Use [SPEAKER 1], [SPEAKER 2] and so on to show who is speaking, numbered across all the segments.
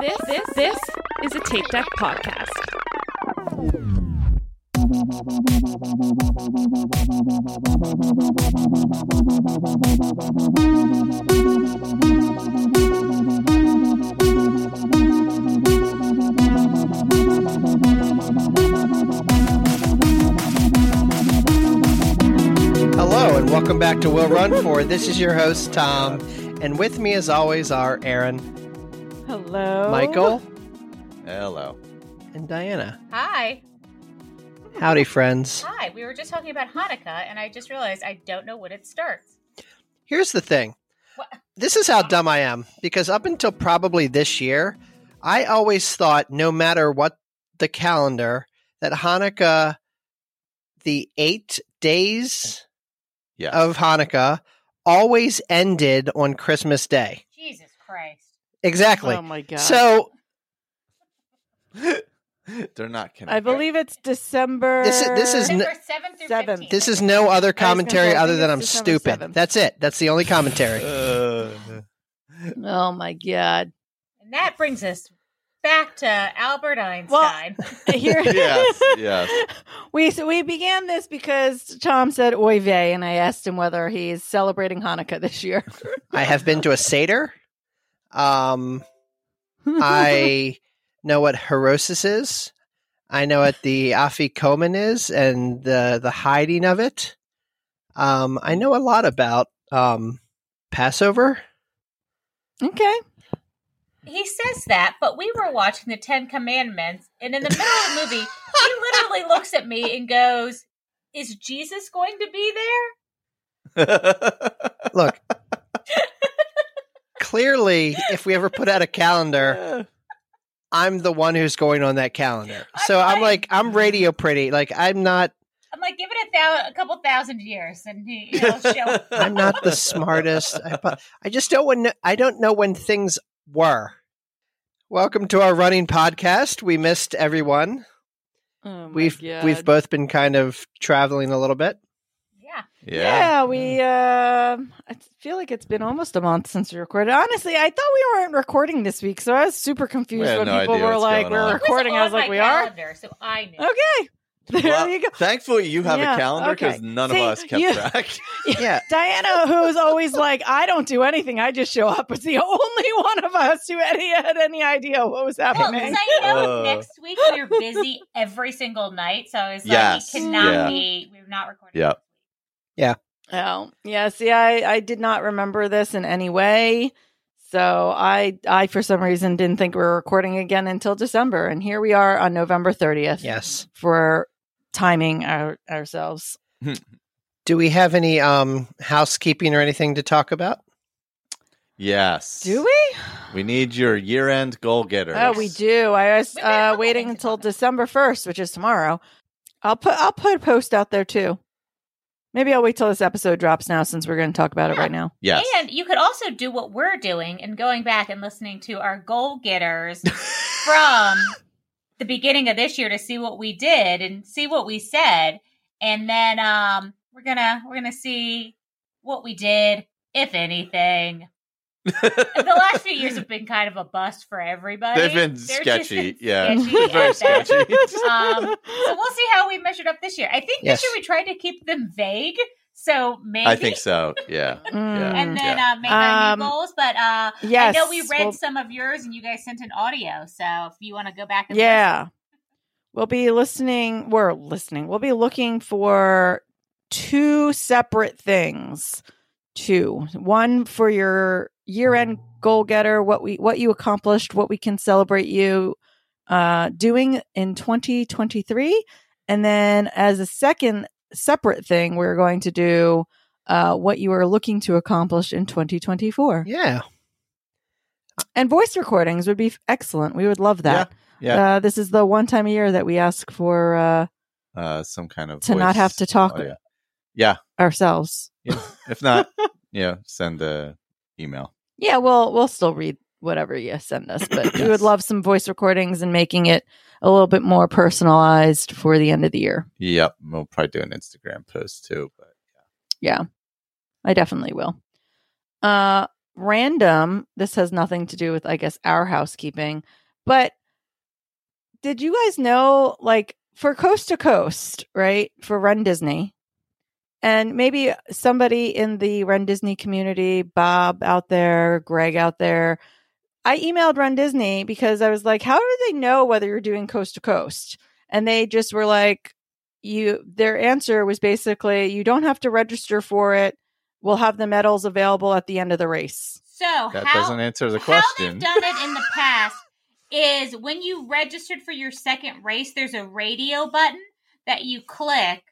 [SPEAKER 1] This this this is a tape deck podcast.
[SPEAKER 2] Hello and welcome back to Will Run For. It. This is your host Tom, and with me, as always, are Aaron,
[SPEAKER 3] Oh.
[SPEAKER 1] Hello,
[SPEAKER 2] Michael,
[SPEAKER 4] Hello.
[SPEAKER 2] and Diana.
[SPEAKER 5] Hi.
[SPEAKER 2] Howdy, friends.
[SPEAKER 5] Hi. We were just talking about Hanukkah, and I just realized I don't know when it starts.
[SPEAKER 2] Here's the thing.
[SPEAKER 5] What?
[SPEAKER 2] This is how dumb I am because up until probably this year, I always thought, no matter what the calendar, that Hanukkah, the eight days
[SPEAKER 4] Yes.
[SPEAKER 2] of Hanukkah, always ended on Christmas Day.
[SPEAKER 5] Jesus Christ.
[SPEAKER 2] Exactly.
[SPEAKER 3] Oh my god.
[SPEAKER 2] so
[SPEAKER 4] They're not connected.
[SPEAKER 3] I believe it's December.
[SPEAKER 2] This is- this is-
[SPEAKER 5] December 7th through
[SPEAKER 3] Seventh.
[SPEAKER 5] 15th.
[SPEAKER 2] This is no other commentary
[SPEAKER 3] say, I
[SPEAKER 2] other
[SPEAKER 3] think
[SPEAKER 2] than
[SPEAKER 3] it's
[SPEAKER 2] I'm
[SPEAKER 3] December
[SPEAKER 2] stupid.
[SPEAKER 3] 7th.
[SPEAKER 2] That's it. That's the only commentary.
[SPEAKER 4] Uh,
[SPEAKER 3] Oh my god.
[SPEAKER 5] And that brings us back to Albert Einstein.
[SPEAKER 3] Well- Here.
[SPEAKER 4] yes. Yes.
[SPEAKER 3] We so we began this because Tom said Oy vey, and I asked him whether he's celebrating Hanukkah this year.
[SPEAKER 2] I have been to a Seder. Um, I know what Herosis is. I know what the Afikoman is and the, the hiding of it. Um, I know a lot about um, Passover.
[SPEAKER 3] okay.
[SPEAKER 5] he says that, but we were watching the Ten Commandments, and in the middle of the movie, he literally looks at me and goes, Is Jesus going to be there?
[SPEAKER 2] Look, clearly, if we ever put out a calendar, I'm the one who's going on that calendar. So I'm like, I'm radio
[SPEAKER 3] "Mm."
[SPEAKER 2] pretty. Like, I'm not
[SPEAKER 5] I'm like, give it a, thou- a couple thousand years, and he, he'll show up.
[SPEAKER 2] I'm not the smartest. I, but I just don't when I don't know when things were. Welcome to our running podcast. We missed everyone.
[SPEAKER 3] Oh my
[SPEAKER 2] we've
[SPEAKER 3] God.
[SPEAKER 2] we've both been kind of traveling a little bit.
[SPEAKER 5] Yeah.
[SPEAKER 4] yeah.
[SPEAKER 3] Yeah, we. Uh, I feel like it's been almost a month since we recorded. Honestly, I thought we weren't recording this week, so I was super confused
[SPEAKER 4] had
[SPEAKER 3] when
[SPEAKER 4] no
[SPEAKER 3] people
[SPEAKER 4] idea
[SPEAKER 3] were
[SPEAKER 4] what's
[SPEAKER 3] like,
[SPEAKER 4] going
[SPEAKER 3] "We're
[SPEAKER 4] on.
[SPEAKER 5] It was
[SPEAKER 3] recording." I was
[SPEAKER 1] Oh
[SPEAKER 5] on
[SPEAKER 3] like,
[SPEAKER 5] my
[SPEAKER 3] "We are."
[SPEAKER 5] calendar, So I knew.
[SPEAKER 3] Okay. There
[SPEAKER 4] Well,
[SPEAKER 3] you go.
[SPEAKER 4] Thankfully, you have
[SPEAKER 3] Yeah,
[SPEAKER 4] a calendar because
[SPEAKER 3] okay.
[SPEAKER 4] none
[SPEAKER 3] See,
[SPEAKER 4] of us kept
[SPEAKER 3] you-
[SPEAKER 4] track.
[SPEAKER 2] Yeah.
[SPEAKER 3] Diana, who's always like, I don't do anything, I just show up, was the only one of us who had, had any idea what was
[SPEAKER 5] Well,
[SPEAKER 3] happening.
[SPEAKER 5] because I know
[SPEAKER 4] Uh.
[SPEAKER 5] next week we're busy every single night, so I was like,
[SPEAKER 4] Yes.
[SPEAKER 5] we cannot
[SPEAKER 4] Yeah.
[SPEAKER 5] be, we're not recording.
[SPEAKER 4] Yep.
[SPEAKER 3] oh, yeah. See, I, I did not remember this in any way. So I, I, for some reason, didn't think we were recording again until December. And here we are on November 30th
[SPEAKER 2] Yes.
[SPEAKER 3] for timing our, ourselves.
[SPEAKER 2] Do we have any um housekeeping or anything to talk about?
[SPEAKER 4] Yes.
[SPEAKER 3] Do we?
[SPEAKER 4] We need your year-end goal getters.
[SPEAKER 3] Oh, we do. I was
[SPEAKER 5] We've got a
[SPEAKER 3] uh,
[SPEAKER 5] couple
[SPEAKER 3] waiting
[SPEAKER 5] things
[SPEAKER 3] until
[SPEAKER 5] about that.
[SPEAKER 3] December first, which is tomorrow. I'll put I'll put a post out there too. Maybe I'll wait till this episode drops now, since we're going to talk about it
[SPEAKER 5] Yeah.
[SPEAKER 3] right now.
[SPEAKER 4] Yes.
[SPEAKER 5] And you could also do what we're doing and going back and listening to our goal getters from the beginning of this year to see what we did and see what we said, and then um, we're gonna we're gonna see what we did, if anything. the last few years have been kind of a bust for everybody.
[SPEAKER 4] They've been
[SPEAKER 5] They're just
[SPEAKER 4] sketchy.
[SPEAKER 5] been
[SPEAKER 4] yeah.
[SPEAKER 5] sketchy
[SPEAKER 4] Very
[SPEAKER 5] at best.
[SPEAKER 4] sketchy.
[SPEAKER 5] Um, so we'll see how we measured up this year. I think
[SPEAKER 2] Yes.
[SPEAKER 5] this year we tried to keep them vague, so maybe.
[SPEAKER 4] I think so. Yeah.
[SPEAKER 3] Mm.
[SPEAKER 5] And then uh, make our
[SPEAKER 3] Um,
[SPEAKER 5] new goals, but uh,
[SPEAKER 3] yes,
[SPEAKER 5] I know we read
[SPEAKER 3] we'll-
[SPEAKER 5] some of yours, and you guys sent an audio. So if you want to go back, and
[SPEAKER 3] yeah, we'll be listening. We're listening. We'll be looking for two separate things. Two, one for your year-end goal getter, what we what you accomplished, what we can celebrate you uh, doing in 2023. And then, as a second separate thing, we're going to do uh, what you are looking to accomplish in 2024.
[SPEAKER 2] Yeah.
[SPEAKER 3] And voice recordings would be f- excellent. We would love that.
[SPEAKER 4] Yeah, yeah.
[SPEAKER 3] Uh, this is the one time a year that we ask for uh,
[SPEAKER 4] Uh, some kind of
[SPEAKER 3] to not have
[SPEAKER 4] voice Oh,
[SPEAKER 3] to talk
[SPEAKER 4] audio.
[SPEAKER 3] ourselves.
[SPEAKER 4] Yeah. If not, yeah, send a email.
[SPEAKER 3] Yeah, we'll we'll still read whatever you send us, but we
[SPEAKER 4] Yes.
[SPEAKER 3] would love some voice recordings and making it a little bit more personalized for the end of the year.
[SPEAKER 4] Yep. We'll probably do an Instagram post too. But
[SPEAKER 3] I definitely will. Uh, random. This has nothing to do with, I guess, our housekeeping. But did you guys know, like, for Coast to Coast, right? For Run Disney, and maybe somebody in the Run Disney community, Bob out there, Greg out there, I emailed Run Disney because I was like, how do they know whether you're doing Coast to Coast? And they just were like, you their answer was basically you don't have to register for it we'll have the medals available at the end of the race
[SPEAKER 5] So
[SPEAKER 4] That
[SPEAKER 5] how
[SPEAKER 4] doesn't answer the
[SPEAKER 5] How they've
[SPEAKER 4] question.
[SPEAKER 5] done it in the past is when you registered for your second race, there's a radio button that you click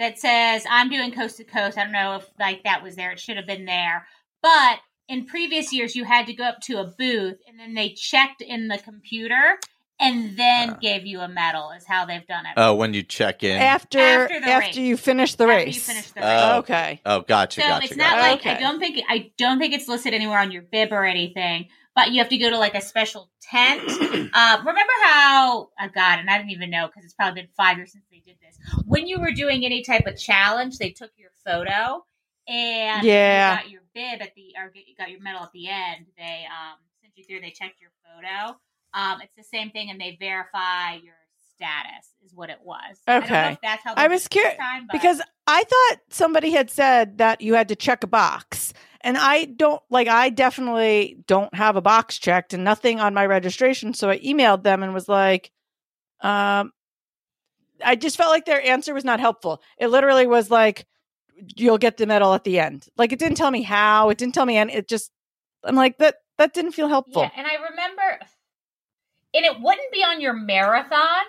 [SPEAKER 5] that says, I'm doing coast to coast. I don't know if like that was there. It should have been there. But in previous years, you had to go up to a booth and then they checked in the computer and then
[SPEAKER 4] Ah.
[SPEAKER 5] gave you a medal is how they've done it.
[SPEAKER 4] Oh, when you check in.
[SPEAKER 3] after
[SPEAKER 5] After
[SPEAKER 3] after,
[SPEAKER 5] the race.
[SPEAKER 3] you finish the
[SPEAKER 5] After
[SPEAKER 3] race
[SPEAKER 5] you finish the
[SPEAKER 4] Oh,
[SPEAKER 5] race.
[SPEAKER 3] okay
[SPEAKER 4] oh, gotcha,
[SPEAKER 5] so
[SPEAKER 4] gotcha.
[SPEAKER 5] it's not
[SPEAKER 4] gotcha.
[SPEAKER 5] like I
[SPEAKER 3] Okay.
[SPEAKER 5] don't think I don't think it's listed anywhere on your bib or anything, but you have to go to like a special tent. uh, remember how? Oh God, and I didn't even know because it's probably been five years since they did this. When you were doing any type of challenge, they took your photo and
[SPEAKER 3] Yeah.
[SPEAKER 5] you got your bib at the or you got your medal at the end. They um, sent you through. They checked your photo. Um, it's the same thing, and they verify your status is what it was. I don't know
[SPEAKER 3] Okay.
[SPEAKER 5] if that's how
[SPEAKER 3] I
[SPEAKER 5] they
[SPEAKER 3] was
[SPEAKER 5] did it
[SPEAKER 3] curi-
[SPEAKER 5] this time, but-
[SPEAKER 3] because i thought somebody had said that you had to check a box and i don't like i definitely don't have a box checked and nothing on my registration so i emailed them and was like um i just felt like their answer was not helpful it literally was like you'll get the medal at the end like it didn't tell me how it didn't tell me and it just i'm like that that didn't feel helpful
[SPEAKER 5] Yeah, and I remember, and it wouldn't be on your marathon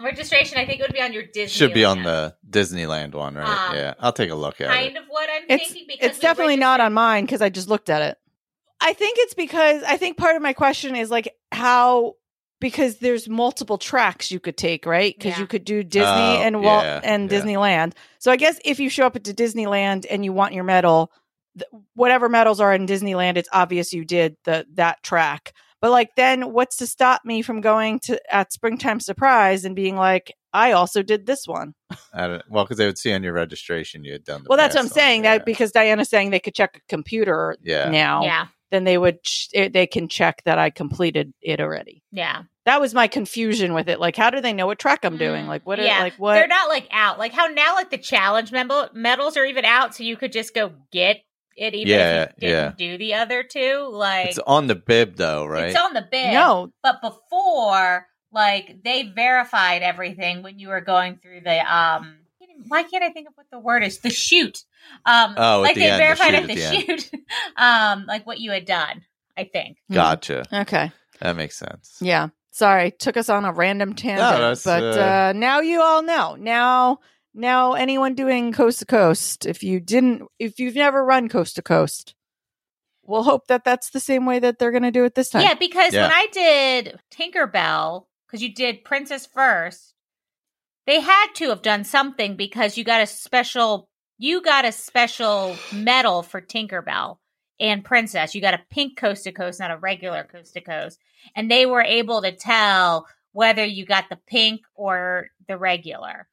[SPEAKER 5] registration. I think it would be on your Disney.
[SPEAKER 4] Should be on
[SPEAKER 5] event.
[SPEAKER 4] the Disneyland one, right?
[SPEAKER 5] Um,
[SPEAKER 4] yeah, I'll take a look at
[SPEAKER 5] kind
[SPEAKER 4] it.
[SPEAKER 5] of what I'm
[SPEAKER 3] It's-
[SPEAKER 5] thinking. Because
[SPEAKER 3] it's
[SPEAKER 5] we
[SPEAKER 3] definitely not
[SPEAKER 5] registered-
[SPEAKER 3] on mine because I just looked at it. I think it's because I think part of my question is like how because there's multiple tracks you could take, right? Because
[SPEAKER 5] Yeah.
[SPEAKER 3] you could do Disney
[SPEAKER 4] Oh,
[SPEAKER 3] and Walt
[SPEAKER 4] yeah,
[SPEAKER 3] and
[SPEAKER 4] yeah.
[SPEAKER 3] Disneyland. So I guess if you show up at Disneyland and you want your medal, th- whatever medals are in Disneyland, it's obvious you did the that track. But like then what's to stop me from going to at springtime surprise and being like I also did this one.
[SPEAKER 4] I don't, well, because they would see on your registration you had done. The
[SPEAKER 3] Well, that's what I'm
[SPEAKER 4] past one,
[SPEAKER 3] saying.
[SPEAKER 4] yeah.
[SPEAKER 3] That because Diana's saying they could check a computer
[SPEAKER 4] Yeah.
[SPEAKER 3] now
[SPEAKER 5] Yeah,
[SPEAKER 3] then they would ch- it, they can check that I completed it already.
[SPEAKER 5] yeah.
[SPEAKER 3] That was my confusion with it. Like, how do they know what track I'm doing?
[SPEAKER 5] Mm,
[SPEAKER 3] Like, what?
[SPEAKER 5] yeah.
[SPEAKER 3] Are, like, what?
[SPEAKER 5] They're not like out, like how now, like the challenge mem- medals are even out, so you could just go get it, even
[SPEAKER 4] Yeah,
[SPEAKER 5] if you didn't do the other two. Like
[SPEAKER 4] it's on the bib though, right?
[SPEAKER 5] it's on the bid.
[SPEAKER 3] no,
[SPEAKER 5] but before like they verified everything when you were going through the um why can't i think of what the word is the shoot um
[SPEAKER 4] Oh, at
[SPEAKER 5] like
[SPEAKER 4] the
[SPEAKER 5] they
[SPEAKER 4] end, the
[SPEAKER 5] verified
[SPEAKER 4] shoot
[SPEAKER 5] at
[SPEAKER 4] at
[SPEAKER 5] the,
[SPEAKER 4] the end.
[SPEAKER 5] shoot um like what you had done i think
[SPEAKER 4] gotcha.
[SPEAKER 3] okay,
[SPEAKER 4] That makes sense.
[SPEAKER 3] yeah. Sorry, took us on a random tangent,
[SPEAKER 4] that's,
[SPEAKER 3] but uh,
[SPEAKER 4] uh,
[SPEAKER 3] now you all know. Now, now, anyone doing coast to coast, if you didn't, if you've never run coast to coast, we'll hope that that's the same way that they're going to do it this time.
[SPEAKER 5] yeah because
[SPEAKER 4] Yeah.
[SPEAKER 5] when i did tinkerbell because you did princess first they had to have done something because you got a special you got a special medal for tinkerbell and princess you got a pink coast to coast not a regular coast to coast and they were able to tell whether you got the pink or the regular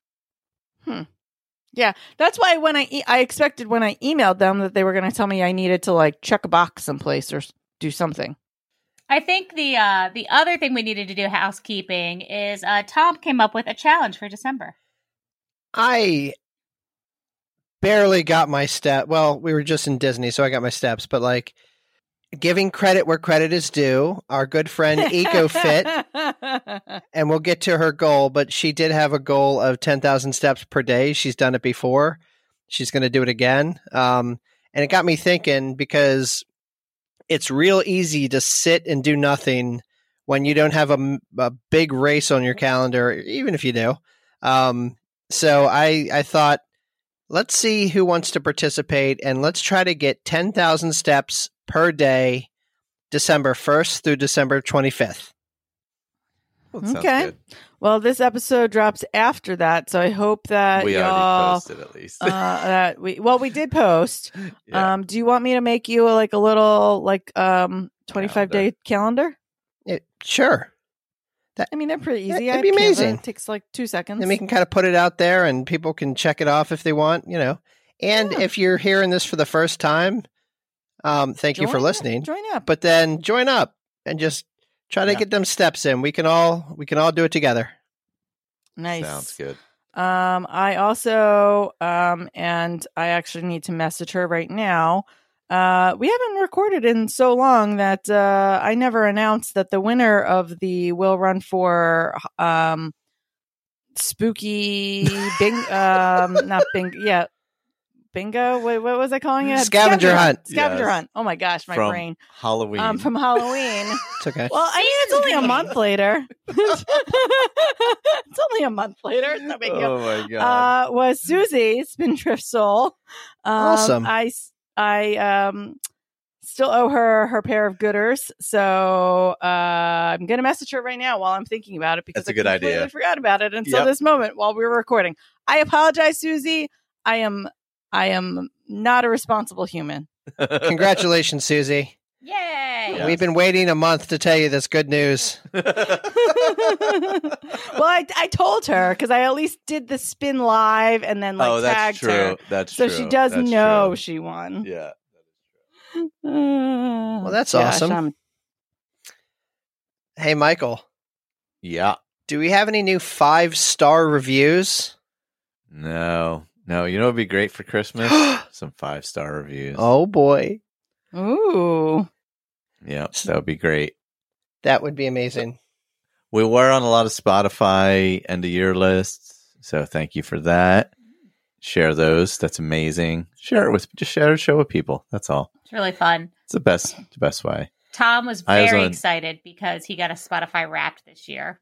[SPEAKER 3] That's why when I e- I expected when I emailed them that they were going to tell me I needed to like check a box someplace or s- do something.
[SPEAKER 5] I think the uh, the other thing we needed to do housekeeping is uh, Tom came up with a challenge for December.
[SPEAKER 2] I barely got my step. Well, we were just in Disney, so I got my steps, but like giving credit where credit is due, our good friend EcoFit, and we'll get to her goal, but she did have a goal of 10,000 steps per day. She's done it before. She's going to do it again. Um, and it got me thinking because it's real easy to sit and do nothing when you don't have a, m- a big race on your calendar, even if you do. Um, so I, I thought, let's see who wants to participate and let's try to get 10,000 steps per day, December 1st through December 25th.
[SPEAKER 4] Well, that sounds
[SPEAKER 3] Okay.
[SPEAKER 4] good.
[SPEAKER 3] well, this episode drops after that, so I hope that
[SPEAKER 4] we already
[SPEAKER 3] Uh, y'all.
[SPEAKER 4] posted at least.
[SPEAKER 3] uh, that we well we did post.
[SPEAKER 4] yeah.
[SPEAKER 3] Um, do you want me to make you like a little like um twenty five day calendar?
[SPEAKER 2] It, sure.
[SPEAKER 3] I mean, they're pretty
[SPEAKER 2] Yeah,
[SPEAKER 3] easy.
[SPEAKER 2] it'd
[SPEAKER 3] I
[SPEAKER 2] be
[SPEAKER 3] Canva,
[SPEAKER 2] amazing.
[SPEAKER 3] It takes like two seconds.
[SPEAKER 2] Then we can kind of put it out there and people can check it off if they want, you know. And
[SPEAKER 3] Yeah.
[SPEAKER 2] if you're hearing this for the first time, Um, thank you for
[SPEAKER 3] Join up,
[SPEAKER 2] listening.
[SPEAKER 3] Join up.
[SPEAKER 2] But then join up and just try to
[SPEAKER 4] Yeah.
[SPEAKER 2] get them steps in. We can all we can all do it together.
[SPEAKER 3] Nice.
[SPEAKER 4] Sounds good.
[SPEAKER 3] Um, I also, um, and I actually need to message her right now. Uh, we haven't recorded in so long that uh, I never announced that the winner of the will run for um, spooky bing, um, not bing, yeah, bingo. What, what was I calling it?
[SPEAKER 2] Scavenger hunt.
[SPEAKER 3] Scavenger
[SPEAKER 4] Yes.
[SPEAKER 3] hunt. Oh my gosh, my
[SPEAKER 4] From
[SPEAKER 3] brain.
[SPEAKER 4] Halloween.
[SPEAKER 3] Um, from Halloween.
[SPEAKER 2] It's okay.
[SPEAKER 3] Well, I mean, it's only a
[SPEAKER 5] Season.
[SPEAKER 3] month later. it's only a month later. It's no big deal
[SPEAKER 4] oh my
[SPEAKER 3] uh,
[SPEAKER 4] god.
[SPEAKER 3] was Susie Spindrift Soul. Um,
[SPEAKER 2] Awesome.
[SPEAKER 3] I s- I um still owe her her pair of gooders, so uh, I'm gonna message her right now while I'm thinking about it because I
[SPEAKER 4] That's a good
[SPEAKER 3] completely
[SPEAKER 4] idea.
[SPEAKER 3] Forgot about it until
[SPEAKER 4] Yep.
[SPEAKER 3] this moment while we were recording. I apologize, Susie. I am I am not a responsible human.
[SPEAKER 2] Congratulations, Susie.
[SPEAKER 5] Yay.
[SPEAKER 4] Yeah.
[SPEAKER 2] We've been waiting a month to tell you this good news.
[SPEAKER 3] Well, I, I told her because I at least did the spin live and then like
[SPEAKER 4] oh, that's
[SPEAKER 3] tagged
[SPEAKER 4] true.
[SPEAKER 3] her,
[SPEAKER 4] That's
[SPEAKER 3] so
[SPEAKER 4] true.
[SPEAKER 3] she does
[SPEAKER 4] That's
[SPEAKER 3] know
[SPEAKER 4] true.
[SPEAKER 3] she won. Uh,
[SPEAKER 4] yeah.
[SPEAKER 3] well,
[SPEAKER 2] that's awesome. Hey, Michael,
[SPEAKER 4] Yeah.
[SPEAKER 2] do we have any new five star reviews?
[SPEAKER 4] No. No. You know it'd be great for Christmas? Some five star reviews.
[SPEAKER 2] oh boy,
[SPEAKER 3] Ooh.
[SPEAKER 4] Yeah. That would be great.
[SPEAKER 2] that would be amazing.
[SPEAKER 4] We were on a lot of Spotify end of year lists, so thank you for that. Share those. That's amazing. Share it with just share the show with people. That's all.
[SPEAKER 5] It's really fun.
[SPEAKER 4] It's the best the best way.
[SPEAKER 5] Tom was
[SPEAKER 4] I was
[SPEAKER 5] very
[SPEAKER 4] on-
[SPEAKER 5] excited because he got a Spotify wrapped this year.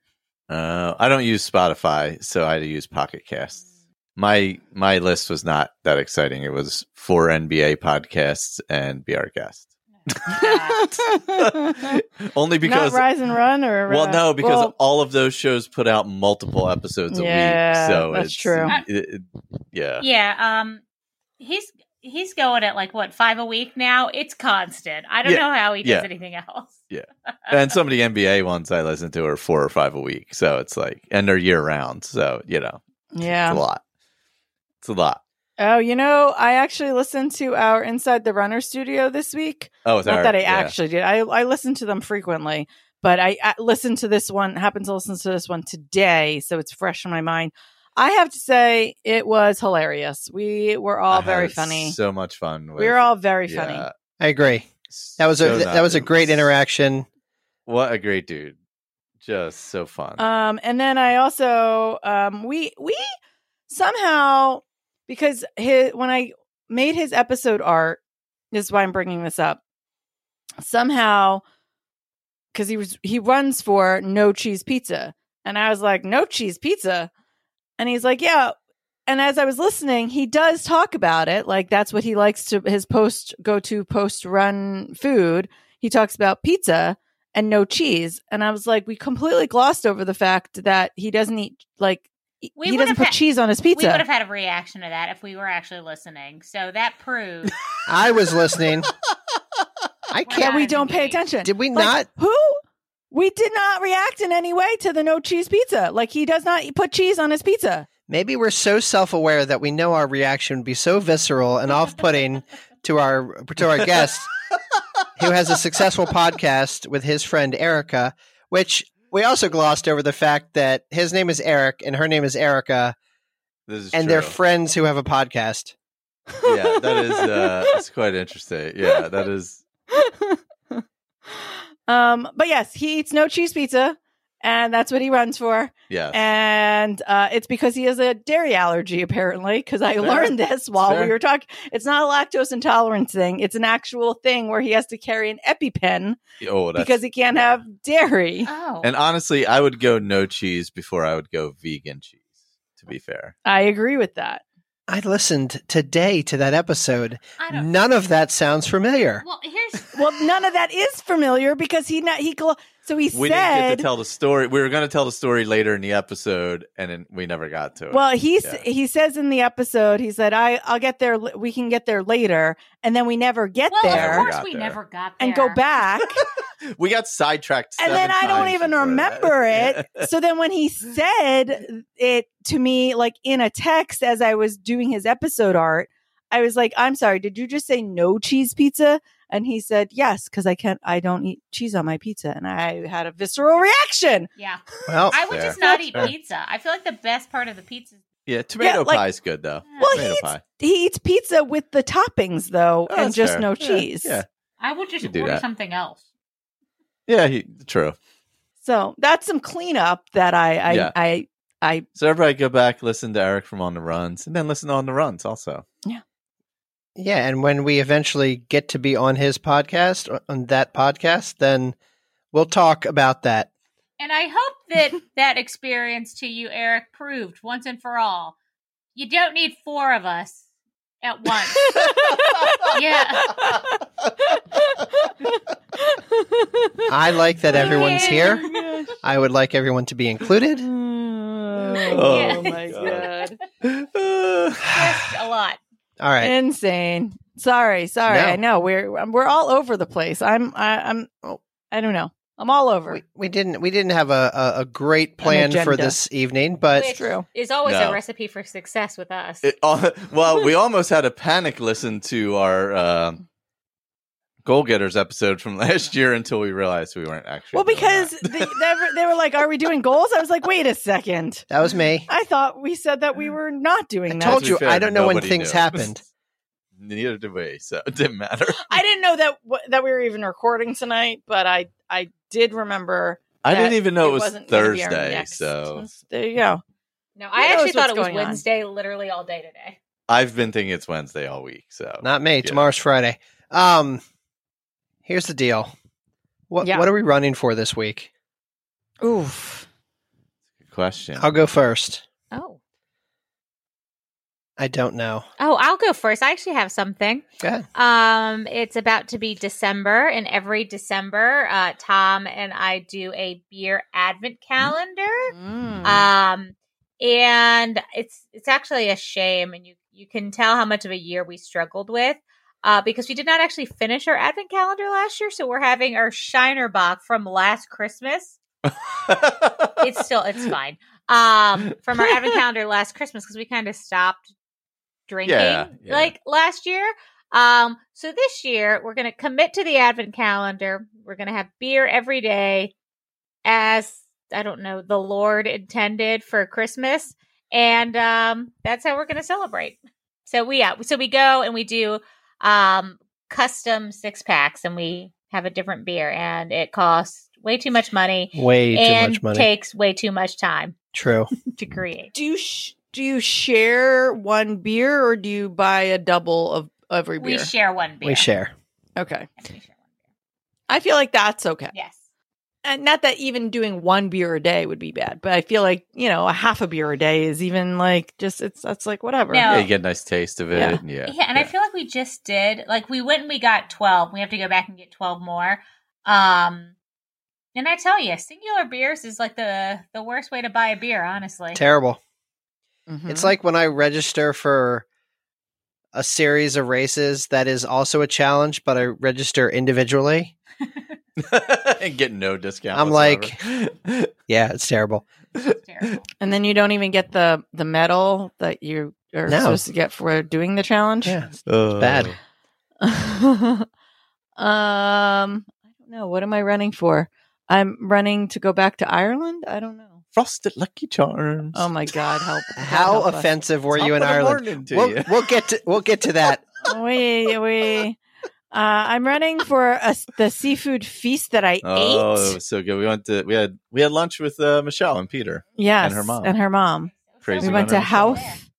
[SPEAKER 4] Uh, I don't use Spotify, so I had to use Pocket Casts. My my list was not that exciting. It was four NBA podcasts and BR guest.
[SPEAKER 5] Uh,
[SPEAKER 4] Only because
[SPEAKER 3] Not Rise and Run or
[SPEAKER 4] well,
[SPEAKER 3] uh,
[SPEAKER 4] no, because
[SPEAKER 3] well,
[SPEAKER 4] all of those shows put out multiple episodes a
[SPEAKER 3] Yeah,
[SPEAKER 4] week. So
[SPEAKER 3] that's
[SPEAKER 4] it's,
[SPEAKER 3] true.
[SPEAKER 4] it- it- yeah,
[SPEAKER 5] yeah. Um, he's he's going at like what five a week now. It's constant. I don't
[SPEAKER 4] Yeah.
[SPEAKER 5] know how he does
[SPEAKER 4] Yeah.
[SPEAKER 5] anything else.
[SPEAKER 4] and some of the NBA ones I listen to are four or five a week. So it's like, and they're year round. So you know, it's a
[SPEAKER 3] yeah.
[SPEAKER 4] lot. It's a lot.
[SPEAKER 3] Oh, you know, I actually listened to our Inside the Runner studio this week.
[SPEAKER 4] Oh, it's
[SPEAKER 3] Not
[SPEAKER 4] our-
[SPEAKER 3] that I
[SPEAKER 4] yeah.
[SPEAKER 3] actually did. I I listen to them frequently, but I, I listened to this one. Happened to listen to this one today, so it's fresh in my mind. I have to say, it was hilarious. We were all
[SPEAKER 4] I
[SPEAKER 3] very
[SPEAKER 4] had
[SPEAKER 3] funny.
[SPEAKER 4] So much fun. With,
[SPEAKER 3] we were all very
[SPEAKER 4] yeah.
[SPEAKER 3] funny.
[SPEAKER 2] I agree. That was a
[SPEAKER 4] So
[SPEAKER 2] that was a
[SPEAKER 4] nice.
[SPEAKER 2] great interaction.
[SPEAKER 4] What a great dude. Just so fun.
[SPEAKER 3] Um, and then I also um, we we somehow because his when I made his episode art, this is why I'm bringing this up. Somehow, because he was he runs for no cheese pizza, and I was like, no cheese pizza, and he's like, yeah. And as I was listening, he does talk about it. Like that's what he likes to his post go to post run food. He talks about pizza and no cheese. And I was like, we completely glossed over the fact that he doesn't eat like he-
[SPEAKER 5] We
[SPEAKER 3] he
[SPEAKER 5] would
[SPEAKER 3] doesn't
[SPEAKER 5] have
[SPEAKER 3] put
[SPEAKER 5] had-
[SPEAKER 3] cheese on his
[SPEAKER 5] We would
[SPEAKER 3] pizza.
[SPEAKER 5] have had a reaction to that if we were actually listening. So that proves
[SPEAKER 2] I was listening. I
[SPEAKER 5] Why
[SPEAKER 3] That
[SPEAKER 2] can't.
[SPEAKER 3] we
[SPEAKER 5] not
[SPEAKER 3] don't pay
[SPEAKER 5] engaged.
[SPEAKER 3] attention.
[SPEAKER 2] Did we
[SPEAKER 3] Like,
[SPEAKER 2] not?
[SPEAKER 3] Who? We did not react in any way to the no cheese pizza. Like he does not put cheese on his pizza.
[SPEAKER 2] Maybe we're so self aware that we know our reaction would be so visceral and off putting to our to our guest who has a successful podcast with his friend Erica, which we also glossed over the fact that his name is Eric and her name is Erica,
[SPEAKER 4] this is
[SPEAKER 2] and
[SPEAKER 4] true.
[SPEAKER 2] they're friends who have a podcast.
[SPEAKER 4] yeah, that is uh it's quite interesting. Yeah, that is
[SPEAKER 3] um, but yes, he eats no cheese pizza, and that's what he runs for.
[SPEAKER 4] yeah.
[SPEAKER 3] And uh, it's because he has a dairy allergy, apparently. Because I
[SPEAKER 4] Fair.
[SPEAKER 3] learned this while
[SPEAKER 4] Fair.
[SPEAKER 3] we were talking. It's not a lactose intolerance thing. It's an actual thing where he has to carry an EpiPen
[SPEAKER 4] oh, that's
[SPEAKER 3] because he can't have dairy.
[SPEAKER 5] Oh,
[SPEAKER 4] And honestly, I would go no cheese before I would go vegan cheese, to be fair.
[SPEAKER 3] I agree with that.
[SPEAKER 2] I listened today to that episode.
[SPEAKER 5] I don't.
[SPEAKER 2] None of that sounds familiar.
[SPEAKER 5] Well, here's
[SPEAKER 3] Well, none of that is familiar because he not he gl- so he
[SPEAKER 4] We didn't get
[SPEAKER 3] said.
[SPEAKER 4] to tell the story. We were going to tell the story later in the episode, and then we never got to it.
[SPEAKER 3] Well, he s
[SPEAKER 4] Yeah.
[SPEAKER 3] he says in the episode he said I I'll get there l- we can get there later and then we never get
[SPEAKER 5] well,
[SPEAKER 3] there
[SPEAKER 5] of
[SPEAKER 4] Never
[SPEAKER 5] course
[SPEAKER 4] got
[SPEAKER 5] we
[SPEAKER 4] there.
[SPEAKER 5] never got there.
[SPEAKER 3] and go back
[SPEAKER 4] we got sidetracked,
[SPEAKER 3] and then
[SPEAKER 4] seven
[SPEAKER 3] I don't
[SPEAKER 4] times
[SPEAKER 3] even
[SPEAKER 4] before
[SPEAKER 3] remember
[SPEAKER 4] that.
[SPEAKER 3] it. So then when he said it to me like in a text as I was doing his episode art, I was like, I'm sorry, did you just say no cheese pizza? And he said, yes, because I can't, I don't eat cheese on my pizza. And I had a visceral reaction.
[SPEAKER 5] Yeah.
[SPEAKER 2] Well,
[SPEAKER 5] I would
[SPEAKER 4] fair.
[SPEAKER 5] just not eat
[SPEAKER 4] Fair.
[SPEAKER 5] pizza. I feel like the best part of the pizza.
[SPEAKER 4] Yeah, tomato
[SPEAKER 3] like-
[SPEAKER 4] pie's good though.
[SPEAKER 3] Well,
[SPEAKER 4] tomato
[SPEAKER 3] he's-
[SPEAKER 4] pie.
[SPEAKER 3] He eats pizza with the toppings, though,
[SPEAKER 4] Oh,
[SPEAKER 3] and
[SPEAKER 4] that's
[SPEAKER 3] just
[SPEAKER 4] fair.
[SPEAKER 3] no
[SPEAKER 4] Yeah,
[SPEAKER 3] cheese.
[SPEAKER 4] Yeah,
[SPEAKER 5] I would just
[SPEAKER 4] Could do
[SPEAKER 5] order
[SPEAKER 4] that.
[SPEAKER 5] something else.
[SPEAKER 4] yeah, he, true.
[SPEAKER 3] So that's some cleanup that I, I,
[SPEAKER 4] Yeah.
[SPEAKER 3] I, I,
[SPEAKER 4] So everybody go back, listen to Eric from On the Runs, and then listen to On the Runs also.
[SPEAKER 2] yeah, and when we eventually get to be on his podcast, o- on that podcast, then we'll talk about that.
[SPEAKER 5] And I hope that that experience to you, Eric, proved once and for all you don't need four of us at once. yeah.
[SPEAKER 2] I like that everyone's here.
[SPEAKER 3] Oh,
[SPEAKER 2] I would like everyone to be included.
[SPEAKER 3] oh my
[SPEAKER 4] God.
[SPEAKER 3] god.
[SPEAKER 5] Just a lot.
[SPEAKER 2] All right.
[SPEAKER 3] Insane. Sorry, sorry.
[SPEAKER 2] No.
[SPEAKER 3] I know we're um, we're all over the place. I'm I, I'm oh, I don't know. I'm all over.
[SPEAKER 2] We, we didn't we didn't have a, a, a great plan for
[SPEAKER 3] agenda.
[SPEAKER 2] this evening, but
[SPEAKER 5] Wait.
[SPEAKER 3] True.
[SPEAKER 5] It's always
[SPEAKER 4] No.
[SPEAKER 5] a recipe for success with us.
[SPEAKER 4] It, al- well, we almost had a panic listen to our um goal getters episode from last year until we realized we weren't actually.
[SPEAKER 3] Well,
[SPEAKER 4] doing
[SPEAKER 3] because
[SPEAKER 4] that.
[SPEAKER 3] they, they, were, they were like, "Are we doing goals?" I was like, "Wait a second.
[SPEAKER 2] that was me.
[SPEAKER 3] I thought we said that we were not
[SPEAKER 2] I
[SPEAKER 3] doing that."
[SPEAKER 2] told
[SPEAKER 4] To be
[SPEAKER 2] you, I don't know when
[SPEAKER 4] nobody
[SPEAKER 2] things happened.
[SPEAKER 4] Neither did we, so it didn't matter.
[SPEAKER 3] I didn't know that wh- that we were even recording tonight, but I I did remember.
[SPEAKER 4] I
[SPEAKER 3] that
[SPEAKER 4] didn't even know it was
[SPEAKER 3] wasn't gonna be our
[SPEAKER 4] Thursday,
[SPEAKER 3] next.
[SPEAKER 4] so
[SPEAKER 3] there you go.
[SPEAKER 5] no,
[SPEAKER 3] Who
[SPEAKER 5] I
[SPEAKER 3] knows
[SPEAKER 5] actually thought
[SPEAKER 3] what's
[SPEAKER 5] it was
[SPEAKER 3] going on?
[SPEAKER 5] Wednesday literally all day today.
[SPEAKER 4] I've been thinking it's Wednesday all week. So
[SPEAKER 2] Not me. Tomorrow's Friday. Um, here's the deal. What
[SPEAKER 3] Yeah.
[SPEAKER 2] what are we running for this week?
[SPEAKER 3] Oof.
[SPEAKER 4] Good question.
[SPEAKER 2] I'll go first.
[SPEAKER 5] Oh.
[SPEAKER 2] I don't know.
[SPEAKER 5] Oh, I'll go first. I actually have something.
[SPEAKER 2] Go ahead.
[SPEAKER 5] Um, it's about to be December, and every December, uh, Tom and I do a beer advent
[SPEAKER 4] Mm-hmm.
[SPEAKER 5] calendar.
[SPEAKER 3] Mm. Mm-hmm. Uh,
[SPEAKER 5] Um, and it's it's actually a shame, and you you can tell how much of a year we struggled with, uh, because we did not actually finish our advent calendar last year, so we're having our Shiner box from last Christmas it's still it's fine. Um, from our advent calendar last Christmas because we kind of stopped drinking
[SPEAKER 4] Yeah, yeah.
[SPEAKER 5] like last year. Um, so this year we're gonna commit to the advent calendar. We're gonna have beer every day, as I don't know the Lord intended for Christmas, and um, that's how we're gonna celebrate. So we yeah, so we go and we do um custom six packs and we have a different beer and it costs way too much money
[SPEAKER 2] Way too
[SPEAKER 5] and
[SPEAKER 2] much money.
[SPEAKER 5] takes way too much time
[SPEAKER 2] True.
[SPEAKER 5] to create.
[SPEAKER 3] do you sh- do you share one beer or do you buy a double of every
[SPEAKER 5] We
[SPEAKER 3] beer?
[SPEAKER 5] share one beer.
[SPEAKER 2] We share.
[SPEAKER 3] okay,
[SPEAKER 5] Yes, we share one
[SPEAKER 3] I feel like that's okay,
[SPEAKER 5] beer. Yes.
[SPEAKER 3] and not that even doing one beer a day would be bad, but I feel like you know a half a beer a day is even like just it's that's like whatever.
[SPEAKER 5] No.
[SPEAKER 4] yeah, you get a nice taste of it.
[SPEAKER 3] Yeah.
[SPEAKER 4] Yeah, yeah,
[SPEAKER 5] Oh. Yeah, and I feel like we just did. Like we went and we got twelve. We have to go back and get twelve more. Um, and I tell you, singular beers is like the the worst way to buy a beer. Honestly,
[SPEAKER 2] Terrible.
[SPEAKER 3] Mhm.
[SPEAKER 2] It's like when I register for a series of races that is also a challenge, but I register individually.
[SPEAKER 4] and get no discount.
[SPEAKER 2] I'm
[SPEAKER 4] whatsoever.
[SPEAKER 2] Yeah, it's terrible.
[SPEAKER 5] It's terrible.
[SPEAKER 3] and then you don't even get the the medal that you are
[SPEAKER 2] No.
[SPEAKER 3] supposed to get for doing the challenge.
[SPEAKER 2] Yeah.
[SPEAKER 4] Ugh.
[SPEAKER 2] bad.
[SPEAKER 3] um, I don't know. What am I running for? I'm running to go back to Ireland. I don't know.
[SPEAKER 4] Frosted Lucky Charms.
[SPEAKER 3] Oh my God! Help! God
[SPEAKER 2] How
[SPEAKER 3] help us.
[SPEAKER 2] offensive were
[SPEAKER 4] Top
[SPEAKER 2] you in
[SPEAKER 4] of the
[SPEAKER 2] Ireland?
[SPEAKER 4] morning to
[SPEAKER 2] We'll,
[SPEAKER 4] you.
[SPEAKER 2] we'll get to we'll get to that.
[SPEAKER 3] Oh, we we. Uh, I'm running for a, the seafood feast that I
[SPEAKER 4] Oh, it
[SPEAKER 3] ate.
[SPEAKER 4] was so good. We went to we had we had lunch with uh, Michelle and Peter.
[SPEAKER 3] Yes,
[SPEAKER 4] and her mom.
[SPEAKER 3] And her
[SPEAKER 2] Um,
[SPEAKER 3] mom.
[SPEAKER 4] Crazy
[SPEAKER 3] we went to
[SPEAKER 4] runner Michelle.
[SPEAKER 3] house.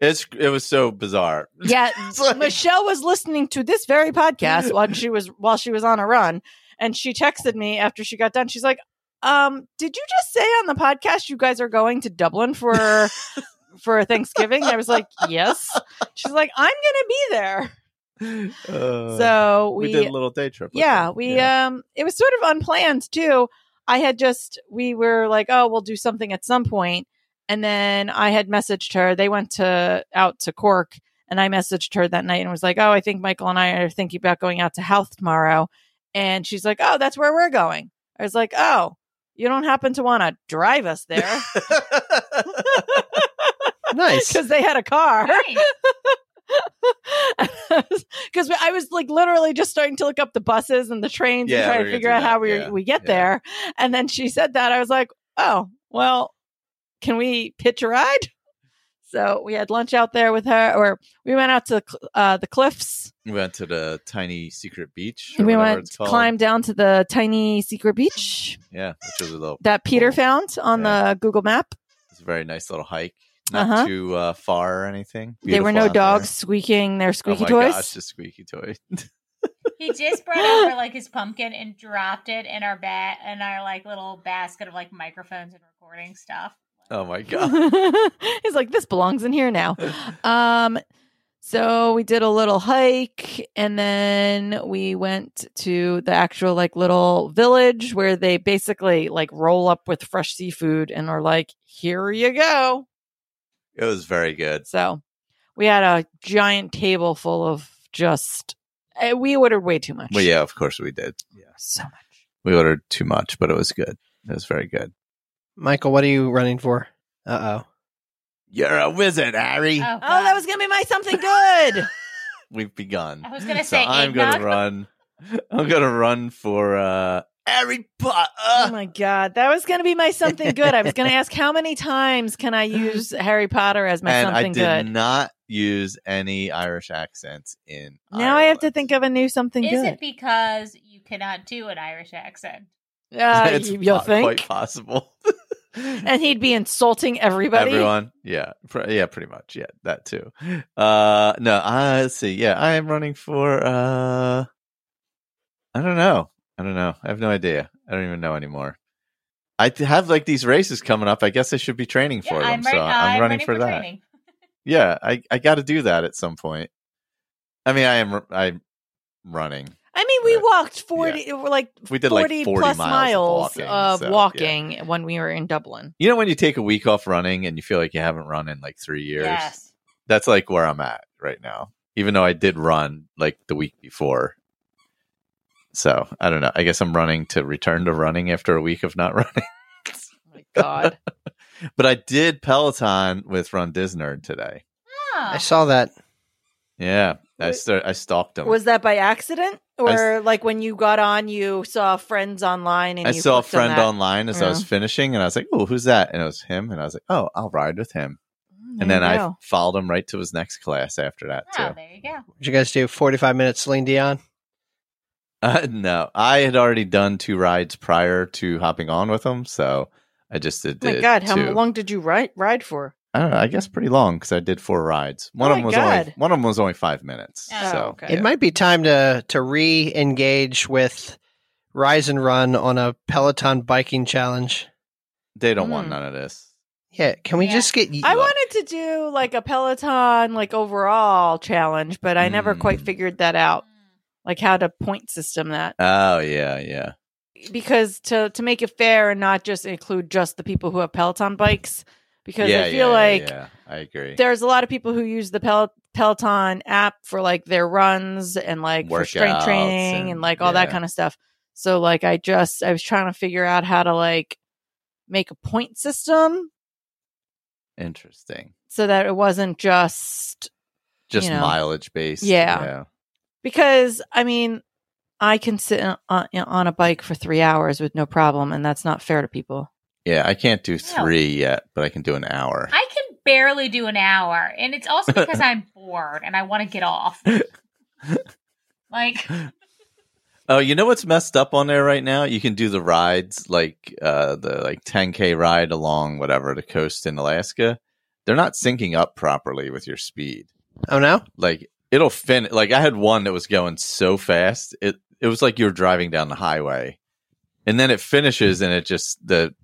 [SPEAKER 4] It's it was so bizarre.
[SPEAKER 3] Yeah,
[SPEAKER 4] It's like-
[SPEAKER 3] Michelle was listening to this very podcast while she was while she was on a run, and she texted me after she got done. She's like, "Um, did you just say on the podcast you guys are going to Dublin for for Thanksgiving?" I was like, "Yes." She's like, "I'm gonna be there."
[SPEAKER 4] Uh,
[SPEAKER 3] So we,
[SPEAKER 4] we, did a little day trip. with
[SPEAKER 3] yeah,
[SPEAKER 4] them.
[SPEAKER 3] we um, it was sort of unplanned too. I had just we were like, "Oh, we'll do something at some point," and then I had messaged her. They went to out to Cork, and I messaged her that night and was like, "Oh, I think Michael and I are thinking about going out to Health tomorrow," and she's like, "Oh, that's where we're going." I was like, "Oh, you don't happen to want to drive us there?"
[SPEAKER 2] Nice.
[SPEAKER 3] uh, Because they had a car.
[SPEAKER 5] Nice.
[SPEAKER 3] because I was like literally just starting to look up the buses and the trains
[SPEAKER 4] Yeah,
[SPEAKER 3] and trying
[SPEAKER 4] we're
[SPEAKER 3] to
[SPEAKER 4] gonna
[SPEAKER 3] figure
[SPEAKER 4] do
[SPEAKER 3] out
[SPEAKER 4] that.
[SPEAKER 3] how we
[SPEAKER 4] Yeah.
[SPEAKER 3] we get
[SPEAKER 4] Yeah.
[SPEAKER 3] there. And then she said that I was like, oh well, can we pitch a ride? So we had lunch out there with her, or we went out to the cl- uh, the cliffs.
[SPEAKER 4] We went to the tiny secret beach. or
[SPEAKER 3] We
[SPEAKER 4] whatever
[SPEAKER 3] went
[SPEAKER 4] it's called.
[SPEAKER 3] climbed down to the tiny secret beach
[SPEAKER 4] Yeah, which was a little.
[SPEAKER 3] that Peter
[SPEAKER 4] Cool.
[SPEAKER 3] found on the Google map.
[SPEAKER 4] It's a very nice little hike. Not
[SPEAKER 3] Uh-huh.
[SPEAKER 4] too uh, far or anything.
[SPEAKER 3] there were
[SPEAKER 4] Beautiful
[SPEAKER 3] no
[SPEAKER 4] out there.
[SPEAKER 3] dogs squeaking their squeaky
[SPEAKER 4] oh my
[SPEAKER 3] toys.
[SPEAKER 4] gosh, the squeaky toy.
[SPEAKER 5] He just brought over like his pumpkin and dropped it in our bat in our like little basket of like microphones and recording stuff.
[SPEAKER 4] Oh my god.
[SPEAKER 3] He's like, this belongs in here now. Um, so we did a little hike, and then we went to the actual like little village where they basically like roll up with fresh seafood and are like, here you go.
[SPEAKER 4] It was very good.
[SPEAKER 3] So we had a giant table full of just. eh, We ordered way too much.
[SPEAKER 4] Well, yeah, of course we did. Yeah.
[SPEAKER 3] so much.
[SPEAKER 4] We ordered too much, but it was good. It was very good.
[SPEAKER 2] Michael, what are you running for? Uh oh.
[SPEAKER 4] You're a wizard, Harry.
[SPEAKER 3] Oh, that
[SPEAKER 5] God.
[SPEAKER 3] was gonna be my something good.
[SPEAKER 4] We've begun.
[SPEAKER 5] I was gonna
[SPEAKER 4] so
[SPEAKER 5] say
[SPEAKER 4] I'm gonna
[SPEAKER 5] eggnog.
[SPEAKER 4] run. I'm gonna run for uh, Harry Potter.
[SPEAKER 3] Oh my god, that was going to be my something good. I was going to ask how many times can I use Harry Potter as my
[SPEAKER 4] and I
[SPEAKER 3] something
[SPEAKER 4] did
[SPEAKER 3] good?
[SPEAKER 4] not use any Irish accents in.
[SPEAKER 3] Now I have to
[SPEAKER 4] Ireland.
[SPEAKER 3] think of a new something
[SPEAKER 5] Is
[SPEAKER 3] good.
[SPEAKER 5] it because you cannot do an Irish accent?
[SPEAKER 3] Uh,
[SPEAKER 4] it's
[SPEAKER 3] you- you'll
[SPEAKER 4] po-
[SPEAKER 3] think.
[SPEAKER 4] quite possible.
[SPEAKER 3] and he'd be insulting everybody.
[SPEAKER 4] Everyone, yeah, pr- yeah, pretty much, yeah, that too. Uh, no, I let's see, yeah, I am running for. uh I don't know, I don't know, I have no idea. I don't even know anymore. I t- have like these races coming up. I guess I should be training for them, so
[SPEAKER 5] right-
[SPEAKER 4] I'm, running, for, that.
[SPEAKER 5] training.
[SPEAKER 4] Yeah, I I got to do that at some point. I mean, I am r- I'm running.
[SPEAKER 3] I mean, we
[SPEAKER 4] Right.
[SPEAKER 3] walked 40 we're like
[SPEAKER 4] We did
[SPEAKER 3] 40,
[SPEAKER 4] like 40
[SPEAKER 3] plus miles,
[SPEAKER 4] miles, of walking.
[SPEAKER 3] of
[SPEAKER 4] so, yeah.
[SPEAKER 3] walking when we were in Dublin.
[SPEAKER 4] You know when you take a week off running and you feel like you haven't run in like three years?
[SPEAKER 5] Yes.
[SPEAKER 4] That's like where I'm at right now. Even though I did run like the week before. So I don't know. I guess I'm running to return to running after a week of not running.
[SPEAKER 3] Oh my god.
[SPEAKER 4] But I did Peloton with Run Disnerd today.
[SPEAKER 5] Oh.
[SPEAKER 2] I saw that.
[SPEAKER 4] Yeah. I
[SPEAKER 3] Wait.
[SPEAKER 4] st- I stalked him.
[SPEAKER 3] was that by accident
[SPEAKER 4] I s-
[SPEAKER 3] or like when you got on you saw friends online and
[SPEAKER 4] I
[SPEAKER 3] you
[SPEAKER 4] saw a
[SPEAKER 3] clicked on
[SPEAKER 4] friend
[SPEAKER 3] that?
[SPEAKER 4] online as I was
[SPEAKER 3] Yeah.
[SPEAKER 4] finishing and I was like, Oh, who's that? And it was him and I was like, Oh, I'll ride with him.
[SPEAKER 3] Mm,
[SPEAKER 4] And
[SPEAKER 3] there
[SPEAKER 4] then
[SPEAKER 3] you
[SPEAKER 4] I
[SPEAKER 3] go.
[SPEAKER 4] followed him right to his next class after that too.
[SPEAKER 5] Oh, there you go.
[SPEAKER 2] Did you guys do 45 minutes Celine Dion?
[SPEAKER 3] Ah,
[SPEAKER 4] Uh, no, I had already done two rides prior to hopping on with them, so I just did.
[SPEAKER 3] Oh my
[SPEAKER 4] did
[SPEAKER 3] god, how
[SPEAKER 4] two.
[SPEAKER 3] long did you ride ride for?
[SPEAKER 4] I don't know. I guess pretty long because I did four rides. One
[SPEAKER 3] Oh
[SPEAKER 4] of them
[SPEAKER 3] my
[SPEAKER 4] was only
[SPEAKER 3] God.
[SPEAKER 4] one of them was only five minutes.
[SPEAKER 5] Oh,
[SPEAKER 4] so
[SPEAKER 3] okay.
[SPEAKER 2] It might be time to to re-engage with Rise and Run on a Peloton biking challenge.
[SPEAKER 4] they don't want
[SPEAKER 3] Hmm.
[SPEAKER 4] none of this.
[SPEAKER 2] Yeah, can we
[SPEAKER 5] Yeah.
[SPEAKER 2] just get?
[SPEAKER 3] I wanted to do like a Peloton like overall challenge, but I never
[SPEAKER 4] Mm.
[SPEAKER 3] quite figured that out,
[SPEAKER 5] Hmm.
[SPEAKER 3] like how to point system that
[SPEAKER 4] Oh yeah, yeah.
[SPEAKER 3] because to to make it fair and not just include just the people who have Peloton bikes because
[SPEAKER 4] yeah,
[SPEAKER 3] I
[SPEAKER 4] yeah,
[SPEAKER 3] feel
[SPEAKER 4] yeah,
[SPEAKER 3] like
[SPEAKER 4] yeah. I agree.
[SPEAKER 3] there's a lot of people who use the Pel- Peloton app for like their runs and like for
[SPEAKER 4] Workouts
[SPEAKER 3] strength training and,
[SPEAKER 4] and-
[SPEAKER 3] like all that
[SPEAKER 4] yeah.
[SPEAKER 3] kind of stuff. So like I just I was trying to figure out how to like make a point system
[SPEAKER 4] Interesting.
[SPEAKER 3] so that it wasn't just
[SPEAKER 4] Just
[SPEAKER 3] You know.
[SPEAKER 4] mileage based.
[SPEAKER 3] Yeah. because I mean, I can sit in- on, you know, on a bike for three hours with no problem, and that's not fair to people.
[SPEAKER 4] Yeah, I can't do
[SPEAKER 5] Yeah.
[SPEAKER 4] three yet, but I can do an hour.
[SPEAKER 5] I can barely do an hour, and it's also because I'm bored and I want to get off. like,
[SPEAKER 4] Oh, you know what's messed up on there right now? You can do the rides like uh the like 10k ride along whatever the coast in Alaska. They're not syncing up properly with your speed.
[SPEAKER 2] Oh no!
[SPEAKER 4] Like it'll fin like I had one that was going so fast. It it was like you were driving down the highway. And then it finishes and it just the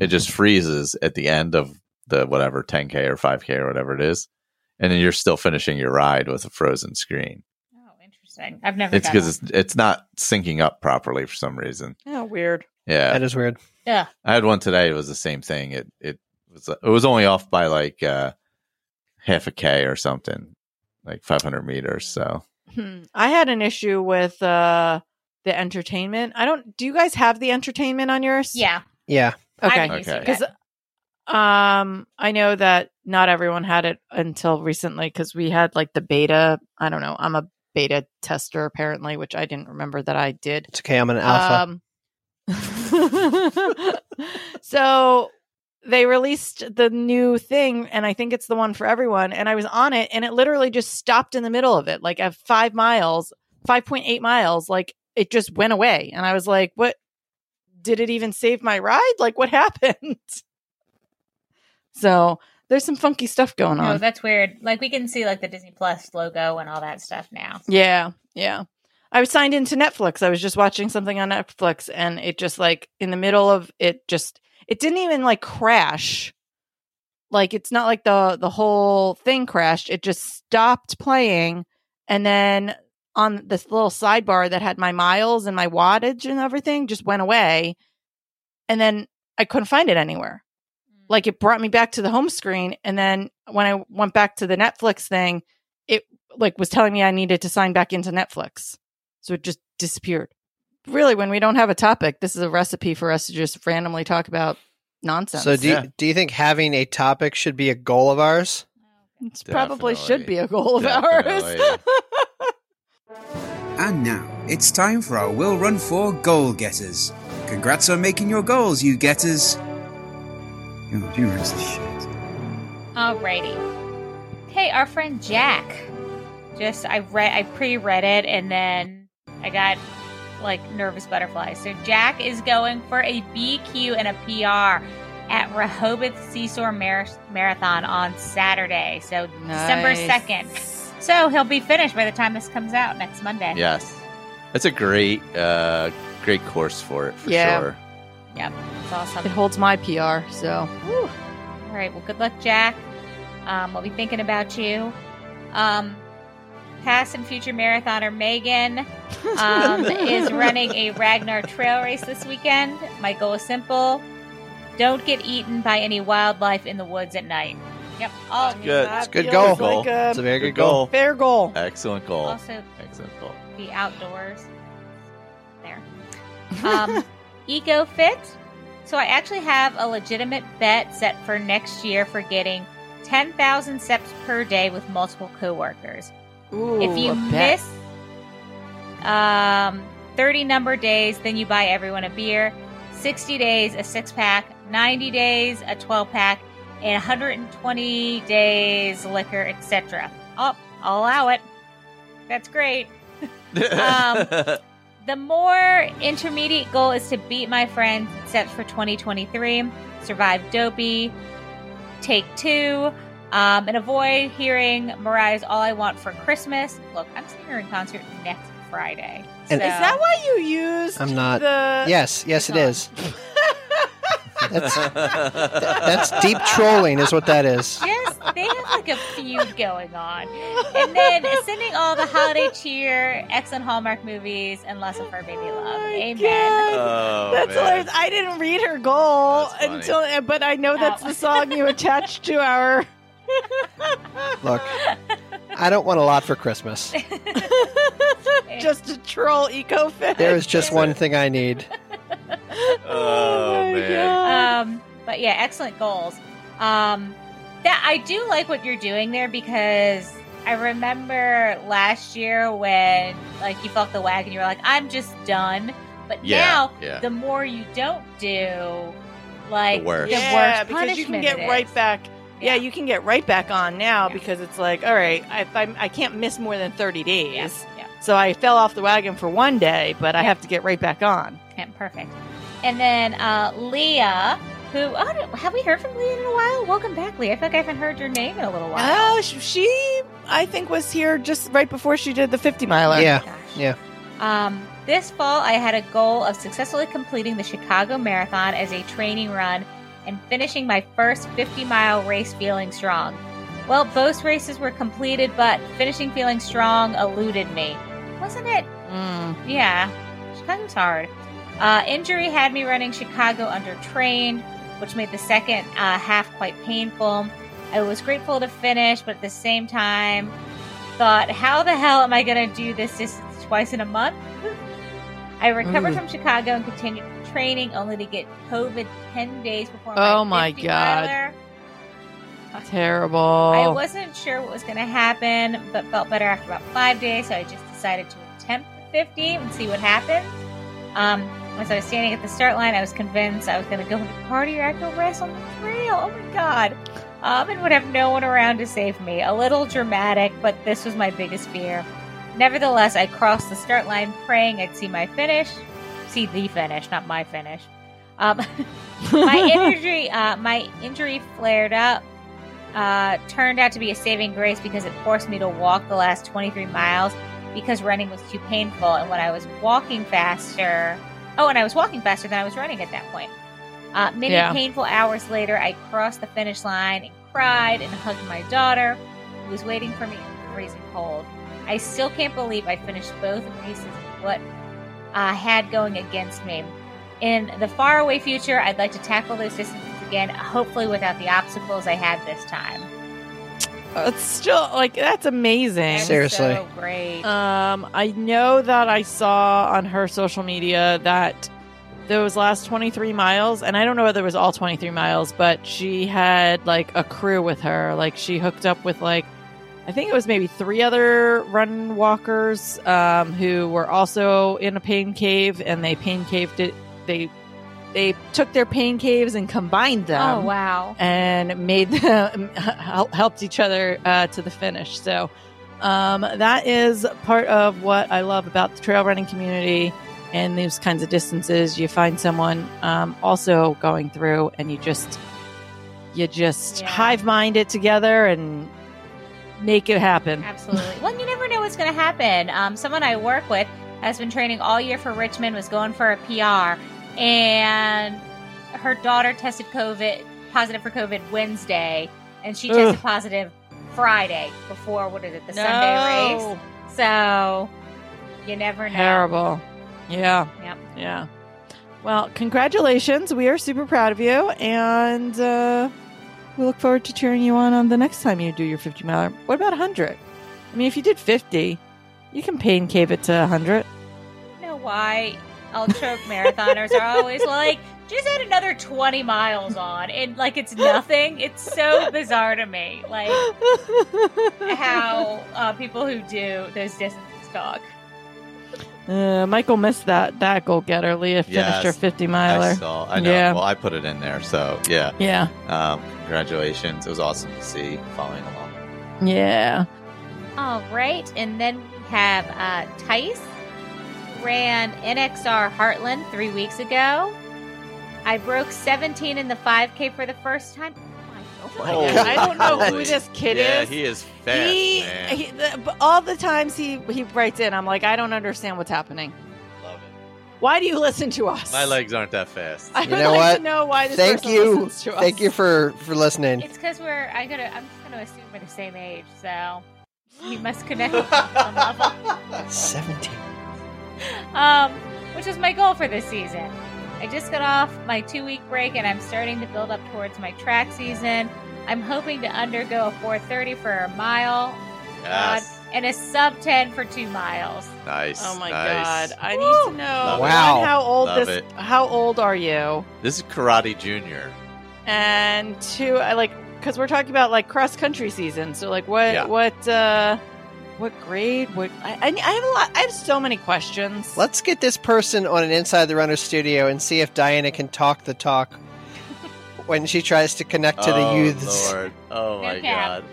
[SPEAKER 4] it just freezes at the end of the whatever 10k or 5k or whatever it is. And then you're still finishing your ride with a frozen screen.
[SPEAKER 5] oh, interesting. I've never.
[SPEAKER 4] It's
[SPEAKER 5] done
[SPEAKER 4] because
[SPEAKER 5] that.
[SPEAKER 4] it's, it's not syncing up properly for some reason.
[SPEAKER 3] Yeah, weird.
[SPEAKER 4] Yeah.
[SPEAKER 2] That is weird.
[SPEAKER 4] I had one today. It was the same thing. It it was it was only off by like uh, half a k or something, like five hundred meters. So
[SPEAKER 3] Hmm, I had an issue with uh, the entertainment. I don't. Do you guys have the entertainment on yours?
[SPEAKER 5] yeah.
[SPEAKER 2] Yeah,
[SPEAKER 5] I
[SPEAKER 3] Okay.
[SPEAKER 5] didn't used to
[SPEAKER 4] Okay.
[SPEAKER 5] do
[SPEAKER 3] Because
[SPEAKER 5] that.
[SPEAKER 3] Um, I know that not everyone had it until recently because we had like the beta. I don't know. I'm a beta tester apparently, which I didn't remember that I did.
[SPEAKER 2] It's okay. I'm an
[SPEAKER 3] Uh,
[SPEAKER 2] alpha.
[SPEAKER 3] Um, so they released the new thing, and I think it's the one for everyone. And I was on it, and it literally just stopped in the middle of it, like at five miles, five point eight miles. Like it just went away, and I was like, "What? Did it even save my ride? Like what happened?" So there's some funky stuff going
[SPEAKER 5] Oh,
[SPEAKER 3] on.
[SPEAKER 5] that's weird. Like we can see like the Disney Plus logo and all that stuff now.
[SPEAKER 3] Yeah, yeah. I was signed into Netflix. I was just watching something on Netflix and it just like in the middle of it just it didn't even like crash. Like it's not like the the whole thing crashed. It just stopped playing and then on this little sidebar that had my miles and my wattage and everything just went away. And then I couldn't find it anywhere like it brought me back to the home screen and then when i went back to the netflix thing it like was telling me i needed to sign back into netflix so it just disappeared really when we don't have a topic this is a recipe for us to just randomly talk about nonsense
[SPEAKER 2] So do
[SPEAKER 4] Yeah.
[SPEAKER 2] you, do you think having a topic should be a goal of ours?
[SPEAKER 3] it probably should
[SPEAKER 4] Definitely.
[SPEAKER 3] be a goal of ours
[SPEAKER 4] Definitely.
[SPEAKER 6] And now, it's time for our Will Run 4 goal getters. Congrats on making your goals, you getters. Oh, do you realize this shit?
[SPEAKER 5] Alrighty. Hey, our friend Jack. Just I read I pre-read it and then I got like nervous butterflies. So Jack is going for a BQ and a PR at Rehoboth Seesaw Mar- Marathon on Saturday. So December
[SPEAKER 3] Nice.
[SPEAKER 5] 2nd. So he'll be finished by the time this comes out next Monday.
[SPEAKER 4] Yes. That's a great uh great course for it for
[SPEAKER 3] Yeah.
[SPEAKER 4] sure.
[SPEAKER 5] It's awesome.
[SPEAKER 3] it holds my pr so
[SPEAKER 5] Whew. All right. Well, good luck, Jack. Um, we'll be thinking about you. Um, past and future marathoner Megan um, is running a Ragnar trail race this weekend. My goal is simple: don't get eaten by any wildlife in the woods at night. Yep. All
[SPEAKER 4] good.
[SPEAKER 3] Oh, That
[SPEAKER 4] It's
[SPEAKER 2] a good
[SPEAKER 3] feels
[SPEAKER 2] goal.
[SPEAKER 3] like a
[SPEAKER 2] It's a very good goal.
[SPEAKER 3] fair goal
[SPEAKER 4] Excellent goal.
[SPEAKER 5] also
[SPEAKER 4] Excellent goal.
[SPEAKER 5] be outdoors. There.
[SPEAKER 4] Uh,
[SPEAKER 5] um, EcoFit. So I actually have a legitimate bet set for next year for getting 10,000 steps per day with multiple coworkers.
[SPEAKER 3] Ooh,
[SPEAKER 5] Um, if you
[SPEAKER 3] a bet.
[SPEAKER 5] miss um, 30 number days, then you buy everyone a beer. 60 days, a six pack. 90 days, a 12 pack. And 120 days, liquor, etc. Oh, I'll allow it. That's great. Um, The more intermediate goal is to beat my friend set for 2023, survive Dopey, take two, um, and avoid hearing Mariah's All I Want for Christmas. Look, I'm seeing her in concert next Friday.
[SPEAKER 2] And-
[SPEAKER 5] so-
[SPEAKER 3] is that why you used
[SPEAKER 2] I'm not-
[SPEAKER 3] the
[SPEAKER 2] Yes, yes, it
[SPEAKER 5] It's not.
[SPEAKER 2] is. That's that's deep trolling, is what that is.
[SPEAKER 5] Yes, they have like a feud going on. And then sending all the holiday cheer, excellent Hallmark movies, and less of her baby love.
[SPEAKER 3] Oh my
[SPEAKER 5] Amen.
[SPEAKER 3] God.
[SPEAKER 4] Oh,
[SPEAKER 3] that's
[SPEAKER 4] man.
[SPEAKER 3] hilarious. I didn't read her goal
[SPEAKER 4] That's funny.
[SPEAKER 3] until, uh, but I know that's
[SPEAKER 5] Ow.
[SPEAKER 3] the song you attached to our.
[SPEAKER 2] Look, I don't want a lot for Christmas.
[SPEAKER 3] just to troll EcoFit.
[SPEAKER 2] There is just one thing I need.
[SPEAKER 4] Oh,
[SPEAKER 3] my
[SPEAKER 4] man.
[SPEAKER 5] um, but yeah, excellent goals. Um, that I do like what you're doing there because I remember last year when like you fucked the wagon, you were like, "I'm just done." But
[SPEAKER 4] Yeah.
[SPEAKER 5] now,
[SPEAKER 4] Yeah.
[SPEAKER 5] the more you don't do, like
[SPEAKER 4] The worse.
[SPEAKER 3] yeah,
[SPEAKER 5] worse
[SPEAKER 3] because you can
[SPEAKER 5] punishment
[SPEAKER 3] get
[SPEAKER 5] it
[SPEAKER 3] right
[SPEAKER 5] is.
[SPEAKER 3] back. Yeah,
[SPEAKER 5] Yeah.
[SPEAKER 3] you can get right back on now
[SPEAKER 5] Yeah.
[SPEAKER 3] because it's like, all right, I, if I'm, I can't miss more than 30 days.
[SPEAKER 5] Yeah, yeah.
[SPEAKER 3] So I fell off the wagon for one day, but I have to get right back on.
[SPEAKER 5] Yeah, perfect. And then uh, Leah, who oh, no- have we heard from Leah in a while? Welcome back, Leah. I feel like I haven't heard your name in a little while.
[SPEAKER 3] Oh, sh- she, I think, was here just right before she did the 50 miler.
[SPEAKER 2] Yeah.
[SPEAKER 5] Gosh.
[SPEAKER 2] yeah.
[SPEAKER 5] Um, this fall, I had a goal of successfully completing the Chicago Marathon as a training run and finishing my first 50 mile race feeling strong. Well, both races were completed, but finishing feeling strong eluded me. Wasn't it
[SPEAKER 3] Mm.
[SPEAKER 5] yeah, Chicago's hard. Uh, injury had me running Chicago undertrained, which made the second uh, half quite painful. I was grateful to finish, but at the same time, thought, how the hell am I going to do this distance twice in a month? I
[SPEAKER 3] Mm.
[SPEAKER 5] recovered from Chicago and continued training only to get COVID 10 days before
[SPEAKER 3] Oh
[SPEAKER 5] my,
[SPEAKER 3] my
[SPEAKER 5] 50
[SPEAKER 3] God.
[SPEAKER 5] miler.
[SPEAKER 3] Terrible.
[SPEAKER 5] I
[SPEAKER 3] Oh.
[SPEAKER 5] wasn't sure what was going to happen, but felt better after about five days, so I just decided to attempt the 50 and see what happened. Um, as I was standing at the start line, I was convinced I was going to go into cardiac arrest on the trail. Oh my god! Um, and would have no one around to save me. A little dramatic, but this was my biggest fear. Nevertheless, I crossed the start line, praying I'd see my finish, see the finish, not my finish. Um, my injury, uh, my injury flared up. Uh, turned out to be a saving grace because it forced me to walk the last 23 miles because running was too painful. And when I was walking faster, oh, and I was walking faster than I was running at that point. Uh, many
[SPEAKER 3] Yeah.
[SPEAKER 5] painful hours later, I crossed the finish line and cried and hugged my daughter, who was waiting for me in the freezing cold. I still can't believe I finished both races with what I had going against me. In the faraway future, I'd like to tackle those distances again, hopefully without the obstacles I had this time.
[SPEAKER 3] it's still like that's amazing.
[SPEAKER 5] That was
[SPEAKER 2] Seriously.
[SPEAKER 5] so great.
[SPEAKER 3] Um, I know that I saw on her social media that those last 23 miles, and I don't know whether it was all 23 miles, but she had like a crew with her. Like she hooked up with like, I think it was maybe three other run walkers um, who were also in a pain cave, and they pain caved it. They they took their pain caves and combined them
[SPEAKER 5] oh wow!
[SPEAKER 3] and made them hel- helped each other uh, to the finish. So um, that is part of what I love about the trail running community and these kinds of distances. You find someone um, also going through, and you just you just
[SPEAKER 5] Yeah.
[SPEAKER 3] hive mind it together and make it happen.
[SPEAKER 5] Absolutely. Well, you never know what's going to happen. Um, someone I work with has been training all year for Richmond, was going for a PR, and her daughter tested COVID positive for COVID Wednesday, and she tested
[SPEAKER 3] Ugh.
[SPEAKER 5] positive Friday before what is it the Sunday race? So you never know.
[SPEAKER 3] Terrible. Yeah.
[SPEAKER 5] Yep.
[SPEAKER 3] Yeah. Well, congratulations. We are super proud of you. And uh, we look forward to cheering you on on the next time you do your 50 miler. What about 100? I mean, if you did 50, you can pain cave it to 100.
[SPEAKER 5] You know why ultra marathoners are always like, just add another 20 miles on, and like it's nothing. It's so bizarre to me, like how uh, people who do those distances talk.
[SPEAKER 3] Uh, Michael missed that, that goal getter. Leah finished
[SPEAKER 4] Yes.
[SPEAKER 3] her 50
[SPEAKER 4] I
[SPEAKER 3] miler.
[SPEAKER 4] saw. I know.
[SPEAKER 3] Yeah.
[SPEAKER 4] Well, I put it in there, so yeah.
[SPEAKER 3] Yeah.
[SPEAKER 4] Um, congratulations. It was awesome to see following along.
[SPEAKER 3] Yeah.
[SPEAKER 5] All right, and then we have uh, Tice ran NXR Heartland three weeks ago. I broke 17 in the 5K for the first time. Oh my
[SPEAKER 2] Oh,
[SPEAKER 5] God.
[SPEAKER 3] I don't know who
[SPEAKER 4] golly.
[SPEAKER 3] this kid
[SPEAKER 4] yeah,
[SPEAKER 3] is.
[SPEAKER 4] he is fast.
[SPEAKER 3] he,
[SPEAKER 4] man.
[SPEAKER 3] he the, but all the times he, he writes in, I'm like, I don't understand what's happening.
[SPEAKER 4] Love it.
[SPEAKER 3] Why do you listen to us?
[SPEAKER 4] My legs aren't that fast.
[SPEAKER 3] I
[SPEAKER 2] You
[SPEAKER 3] would
[SPEAKER 2] know
[SPEAKER 3] like
[SPEAKER 2] what?
[SPEAKER 3] to know why this
[SPEAKER 2] Thank
[SPEAKER 3] person
[SPEAKER 2] you.
[SPEAKER 3] listens to us.
[SPEAKER 2] Thank you for for listening.
[SPEAKER 5] It's because we're. I gotta. I'm just gonna assume we're the same age, so we must connect on some level.
[SPEAKER 2] Seventeen.
[SPEAKER 5] Um, which was my goal for this season. I just got off my two week break and I'm starting to build up towards my track season. I'm hoping to undergo a 430 for a mile
[SPEAKER 4] Yes.
[SPEAKER 5] uh, and a sub 10 for two miles.
[SPEAKER 4] Nice.
[SPEAKER 3] Oh my
[SPEAKER 4] nice.
[SPEAKER 3] god! I need
[SPEAKER 5] Woo!
[SPEAKER 3] to know
[SPEAKER 4] Love
[SPEAKER 2] Wow.
[SPEAKER 3] one, how old
[SPEAKER 4] Love
[SPEAKER 3] this?
[SPEAKER 4] it.
[SPEAKER 3] How old are you?
[SPEAKER 4] This is Karate Junior.
[SPEAKER 3] And two, I like because we're talking about like cross country season. So like, what,
[SPEAKER 4] Yeah.
[SPEAKER 3] what, uh, what grade? What? I, I, I have a lot. I have so many questions.
[SPEAKER 2] Let's get this person on an Inside the Runner studio and see if Diana can talk the talk when she tries to connect to
[SPEAKER 4] oh,
[SPEAKER 2] the youths.
[SPEAKER 4] Lord. Oh my
[SPEAKER 5] cap.
[SPEAKER 4] god.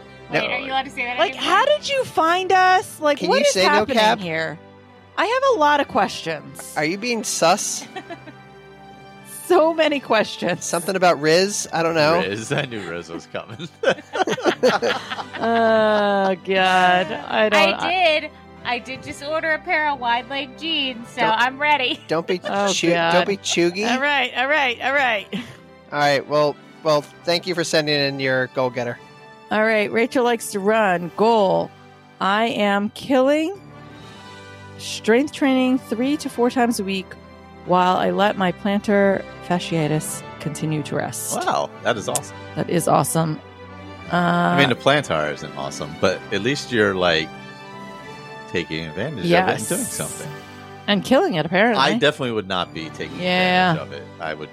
[SPEAKER 4] No.
[SPEAKER 5] Wait, are you allowed to say that?
[SPEAKER 3] like,
[SPEAKER 5] anymore?
[SPEAKER 3] how did you find us? Like,
[SPEAKER 2] Can
[SPEAKER 3] what
[SPEAKER 2] you
[SPEAKER 3] is
[SPEAKER 2] say no
[SPEAKER 3] happening
[SPEAKER 2] cap?
[SPEAKER 3] here? I have a lot of questions.
[SPEAKER 2] Are you being sus?
[SPEAKER 3] so many questions.
[SPEAKER 2] Something about Riz? I don't know.
[SPEAKER 4] Riz. I knew Riz was coming.
[SPEAKER 3] Oh god! I don't.
[SPEAKER 5] I did. I did just order a pair of wide leg jeans, so
[SPEAKER 2] Don't-
[SPEAKER 5] I'm ready.
[SPEAKER 2] Don't be
[SPEAKER 3] Oh,
[SPEAKER 2] chu-
[SPEAKER 3] God.
[SPEAKER 2] don't be chuggy.
[SPEAKER 3] All right, all right, all right.
[SPEAKER 2] All right. Well, well. Thank you for sending in your goal getter.
[SPEAKER 3] All right, Rachel likes to run. Goal. I am killing strength training three to four times a week while I let my plantar fasciitis continue to rest.
[SPEAKER 4] wow, that is awesome.
[SPEAKER 3] That is awesome. Uh,
[SPEAKER 4] I mean, the plantar isn't awesome, but at least you're like taking advantage of it and
[SPEAKER 3] Yes.
[SPEAKER 4] doing something.
[SPEAKER 3] and killing it apparently.
[SPEAKER 4] I definitely would not be taking
[SPEAKER 3] Yeah.
[SPEAKER 4] advantage of it. I would.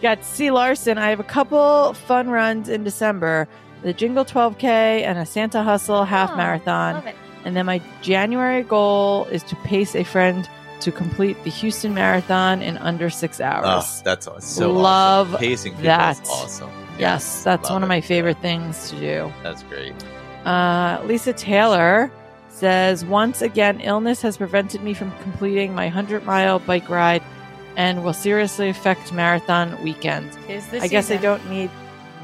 [SPEAKER 3] Got C. Larson. I have a couple fun runs in December the Jingle 12K and a Santa Hustle half
[SPEAKER 5] Oh,
[SPEAKER 3] marathon.
[SPEAKER 5] Love it.
[SPEAKER 3] And then my January goal is to pace a friend to complete the Houston Marathon in under six
[SPEAKER 4] Oh,
[SPEAKER 3] hours.
[SPEAKER 4] that's aw- so
[SPEAKER 3] Love
[SPEAKER 4] awesome. Pacing people
[SPEAKER 3] that.
[SPEAKER 4] is awesome. Yeah,
[SPEAKER 3] yes, that's
[SPEAKER 4] love
[SPEAKER 3] one of
[SPEAKER 4] it.
[SPEAKER 3] my favorite things to do.
[SPEAKER 4] That's great.
[SPEAKER 3] Uh, Lisa Taylor says, Once again, illness has prevented me from completing my 100 mile bike ride and will seriously affect marathon weekend.
[SPEAKER 5] Tis the
[SPEAKER 3] I guess I
[SPEAKER 5] season.
[SPEAKER 3] don't need.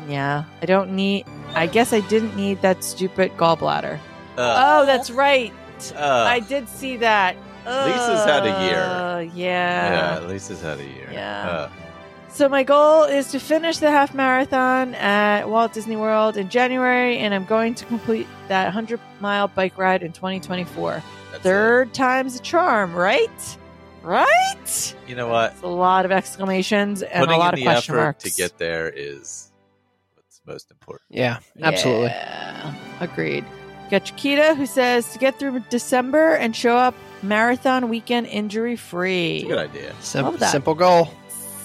[SPEAKER 3] Yeah, I don't need. I guess I didn't need that stupid gallbladder.
[SPEAKER 4] Uh,
[SPEAKER 3] Oh, that's right.
[SPEAKER 4] uh,
[SPEAKER 3] Oh, I did see that.
[SPEAKER 4] Lisa's had a year.
[SPEAKER 3] Uh,
[SPEAKER 4] yeah,
[SPEAKER 3] Yeah.
[SPEAKER 4] Lisa's had a year.
[SPEAKER 3] Yeah.
[SPEAKER 4] Uh,
[SPEAKER 3] So my goal is to finish the half marathon at Walt Disney World in January, and I'm going to complete that 100 mile bike ride in 2024.
[SPEAKER 4] that's
[SPEAKER 3] Third time's a charm, right? Right?
[SPEAKER 4] it. You know what?
[SPEAKER 3] It's a lot of exclamations and
[SPEAKER 4] Putting
[SPEAKER 3] a lot
[SPEAKER 4] in
[SPEAKER 3] of
[SPEAKER 4] the
[SPEAKER 3] question
[SPEAKER 4] effort
[SPEAKER 3] marks.
[SPEAKER 4] to get there is what's most important.
[SPEAKER 2] Yeah, absolutely.
[SPEAKER 3] Yeah, agreed. Got Chiquita who says to get through December and show up marathon weekend injury
[SPEAKER 4] It's a
[SPEAKER 3] free.
[SPEAKER 4] good idea.
[SPEAKER 2] Sim-
[SPEAKER 3] Love that.
[SPEAKER 2] Simple goal.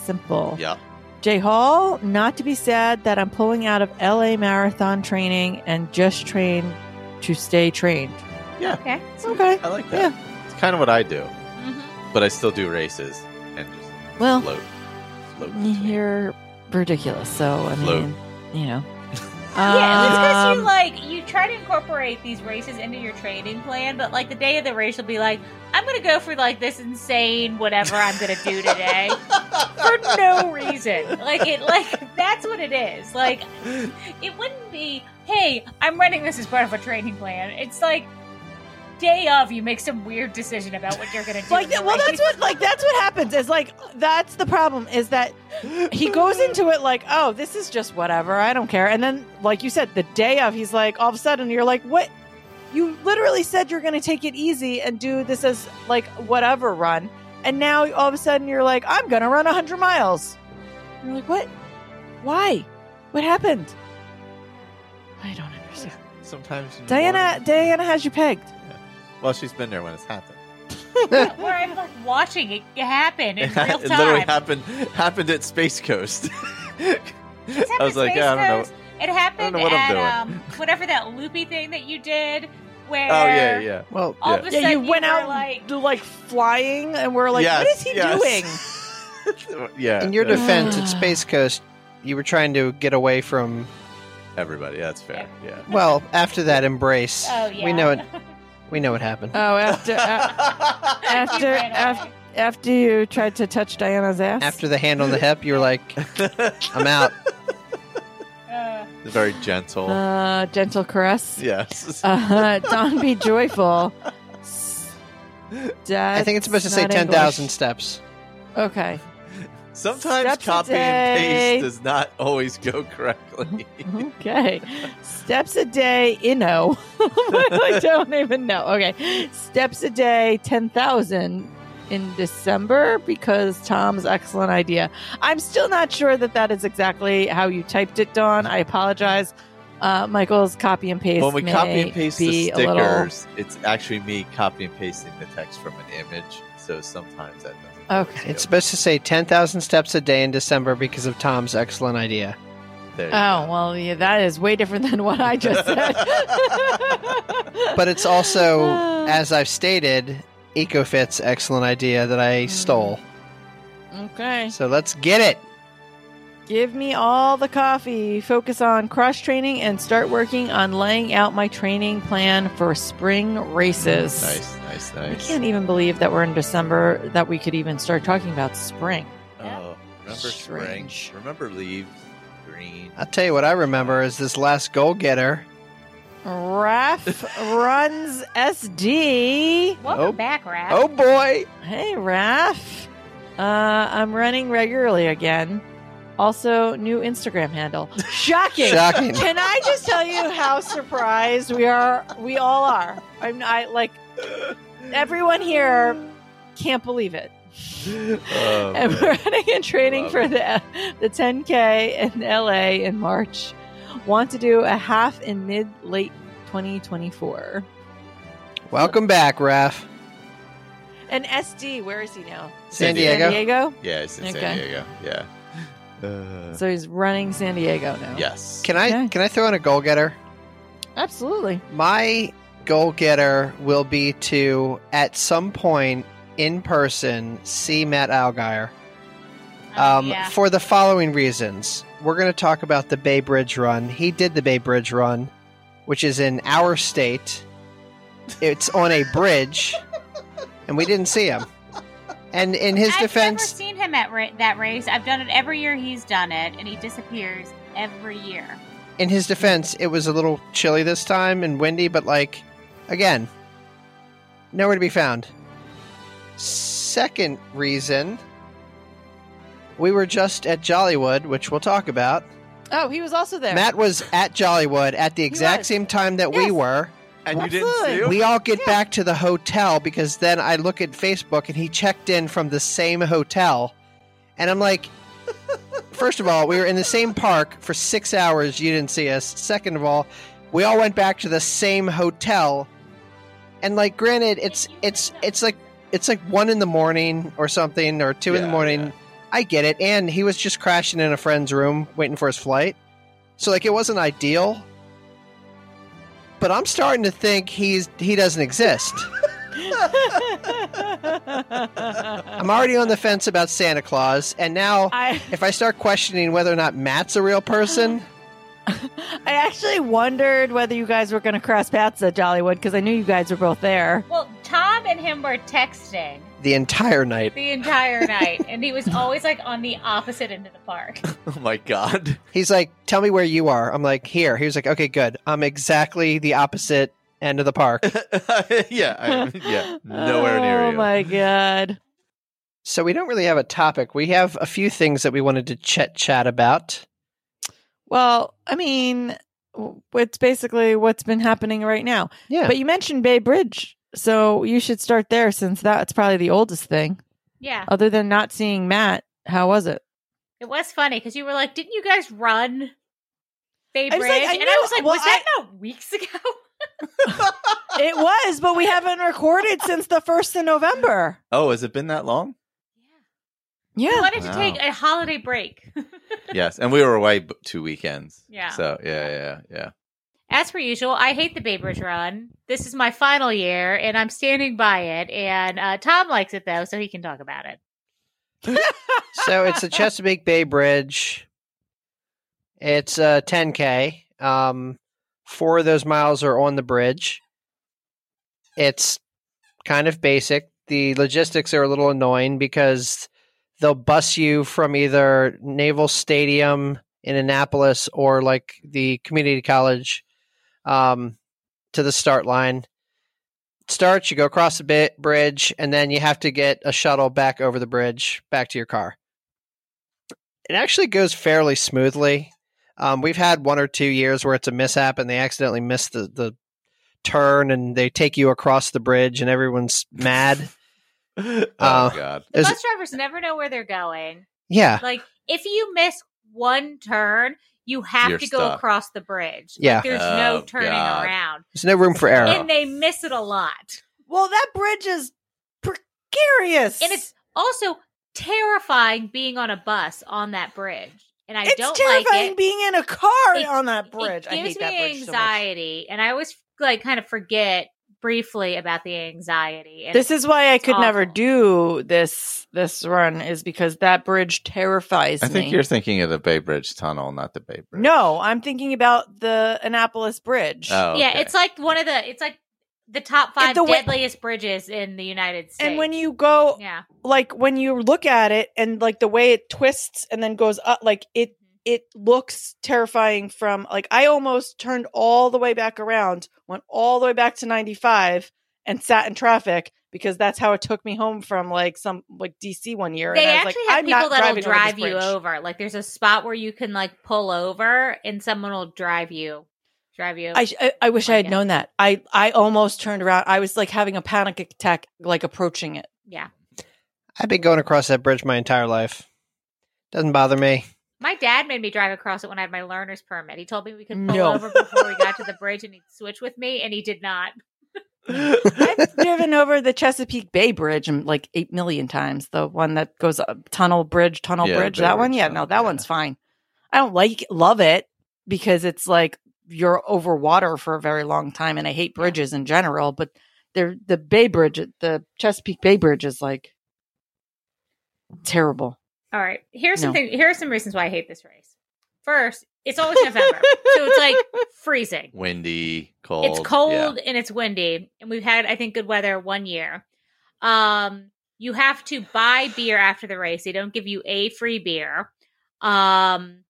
[SPEAKER 3] Simple.
[SPEAKER 4] Yeah.
[SPEAKER 3] Jay Hall, not to be sad that I'm pulling out of LA marathon training and just train to stay trained.
[SPEAKER 5] Okay.
[SPEAKER 3] Okay.
[SPEAKER 4] I like that. It's kind of what I do,
[SPEAKER 5] Mhm.
[SPEAKER 4] but I still do races and just
[SPEAKER 3] Well,
[SPEAKER 4] float. Float. between.
[SPEAKER 3] you're ridiculous. So, I mean,
[SPEAKER 4] Float.
[SPEAKER 3] you know.
[SPEAKER 5] yeah, it's because you
[SPEAKER 3] Um,
[SPEAKER 5] like you try to incorporate these races into your training plan, but like the day of the race, you'll be like, "I'm gonna go for like this insane whatever I'm gonna do today for no reason." Like it, like that's what it is. Like it wouldn't be, "Hey, I'm running this as part of a training plan." It's like day of you make some weird decision about what you're gonna do.
[SPEAKER 3] like
[SPEAKER 5] in your
[SPEAKER 3] well
[SPEAKER 5] race.
[SPEAKER 3] that's what like that's what happens is like that's the problem is that he goes into it like oh this is just whatever i don't care and then like you said the day of he's like all of a sudden you're like what you literally said you're going to take it easy and do this as like whatever run and now all of a sudden you're like i'm going to run 100 miles you're like what why what happened i don't understand
[SPEAKER 4] Sometimes in the
[SPEAKER 3] diana
[SPEAKER 4] morning-
[SPEAKER 3] diana has you pegged
[SPEAKER 4] Well, she's been there when it's happened.
[SPEAKER 5] where I'm like watching it happen in
[SPEAKER 4] It,
[SPEAKER 5] real
[SPEAKER 4] ha-
[SPEAKER 5] time.
[SPEAKER 4] it literally happened happened at Space Coast.
[SPEAKER 5] It's
[SPEAKER 4] I was like, yeah, I don't know.
[SPEAKER 5] Space Coast. It happened
[SPEAKER 4] know what I'm
[SPEAKER 5] at
[SPEAKER 4] doing.
[SPEAKER 5] um, whatever that loopy thing that you did, where
[SPEAKER 4] Oh yeah, yeah.
[SPEAKER 2] Well,
[SPEAKER 5] all
[SPEAKER 4] Yeah.
[SPEAKER 5] of a
[SPEAKER 3] yeah
[SPEAKER 5] sudden
[SPEAKER 3] you went
[SPEAKER 5] were
[SPEAKER 3] out
[SPEAKER 5] like,
[SPEAKER 3] like, like flying and we're like what
[SPEAKER 4] Yes,
[SPEAKER 3] is he doing
[SPEAKER 4] yes. doing? yeah.
[SPEAKER 2] in your
[SPEAKER 4] yeah,
[SPEAKER 2] defense, at Space Coast, you were trying to get away from.
[SPEAKER 4] everybody. That's fair. Yeah.
[SPEAKER 2] Well, after that embrace,
[SPEAKER 5] oh yeah,
[SPEAKER 2] we know it. We know what happened.
[SPEAKER 3] Oh, after uh,
[SPEAKER 5] You
[SPEAKER 3] after
[SPEAKER 5] ran
[SPEAKER 3] af-
[SPEAKER 5] away.
[SPEAKER 3] after you tried to touch Diana's ass.
[SPEAKER 2] after the hand on the hip, you were like, "I'm out."
[SPEAKER 5] Uh,
[SPEAKER 4] Very gentle.
[SPEAKER 3] uh, gentle caress.
[SPEAKER 4] yes.
[SPEAKER 3] Uh, don't be joyful. S-
[SPEAKER 2] I think it's supposed to say
[SPEAKER 3] That's not
[SPEAKER 2] ten thousand
[SPEAKER 3] English.
[SPEAKER 2] steps.
[SPEAKER 3] Okay.
[SPEAKER 4] Sometimes
[SPEAKER 3] steps a
[SPEAKER 4] copy and
[SPEAKER 3] day.
[SPEAKER 4] paste does not always go correctly.
[SPEAKER 3] Okay. Steps a day, you know. I don't even know. Okay. Steps a day, 10,000 in December because Tom's excellent idea. I'm still not sure that that is exactly how you typed it, Dawn. I apologize. Uh, Michael's copy and paste.
[SPEAKER 4] when we
[SPEAKER 3] may
[SPEAKER 4] copy and paste the
[SPEAKER 3] be a little-
[SPEAKER 4] stickers, it's actually me copy and pasting the text from an image. So sometimes that doesn't.
[SPEAKER 3] Okay.
[SPEAKER 2] It's supposed to say ten thousand steps a day in December because of Tom's excellent idea.
[SPEAKER 4] There you
[SPEAKER 3] Oh,
[SPEAKER 4] go.
[SPEAKER 3] well, yeah, that is way different than what I just said.
[SPEAKER 2] But it's also,
[SPEAKER 3] Uh,
[SPEAKER 2] as I've stated, EcoFit's excellent idea that I stole.
[SPEAKER 3] okay.
[SPEAKER 2] So let's get it.
[SPEAKER 3] Give me all the coffee, focus on cross training, and start working on laying out my training plan for spring races.
[SPEAKER 4] Nice, nice,
[SPEAKER 3] I
[SPEAKER 4] nice.
[SPEAKER 3] can't even believe that we're in December that we could even start talking about spring.
[SPEAKER 4] Oh, remember spring?
[SPEAKER 3] Strange. Uh,
[SPEAKER 4] Remember leaves? Green.
[SPEAKER 2] I'll tell you what I remember is this last goal getter.
[SPEAKER 3] Raf runs SD.
[SPEAKER 5] welcome
[SPEAKER 2] Oh.
[SPEAKER 5] back, Raph.
[SPEAKER 2] Oh boy!
[SPEAKER 3] Hey, Raf. Uh, I'm running regularly again. Also, new Instagram handle. Shocking.
[SPEAKER 2] Shocking.
[SPEAKER 3] Can I just tell you how surprised we are? We all are. I'm I like everyone here can't believe it.
[SPEAKER 4] Oh,
[SPEAKER 3] and
[SPEAKER 4] man.
[SPEAKER 3] we're running and training
[SPEAKER 4] Love
[SPEAKER 3] for the the 10k in LA in March. Want to do a half in mid late 2024.
[SPEAKER 2] Welcome back, Raph.
[SPEAKER 3] And SD, where is he now?
[SPEAKER 2] San
[SPEAKER 4] San
[SPEAKER 2] Diego.
[SPEAKER 3] San Diego.
[SPEAKER 4] Yeah, it's in
[SPEAKER 3] Okay.
[SPEAKER 4] San Diego. Yeah. Uh,
[SPEAKER 3] So he's running San Diego now.
[SPEAKER 4] yes.
[SPEAKER 2] Can I
[SPEAKER 3] Okay.
[SPEAKER 2] can I throw in a goal getter?
[SPEAKER 3] absolutely.
[SPEAKER 2] My goal getter will be to at some point in person see Matt Algeyer.
[SPEAKER 5] Oh,
[SPEAKER 2] um,
[SPEAKER 5] yeah.
[SPEAKER 2] for the following reasons. We're going to talk about the Bay Bridge Run. He did the Bay Bridge Run, which is in our state. It's on a bridge, and we didn't see him. And in his
[SPEAKER 5] I've
[SPEAKER 2] defense,
[SPEAKER 5] never seen him at ra- that race. I've done it every year he's done it, and he disappears every year.
[SPEAKER 2] in his defense, it was a little chilly this time and windy, but like, again, nowhere to be found. Second reason, we were just at Jollywood, which we'll talk about.
[SPEAKER 3] Oh, he was also there.
[SPEAKER 2] Matt was at Jollywood at the exact
[SPEAKER 3] was.
[SPEAKER 2] same time that we
[SPEAKER 3] Yes.
[SPEAKER 2] were.
[SPEAKER 4] And you didn't
[SPEAKER 3] Absolutely.
[SPEAKER 4] see him?
[SPEAKER 2] We all get
[SPEAKER 3] Yeah.
[SPEAKER 2] back to the hotel because then I look at Facebook and he checked in from the same hotel. And I'm like, first of all, we were in the same park for six hours. You didn't see us. Second of all, we all went back to the same hotel. And like, granted, it's it's it's like it's like one in the morning or something or two in the
[SPEAKER 4] Yeah,
[SPEAKER 2] morning.
[SPEAKER 4] yeah.
[SPEAKER 2] I get it. And he was just crashing in a friend's room waiting for his flight. So like it wasn't ideal. But I'm starting to think he's he doesn't exist. I'm already on the fence about Santa Claus, and now
[SPEAKER 3] I
[SPEAKER 2] if I start questioning whether or not Matt's a real person,
[SPEAKER 3] I actually wondered whether you guys were going to cross paths at Jollywood because I knew you guys were both there.
[SPEAKER 5] Well, Tom and him were texting
[SPEAKER 2] the entire night
[SPEAKER 5] the entire night, and he was always like on the opposite end of the park.
[SPEAKER 4] Oh my god.
[SPEAKER 2] he's like, "Tell me where you are." I'm like, "Here." He was like, "Okay, good. I'm exactly the opposite end of the park."
[SPEAKER 4] yeah, I, yeah. Nowhere near
[SPEAKER 3] Oh
[SPEAKER 4] you.
[SPEAKER 3] my god.
[SPEAKER 2] So we don't really have a topic. We have a few things that we wanted to chit chat about.
[SPEAKER 3] Well, I mean, w- it's basically what's been happening right now.
[SPEAKER 2] Yeah,
[SPEAKER 3] But you mentioned Bay Bridge, so you should start there since that's probably the oldest thing.
[SPEAKER 5] Yeah,
[SPEAKER 3] Other than not seeing Matt, how was it?
[SPEAKER 5] it was funny because you were like, "Didn't you guys run?" Bay
[SPEAKER 3] I
[SPEAKER 5] Bridge,
[SPEAKER 3] was like, I
[SPEAKER 5] and I
[SPEAKER 3] knew-
[SPEAKER 5] was like,
[SPEAKER 3] well,
[SPEAKER 5] "Was that not weeks ago?"
[SPEAKER 3] It was, but we haven't recorded since the first of November.
[SPEAKER 4] Oh, has it been that long?
[SPEAKER 5] We
[SPEAKER 3] Yeah.
[SPEAKER 5] wanted to
[SPEAKER 4] Wow.
[SPEAKER 5] take a holiday break.
[SPEAKER 4] yes, and we were away b- two weekends.
[SPEAKER 5] Yeah.
[SPEAKER 4] So yeah, yeah, yeah.
[SPEAKER 5] As per usual, I hate the Bay Bridge Run. This is my final year, and I'm standing by it. And uh, Tom likes it though, so he can talk about it.
[SPEAKER 2] so it's the Chesapeake Bay Bridge. It's uh, 10k. Um, four of those miles are on the bridge. It's kind of basic. The logistics are a little annoying because they'll bus you from either Naval Stadium in Annapolis or like the community college um, to the start line. Starts, you go across the bi- bridge, and then you have to get a shuttle back over the bridge back to your car. It actually goes fairly smoothly. Um, we've had one or two years where it's a mishap and they accidentally miss the, the turn and they take you across the bridge and everyone's mad.
[SPEAKER 4] Oh
[SPEAKER 2] Uh,
[SPEAKER 4] god.
[SPEAKER 5] The
[SPEAKER 2] Is-
[SPEAKER 5] bus drivers never know where they're going.
[SPEAKER 2] Yeah,
[SPEAKER 5] Like if you miss one turn, you have
[SPEAKER 4] You're
[SPEAKER 5] to go
[SPEAKER 4] stuck.
[SPEAKER 5] across the bridge.
[SPEAKER 2] Yeah.
[SPEAKER 5] Like, there's
[SPEAKER 4] Oh,
[SPEAKER 5] no turning
[SPEAKER 4] God.
[SPEAKER 5] around,
[SPEAKER 2] there's no room for error.
[SPEAKER 5] and they miss it a lot.
[SPEAKER 3] Well, that bridge is precarious.
[SPEAKER 5] And it's also terrifying being on a bus on that bridge, and I
[SPEAKER 3] it's
[SPEAKER 5] don't like
[SPEAKER 3] terrifying
[SPEAKER 5] it.
[SPEAKER 3] being in a car
[SPEAKER 5] It-
[SPEAKER 3] on that bridge.
[SPEAKER 5] It
[SPEAKER 3] I hate
[SPEAKER 5] gives
[SPEAKER 3] that
[SPEAKER 5] me
[SPEAKER 3] bridge
[SPEAKER 5] anxiety, and I always like kind of forget briefly about the anxiety.
[SPEAKER 3] so much.
[SPEAKER 5] And
[SPEAKER 3] This is why I could never
[SPEAKER 5] awful.
[SPEAKER 3] do this this run is because that bridge terrifies
[SPEAKER 4] I think
[SPEAKER 3] me.
[SPEAKER 4] you're thinking of the Bay Bridge Tunnel, not the Bay Bridge.
[SPEAKER 3] No, I'm thinking about the Annapolis Bridge.
[SPEAKER 4] Oh,
[SPEAKER 5] yeah,
[SPEAKER 4] okay.
[SPEAKER 5] it's like one of the it's like the top five
[SPEAKER 3] the way-
[SPEAKER 5] deadliest bridges in the United States.
[SPEAKER 3] and when you go
[SPEAKER 5] yeah,
[SPEAKER 3] like when you look at it and like the way it twists and then goes up like it
[SPEAKER 5] Mm-hmm.
[SPEAKER 3] it looks terrifying from like i almost turned all the way back around went all the way back to 95 and sat in traffic because that's how it took me home from like some like dc one year
[SPEAKER 5] they
[SPEAKER 3] and i was
[SPEAKER 5] actually
[SPEAKER 3] like
[SPEAKER 5] have
[SPEAKER 3] i'm
[SPEAKER 5] people
[SPEAKER 3] not
[SPEAKER 5] that'll
[SPEAKER 3] driving
[SPEAKER 5] drive
[SPEAKER 3] over
[SPEAKER 5] you
[SPEAKER 3] this bridge.
[SPEAKER 5] over. Like there's a spot where you can like pull over, and someone will drive you, drive you.
[SPEAKER 3] I, sh- I, I wish I had
[SPEAKER 5] Like it.
[SPEAKER 3] known that. I, I almost turned around. I was like having a panic attack, like approaching it.
[SPEAKER 5] yeah,
[SPEAKER 2] I've been going across that bridge my entire life. Doesn't bother me.
[SPEAKER 5] my dad made me drive across it when I had my learner's permit. He told me we could pull
[SPEAKER 3] No.
[SPEAKER 5] over before we got to the bridge, and he'd switch with me, and he did not.
[SPEAKER 3] I've driven over the Chesapeake Bay Bridge um, like eight million times. The one that goes up tunnel bridge, tunnel
[SPEAKER 4] Yeah, the
[SPEAKER 3] bridge.
[SPEAKER 4] Bay
[SPEAKER 3] That one,
[SPEAKER 4] Bridge
[SPEAKER 3] yeah,
[SPEAKER 4] tunnel,
[SPEAKER 3] no, that
[SPEAKER 4] yeah.
[SPEAKER 3] one's fine. I don't like love it because it's like you're over water for a very long time, and I hate bridges in general. But they're the Bay Bridge, the Chesapeake Bay Bridge is like terrible.
[SPEAKER 5] All right. Here's
[SPEAKER 3] No.
[SPEAKER 5] something. Here are some reasons why I hate this race. First, it's always November, so it's like freezing.
[SPEAKER 4] Windy, cold.
[SPEAKER 5] It's cold and it's windy, and we've had I think good weather one year. Um, you have to buy beer after the race. They don't give you a free beer. Um,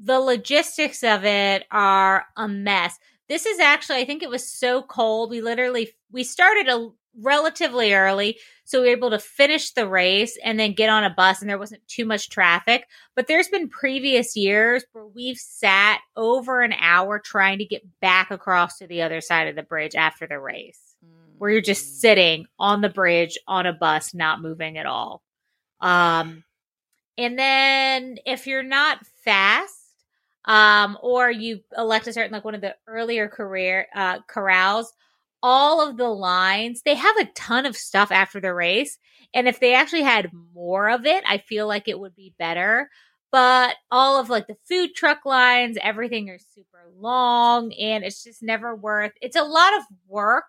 [SPEAKER 5] the logistics of it are a mess. This is actually I think it was so cold. We literally we started a relatively early so we were able to finish the race and then get on a bus and there wasn't too much traffic but there's been previous years where we've sat over an hour trying to get back across to the other side of the bridge after the race where you're just sitting on the bridge on a bus not moving at all um and then if you're not fast um or you elect to start in like one of the earlier career uh corrals all of the lines they have a ton of stuff after the race and if they actually had more of it i feel like it would be better but all of like the food truck lines everything are super long and it's just never worth it's a lot of work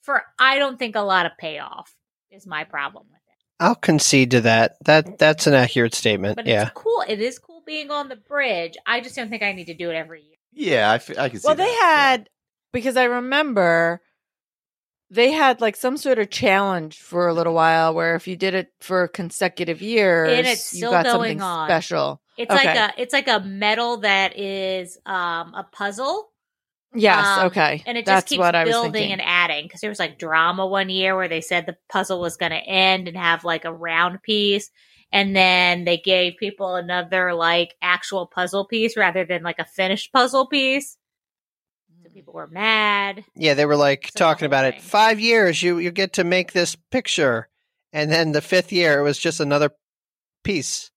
[SPEAKER 5] for i don't think a lot of payoff is my problem with it
[SPEAKER 2] I'll concede to that. That that's an accurate statement.
[SPEAKER 5] but
[SPEAKER 2] yeah.
[SPEAKER 5] it's cool it is cool being on the bridge i just don't think i need to do it every year
[SPEAKER 4] Yeah, I, f- I can see
[SPEAKER 3] Well, they
[SPEAKER 4] that.
[SPEAKER 3] had because I remember they had like some sort of challenge for a little while where if you did it for consecutive years,
[SPEAKER 5] it's
[SPEAKER 3] you
[SPEAKER 5] still
[SPEAKER 3] got
[SPEAKER 5] going
[SPEAKER 3] something
[SPEAKER 5] on.
[SPEAKER 3] special.
[SPEAKER 5] it's like
[SPEAKER 3] Okay.
[SPEAKER 5] a it's like a medal that is um a puzzle
[SPEAKER 3] Yes,
[SPEAKER 5] Um,
[SPEAKER 3] okay,
[SPEAKER 5] and it
[SPEAKER 3] that's
[SPEAKER 5] just keeps
[SPEAKER 3] what I was
[SPEAKER 5] building
[SPEAKER 3] thinking.
[SPEAKER 5] and adding because there was like drama one year where they said the puzzle was going to end and have like a round piece and then they gave people another like actual puzzle piece rather than like a finished puzzle piece
[SPEAKER 3] Mm.
[SPEAKER 5] so people were mad
[SPEAKER 2] Yeah, they were like
[SPEAKER 5] So the
[SPEAKER 2] talking
[SPEAKER 5] whole
[SPEAKER 2] about
[SPEAKER 5] thing.
[SPEAKER 2] it. Five years, you you get to make this picture, and then the fifth year it was just another piece,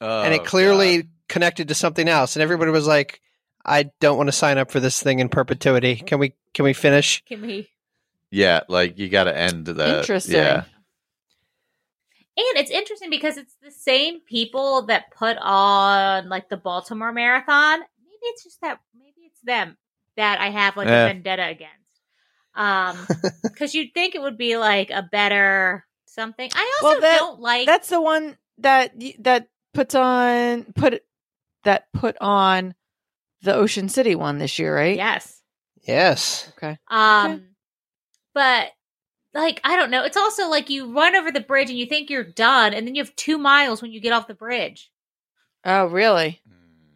[SPEAKER 4] Oh,
[SPEAKER 2] and it clearly connected to something else. And everybody was like, "I don't want to sign up for this thing in perpetuity. Can we can we finish?"
[SPEAKER 5] can we
[SPEAKER 4] Yeah, like you got to end the.
[SPEAKER 3] Interesting.
[SPEAKER 4] Yeah,
[SPEAKER 5] and it's interesting because it's the same people that put on like the baltimore marathon maybe it's just that maybe it's them that i have like
[SPEAKER 4] Yeah.
[SPEAKER 5] a vendetta against um because you'd think it would be like a better something. I
[SPEAKER 3] Well,
[SPEAKER 5] also
[SPEAKER 3] that-
[SPEAKER 5] don't like
[SPEAKER 3] That's the one that y- that puts on put that put on the Ocean City one this year, right?
[SPEAKER 5] yes.
[SPEAKER 2] Yes,
[SPEAKER 3] Okay.
[SPEAKER 5] Um,
[SPEAKER 3] Okay.
[SPEAKER 5] but like I don't know. It's also like you run over the bridge and you think you're done, and then you have two miles when you get off the bridge,
[SPEAKER 3] Oh, really?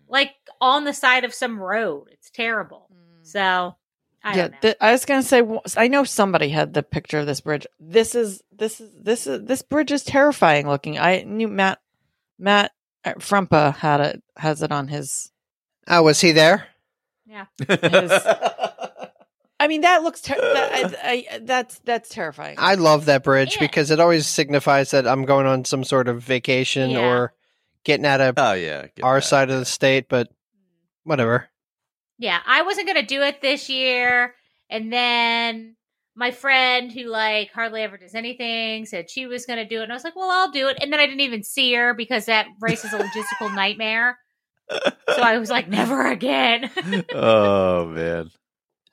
[SPEAKER 5] like on the side of some road. It's terrible. So I
[SPEAKER 3] Mm. yeah,
[SPEAKER 5] don't know.
[SPEAKER 3] th- I was gonna say. w- I know somebody had the picture of this bridge. This is this is this is this bridge is terrifying looking. I knew Matt Matt uh, Frumpa had it has it on his.
[SPEAKER 2] oh, was he there?
[SPEAKER 3] I mean, that looks ter- that, I, I, that's that's terrifying.
[SPEAKER 2] I love that bridge
[SPEAKER 5] Yeah.
[SPEAKER 2] because it always signifies that I'm going on some sort of vacation
[SPEAKER 5] Yeah.
[SPEAKER 2] or getting out of
[SPEAKER 4] oh yeah, get
[SPEAKER 2] our
[SPEAKER 4] that.
[SPEAKER 2] side of the state. But whatever.
[SPEAKER 5] yeah, I wasn't gonna do it this year, and then my friend who like hardly ever does anything said she was gonna do it, and I was like, well, I'll do it, and then I didn't even see her because that race is a logistical nightmare. So I was like, never again.
[SPEAKER 4] oh man.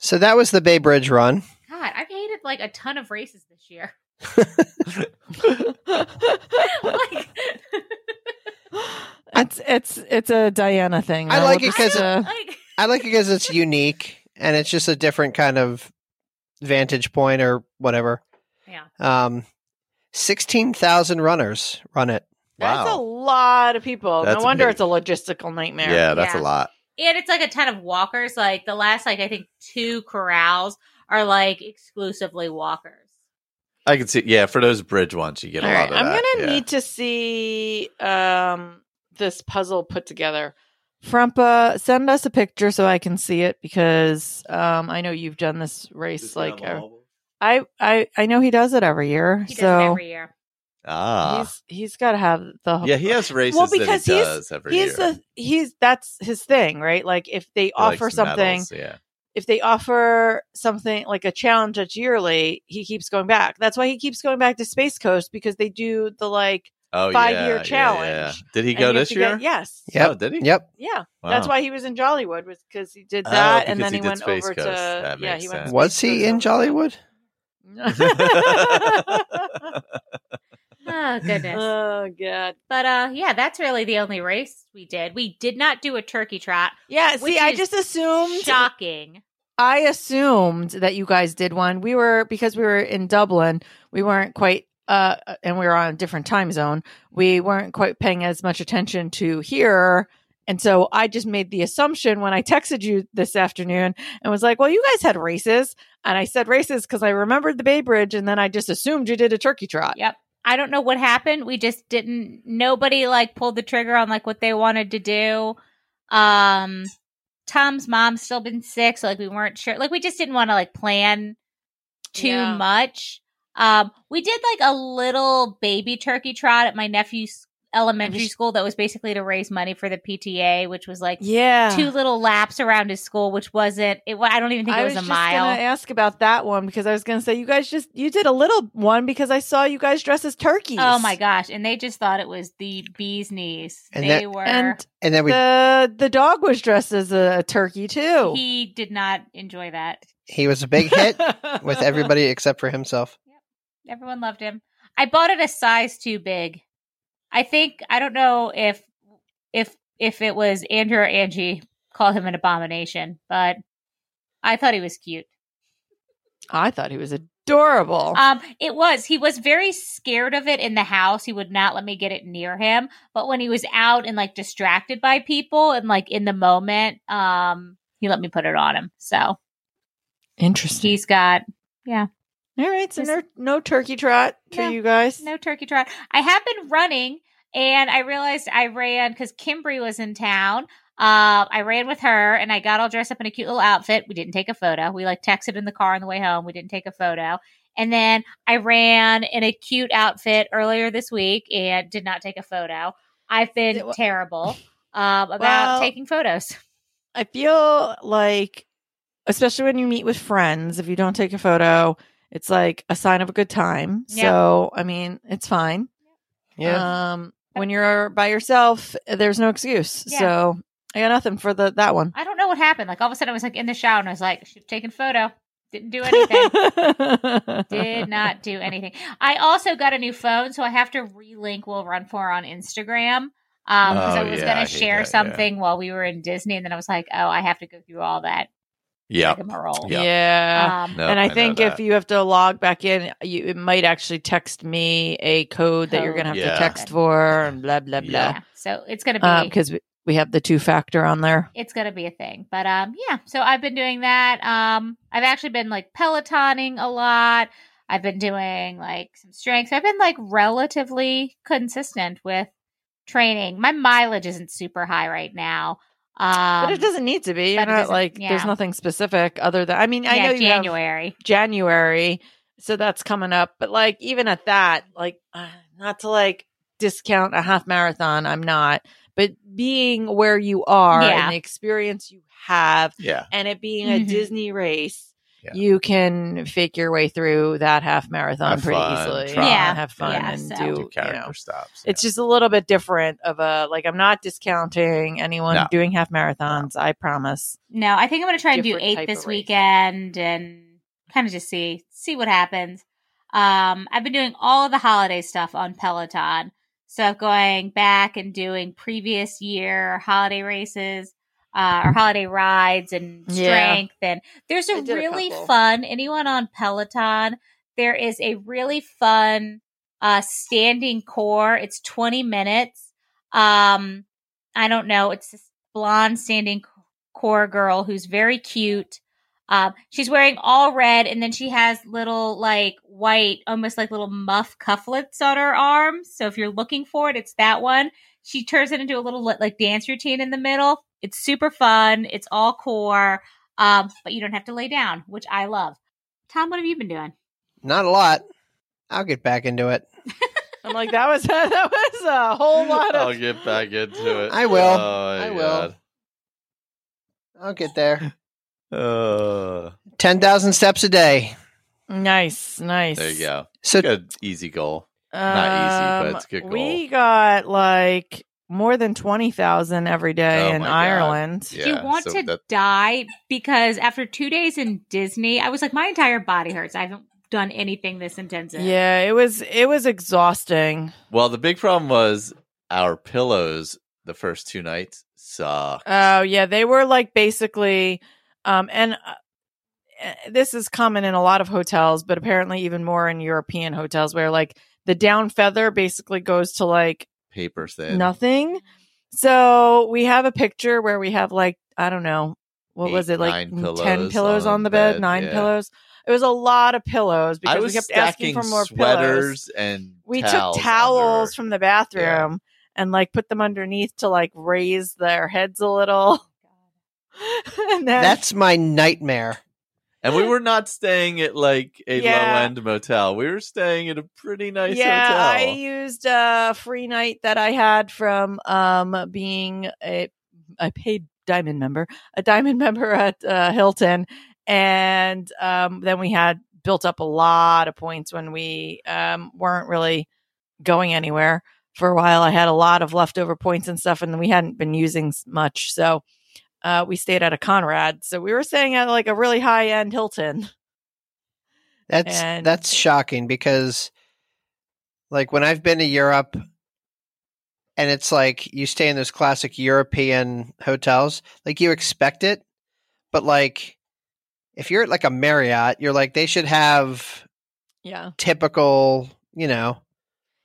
[SPEAKER 2] So that was the Bay Bridge run.
[SPEAKER 5] God, I've hated like a ton of races this year. like,
[SPEAKER 3] it's it's it's a Diana thing.
[SPEAKER 2] I
[SPEAKER 3] That
[SPEAKER 2] like
[SPEAKER 3] looks,
[SPEAKER 2] it 'cause it-
[SPEAKER 3] uh,
[SPEAKER 5] like
[SPEAKER 2] I like it because it's unique and it's just a different kind of vantage point or whatever.
[SPEAKER 5] Yeah.
[SPEAKER 2] Um, sixteen thousand runners run it.
[SPEAKER 3] that's a
[SPEAKER 4] Wow.
[SPEAKER 3] lot of people.
[SPEAKER 4] That's
[SPEAKER 3] no wonder
[SPEAKER 4] big.
[SPEAKER 3] it's a logistical nightmare.
[SPEAKER 4] yeah, that's
[SPEAKER 5] Yeah.
[SPEAKER 4] a lot.
[SPEAKER 5] and it's like a ton of walkers. Like the last like I think two corrals are like exclusively walkers.
[SPEAKER 4] I can see. Yeah, for those bridge ones, you get
[SPEAKER 3] All
[SPEAKER 4] a lot
[SPEAKER 3] right,
[SPEAKER 4] of
[SPEAKER 3] I'm
[SPEAKER 4] that.
[SPEAKER 3] gonna
[SPEAKER 4] yeah.
[SPEAKER 3] need to see um this puzzle put together. Frumpa, send us a picture so I can see it because um I know you've done this race like uh, I I I know he does it every year.
[SPEAKER 5] He does
[SPEAKER 3] so
[SPEAKER 5] it every year.
[SPEAKER 4] ah,
[SPEAKER 3] he's he's got to have the
[SPEAKER 4] yeah, he has races
[SPEAKER 3] well because
[SPEAKER 4] that he
[SPEAKER 3] he's
[SPEAKER 4] does every
[SPEAKER 3] he's
[SPEAKER 4] year.
[SPEAKER 3] the he's that's his thing, right? Like if they
[SPEAKER 4] He likes
[SPEAKER 3] offer something
[SPEAKER 4] medals, yeah,
[SPEAKER 3] if they offer something like a challenge that's yearly, he keeps going back. That's why he keeps going back to Space Coast because they do the like
[SPEAKER 4] Oh,
[SPEAKER 3] Five-year
[SPEAKER 4] yeah, yeah,
[SPEAKER 3] challenge.
[SPEAKER 4] yeah. Did he
[SPEAKER 3] and
[SPEAKER 4] go
[SPEAKER 3] you have
[SPEAKER 4] this
[SPEAKER 3] to get-
[SPEAKER 4] year?
[SPEAKER 3] yes.
[SPEAKER 4] Oh, did he?
[SPEAKER 2] Yep.
[SPEAKER 3] Yeah.
[SPEAKER 4] Wow.
[SPEAKER 3] That's why he was in Jollywood was because he did
[SPEAKER 4] Oh,
[SPEAKER 3] that and
[SPEAKER 4] because
[SPEAKER 3] then
[SPEAKER 4] he
[SPEAKER 3] he,
[SPEAKER 4] did
[SPEAKER 3] went
[SPEAKER 4] Space
[SPEAKER 3] over
[SPEAKER 4] Coast.
[SPEAKER 3] to
[SPEAKER 4] That
[SPEAKER 3] yeah,
[SPEAKER 4] makes
[SPEAKER 3] he went
[SPEAKER 4] sense.
[SPEAKER 3] to
[SPEAKER 2] Was
[SPEAKER 3] Space
[SPEAKER 2] he in
[SPEAKER 3] Coast over
[SPEAKER 2] Jollywood?
[SPEAKER 3] to-
[SPEAKER 5] Oh goodness.
[SPEAKER 3] oh god.
[SPEAKER 5] But uh yeah, that's really the only race we did. We did not do a turkey trot.
[SPEAKER 3] Yeah,
[SPEAKER 5] Which
[SPEAKER 3] see, I
[SPEAKER 5] is
[SPEAKER 3] just assumed
[SPEAKER 5] Shocking.
[SPEAKER 3] I assumed that you guys did one. We were because we were in Dublin, we weren't quite uh and we were on a different time zone. We weren't quite paying as much attention to here. And so I just made the assumption when I texted you this afternoon and was like, "Well, you guys had races." And I said races cuz I remembered the Bay Bridge and then I just assumed you did a turkey trot.
[SPEAKER 5] Yep. I don't know what happened. We just didn't nobody like pulled the trigger on like what they wanted to do. Um Tom's mom's still been sick, so like we weren't sure. Like we just didn't want to like plan too
[SPEAKER 3] Yeah.
[SPEAKER 5] much. Um we did like a little baby turkey trot at my nephew's elementary school that was basically to raise money for the PTA, which was like
[SPEAKER 3] Yeah.
[SPEAKER 5] two little laps around his school, which wasn't it. wa- I don't even think
[SPEAKER 3] I
[SPEAKER 5] it was,
[SPEAKER 3] was
[SPEAKER 5] a
[SPEAKER 3] just
[SPEAKER 5] mile.
[SPEAKER 3] gonna ask about that one because I was gonna say you guys just you did a little one because I saw you guys dress as turkeys.
[SPEAKER 5] Oh my gosh! And they just thought it was the bee's knees.
[SPEAKER 2] And
[SPEAKER 5] they
[SPEAKER 2] that-
[SPEAKER 5] were.
[SPEAKER 3] And
[SPEAKER 2] And then we
[SPEAKER 3] the the dog was dressed as a turkey too.
[SPEAKER 5] he did not enjoy that.
[SPEAKER 2] he was a big hit with everybody except for himself.
[SPEAKER 5] Everyone loved him. I bought it a size too big. I think I don't know if if if it was Andrew or Angie called him an abomination, but I thought he was cute.
[SPEAKER 3] I thought he was adorable.
[SPEAKER 5] Um, it was. He was very scared of it in the house. He would not let me get it near him. But when he was out and like distracted by people and like in the moment, um, he let me put it on him. So
[SPEAKER 3] Interesting.
[SPEAKER 5] he's got
[SPEAKER 3] All right, so
[SPEAKER 5] Just-
[SPEAKER 3] no, no turkey trot for
[SPEAKER 5] Yeah,
[SPEAKER 3] you guys.
[SPEAKER 5] no turkey trot. I have been running, and I realized I ran because Kimbry was in town. Um, I ran with her, and I got all dressed up in a cute little outfit. We didn't take a photo. We like texted in the car on the way home. We didn't take a photo. And then I ran in a cute outfit earlier this week and did not take a photo. I've been
[SPEAKER 3] It wa-
[SPEAKER 5] terrible um, about
[SPEAKER 3] Well-
[SPEAKER 5] taking photos.
[SPEAKER 3] I feel like, especially when you meet with friends, if you don't take a photo, it's like a sign of a good time.
[SPEAKER 5] Yeah.
[SPEAKER 3] So I mean, it's fine.
[SPEAKER 2] Yeah.
[SPEAKER 3] Um, when you're by yourself, there's no excuse.
[SPEAKER 5] Yeah.
[SPEAKER 3] So I got nothing for the that one.
[SPEAKER 5] I don't know what happened. Like all of a sudden, I was like in the shower, and I was like, "Should have taken photo. Didn't do anything." did not do anything. I also got a new phone, so I have to relink Will Run For on Instagram. Um, because
[SPEAKER 4] Oh,
[SPEAKER 5] I was
[SPEAKER 4] yeah, I
[SPEAKER 5] gonna
[SPEAKER 4] hate
[SPEAKER 5] share
[SPEAKER 4] that, yeah.
[SPEAKER 5] something while we were in Disney, and then I was like, "Oh, I have to go through all that.
[SPEAKER 4] Yeah.
[SPEAKER 5] Like, I'm a roll."
[SPEAKER 4] Yeah.
[SPEAKER 3] yeah.
[SPEAKER 5] Um,
[SPEAKER 4] No,
[SPEAKER 3] and I,
[SPEAKER 4] Oh, know
[SPEAKER 3] think if
[SPEAKER 4] that.
[SPEAKER 3] you have to log back in, you it might actually text me a code that you're going to have
[SPEAKER 4] Code.
[SPEAKER 3] to
[SPEAKER 4] Oh, Yeah.
[SPEAKER 3] text for and blah blah blah
[SPEAKER 4] Yeah.
[SPEAKER 5] yeah. So it's gonna be
[SPEAKER 3] because we, we have the two factor on there.
[SPEAKER 5] it's gonna be a thing. But um, yeah. So I've been doing that. Um, I've actually been like pelotoning a lot. I've been doing like some strength. I've been like relatively consistent with training. My mileage isn't super high right now. Um,
[SPEAKER 3] but it doesn't need to be. You're
[SPEAKER 5] but it
[SPEAKER 3] not
[SPEAKER 5] doesn't-
[SPEAKER 3] like there's
[SPEAKER 5] yeah.
[SPEAKER 3] nothing specific other than I mean I
[SPEAKER 5] yeah,
[SPEAKER 3] know you January.
[SPEAKER 5] January.
[SPEAKER 3] January, so that's coming up. But like even at that, like uh, not to like discount a half marathon, I'm not. But being where you are
[SPEAKER 5] Yeah.
[SPEAKER 3] and the experience you have
[SPEAKER 4] Yeah.
[SPEAKER 3] and it being
[SPEAKER 5] Mhm.
[SPEAKER 3] a Disney race,
[SPEAKER 4] Yeah.
[SPEAKER 3] you can fake your way through that half marathon
[SPEAKER 4] Have
[SPEAKER 3] pretty
[SPEAKER 4] fun,
[SPEAKER 3] easily.
[SPEAKER 4] try.
[SPEAKER 5] Yeah.
[SPEAKER 3] and have fun
[SPEAKER 5] Yeah,
[SPEAKER 3] and
[SPEAKER 5] so-
[SPEAKER 3] do.
[SPEAKER 4] Two
[SPEAKER 3] You
[SPEAKER 4] character
[SPEAKER 3] know,
[SPEAKER 4] stops.
[SPEAKER 3] it's just a little bit different of a like. I'm not discounting anyone
[SPEAKER 4] No.
[SPEAKER 3] doing half marathons. I promise.
[SPEAKER 5] No, I think I'm going to try and do
[SPEAKER 3] Different
[SPEAKER 5] eight
[SPEAKER 3] type
[SPEAKER 5] this
[SPEAKER 3] of race.
[SPEAKER 5] weekend and kind of just see see what happens. Um, I've been doing all of the holiday stuff on Peloton, so I'm going back and doing previous year holiday races uh, or holiday rides and
[SPEAKER 3] Yeah.
[SPEAKER 5] strength. And there's
[SPEAKER 3] I
[SPEAKER 5] a
[SPEAKER 3] did a
[SPEAKER 5] really
[SPEAKER 3] couple.
[SPEAKER 5] fun anyone on Peloton. There is a really fun uh, standing core. It's 20 minutes. Um, I don't know. It's this blonde standing core girl who's very cute. Um, she's wearing all red, and then she has little like white, almost like little muff cufflets on her arms. So if you're looking for it, it's that one. She turns it into a little like dance routine in the middle. It's super fun. It's all core, um, but you don't have to lay down, which I love. Tom, what have you been doing?
[SPEAKER 2] Not a lot. I'll get back into it.
[SPEAKER 3] I'm like that was that was a whole lot of.
[SPEAKER 4] I'll get back into it.
[SPEAKER 2] I will.
[SPEAKER 4] Oh,
[SPEAKER 2] I
[SPEAKER 4] my
[SPEAKER 2] will.
[SPEAKER 4] God.
[SPEAKER 2] I'll get there.
[SPEAKER 4] Uh,
[SPEAKER 2] Ten thousand steps a day.
[SPEAKER 3] Nice, nice.
[SPEAKER 4] there you go.
[SPEAKER 2] So
[SPEAKER 4] Good easy goal. Not easy, but it's a good
[SPEAKER 3] Um, We got like more than 20,000 every day
[SPEAKER 4] Oh
[SPEAKER 3] in
[SPEAKER 4] my God.
[SPEAKER 3] Ireland.
[SPEAKER 5] Do you want
[SPEAKER 4] so
[SPEAKER 5] to
[SPEAKER 4] that-
[SPEAKER 5] die? Because after two days in Disney, I was like, my entire body hurts. I haven't done anything this intensive.
[SPEAKER 3] Yeah, it was it was exhausting.
[SPEAKER 4] well, the big problem was our pillows. The first two nights suck.
[SPEAKER 3] Oh yeah, they were like basically, um, and uh, this is common in a lot of hotels, but apparently even more in European hotels where like the down feather basically goes to like
[SPEAKER 4] Paper thin.
[SPEAKER 3] nothing. So we have a picture where we have like I don't know what
[SPEAKER 4] Eight,
[SPEAKER 3] was it like
[SPEAKER 4] nine
[SPEAKER 3] ten
[SPEAKER 4] pillows
[SPEAKER 3] pillows on, the bed, nine
[SPEAKER 4] yeah.
[SPEAKER 3] pillows. It was a lot of pillows because
[SPEAKER 4] I was
[SPEAKER 3] we kept asking
[SPEAKER 4] stacking
[SPEAKER 3] for more pillows.
[SPEAKER 4] sweaters and
[SPEAKER 3] we
[SPEAKER 4] towels
[SPEAKER 3] took towels
[SPEAKER 4] under-
[SPEAKER 3] from the bathroom and like put them underneath to like raise their heads a little. and then,
[SPEAKER 2] that's my nightmare.
[SPEAKER 4] and we were not staying at like a
[SPEAKER 3] Yeah.
[SPEAKER 4] low end motel. We were staying at a pretty nice
[SPEAKER 3] yeah,
[SPEAKER 4] hotel.
[SPEAKER 3] I used a free night that I had from um being a a paid diamond member, a diamond member at uh, Hilton, and um then we had built up a lot of points when we um weren't really going anywhere for a while. I had a lot of leftover points and stuff, and we hadn't been using s- much, so. Uh, we stayed at a Conrad, so we were staying at like a really high end Hilton.
[SPEAKER 2] That's
[SPEAKER 3] And-
[SPEAKER 2] that's shocking because like when I've been to Europe and it's like you stay in those classic European hotels, like you expect it, but like if you're at like a Marriott, you're like they should have
[SPEAKER 3] Yeah,
[SPEAKER 2] typical, you know,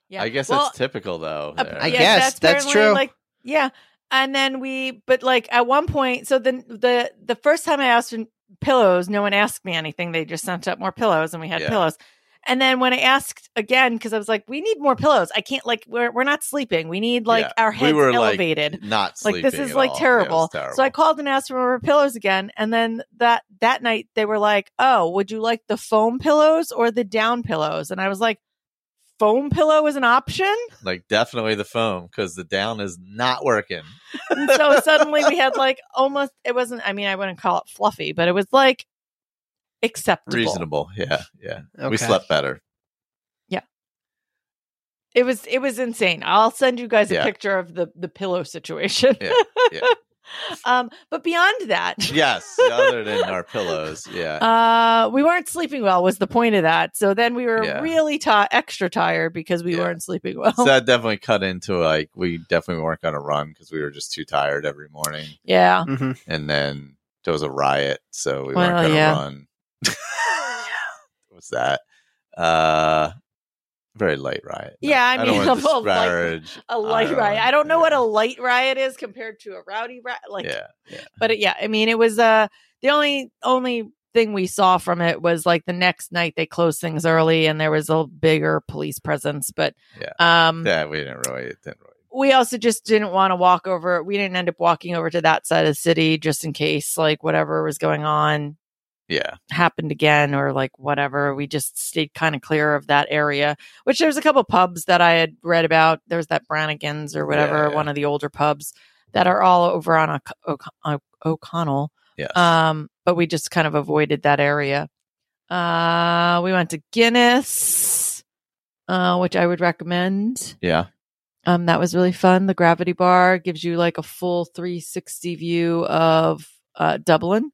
[SPEAKER 3] yeah.
[SPEAKER 4] I guess
[SPEAKER 3] Well,
[SPEAKER 4] that's typical though.
[SPEAKER 3] Uh,
[SPEAKER 4] there.
[SPEAKER 2] I
[SPEAKER 3] yeah,
[SPEAKER 2] guess that's
[SPEAKER 3] apparently,
[SPEAKER 2] true.
[SPEAKER 3] Like, yeah, and then we, but like at one point, so then the the first time I asked for pillows, no one asked me anything. They just sent up more pillows, and we had
[SPEAKER 4] Yeah.
[SPEAKER 3] pillows. And then when I asked again, because I was like, we need more pillows. I can't like we're we're not sleeping. We need like
[SPEAKER 4] Yeah.
[SPEAKER 3] our
[SPEAKER 4] We
[SPEAKER 3] heads
[SPEAKER 4] were, like,
[SPEAKER 3] elevated.
[SPEAKER 4] not
[SPEAKER 3] Like,
[SPEAKER 4] sleeping
[SPEAKER 3] this is
[SPEAKER 4] at
[SPEAKER 3] like
[SPEAKER 4] all. Yeah, it
[SPEAKER 3] terrible.
[SPEAKER 4] was
[SPEAKER 3] So I called and asked for more pillows again, and then that that night they were like, "Oh, would you like the foam pillows or the down pillows?" And I was like, "Foam pillow is an option."
[SPEAKER 4] like definitely the foam because the down is not working.
[SPEAKER 3] And so suddenly we had like almost it wasn't i mean i wouldn't call it fluffy but it was like acceptable
[SPEAKER 4] Reasonable. Yeah, yeah.
[SPEAKER 2] okay.
[SPEAKER 4] We slept better.
[SPEAKER 3] it was it was insane i'll send you guys a
[SPEAKER 4] Yeah.
[SPEAKER 3] picture of the the pillow situation
[SPEAKER 4] Yeah, yeah.
[SPEAKER 3] um but beyond that
[SPEAKER 4] Yes, other than our pillows. Yeah.
[SPEAKER 3] uh we weren't sleeping well was the point of that so then we were
[SPEAKER 4] Yeah.
[SPEAKER 3] really ti extra tired because we
[SPEAKER 4] Yeah.
[SPEAKER 3] weren't sleeping well
[SPEAKER 4] so that definitely cut into like we definitely weren't going to run because we were just too tired every morning,
[SPEAKER 3] yeah
[SPEAKER 2] hmm
[SPEAKER 4] and then there was a riot, so we
[SPEAKER 3] Well,
[SPEAKER 4] weren't going to
[SPEAKER 3] yeah.
[SPEAKER 4] run. What's that? Uh, very light riot. No,
[SPEAKER 3] Yeah, I mean,
[SPEAKER 4] don't
[SPEAKER 3] a
[SPEAKER 4] want
[SPEAKER 3] light-
[SPEAKER 4] to disparage.
[SPEAKER 3] a light
[SPEAKER 4] Ireland,
[SPEAKER 3] riot i don't know
[SPEAKER 4] yeah.
[SPEAKER 3] what a light riot is compared to a rowdy riot like
[SPEAKER 4] yeah,
[SPEAKER 3] but it, yeah, I mean, it was uh the only only thing we saw from it was like the next night they closed things early and there was a bigger police presence, but um
[SPEAKER 4] yeah, we didn't really, it didn't really.
[SPEAKER 3] we also just didn't want to walk over. We didn't end up walking over to that side of the city just in case like whatever was going on
[SPEAKER 4] Yeah,
[SPEAKER 3] happened again or like whatever. We just stayed kind of clear of that area, which there's a couple pubs that I had read about. There was that Brannigan's or whatever,
[SPEAKER 4] yeah.
[SPEAKER 3] one of the older pubs that are all over on O'C- O'C- O'Connell
[SPEAKER 4] yes.
[SPEAKER 3] um, but we just kind of avoided that area. Uh, we went to Guinness, uh, which I would recommend.
[SPEAKER 4] yeah,
[SPEAKER 3] Um, that was really fun. The Gravity Bar gives you like a full 360 view of uh, Dublin.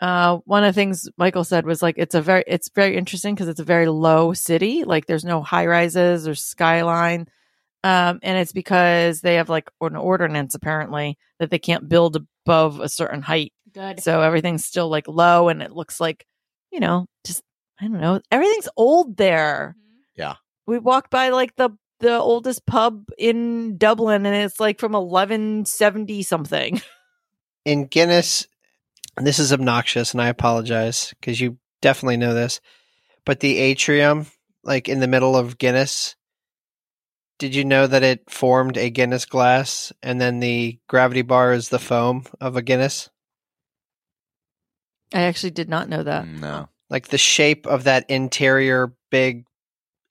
[SPEAKER 3] Uh, one of the things Michael said was like it's a very it's very interesting because it's a very low city. Like there's no high rises or skyline, um, and it's because they have like an ordinance apparently that they can't build above a certain height.
[SPEAKER 5] Good.
[SPEAKER 3] So everything's still like low and it looks like, you know, just I don't know. Everything's old
[SPEAKER 5] Mm-hmm.
[SPEAKER 3] there. We walked by like the the oldest pub in Dublin and it's like from 1170 something.
[SPEAKER 2] in Guinness, this is obnoxious, and I apologize because you definitely know this, but the atrium, like in the middle of Guinness, did you know that it formed a Guinness glass, and then the gravity bar is the foam of a Guinness?
[SPEAKER 3] I actually did not know that.
[SPEAKER 4] Mm, no,
[SPEAKER 2] Like the shape of that interior big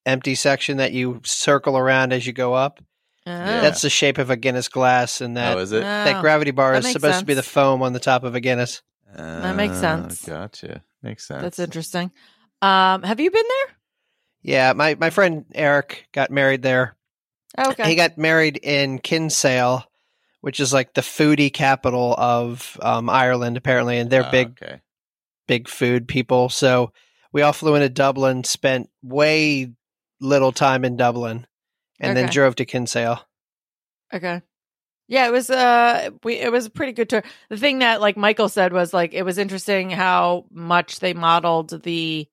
[SPEAKER 2] empty section that you circle around as you go up.
[SPEAKER 3] Oh.
[SPEAKER 4] Yeah.
[SPEAKER 2] That's the shape of a Guinness glass, and that
[SPEAKER 4] how is it?
[SPEAKER 2] that gravity bar
[SPEAKER 3] That
[SPEAKER 2] is
[SPEAKER 3] makes
[SPEAKER 2] supposed to be the
[SPEAKER 3] sense.
[SPEAKER 2] foam on the top of a Guinness.
[SPEAKER 4] Oh, That
[SPEAKER 3] makes sense.
[SPEAKER 4] Gotcha. Makes sense.
[SPEAKER 3] That's interesting. Um, have you been there?
[SPEAKER 2] Yeah, my, my friend Eric got married there.
[SPEAKER 3] Okay.
[SPEAKER 2] He got married in Kinsale, which is like the foodie capital of um, Ireland, apparently, and they're
[SPEAKER 4] Oh,
[SPEAKER 2] big
[SPEAKER 4] Okay.
[SPEAKER 2] big food people. So we all flew into Dublin, spent way little time in Dublin, and then
[SPEAKER 3] Okay.
[SPEAKER 2] drove to Kinsale.
[SPEAKER 3] Okay. Yeah, it was uh we it was a pretty good tour. The thing that like Michael said was like it was interesting how much they modeled the